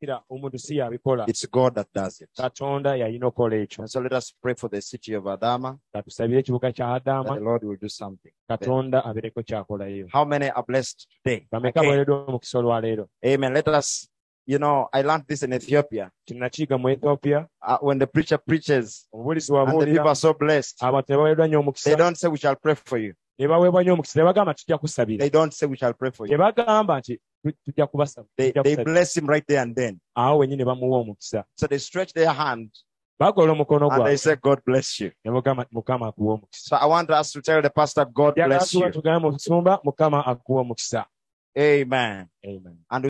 kira omuntu si yabikola it's God that does it. katonda yalina okola ekyo And so let us pray for the city of Adama katusabire ekibuga kya that the adama Lord will do something. katonda abeereko kyakolayo How many are blessed today? bameka Again. abaweereddwa omukisa olwaleero Amen. Let us, you know, I learned this in Ethiopia. kinakiyiga mu ethiopia Uh, when the preacher preaches omubulizi and the people wabuulira are so blessed, abantu tebaweereddwa nnyo they omukisa don't say, We shall pray for you. ne baweebwa nnyo omukisa tebagamba tujja kusabira They don't say, We shall pray for you. tebagamba nti "Tu- tujja kubasaba They, tujja they kusabira." bless him right there and then. awo wennyini bamuwa omukisa So they stretch their hand bagola omukono and they gwabwe say, God bless you. ne mugamba nti, mukama akuwa omukisa So I want us to tell the pastor, God Njagala bless tuba you. tugambe mu busumba mukama akuwa omukisa Amen. Amen. And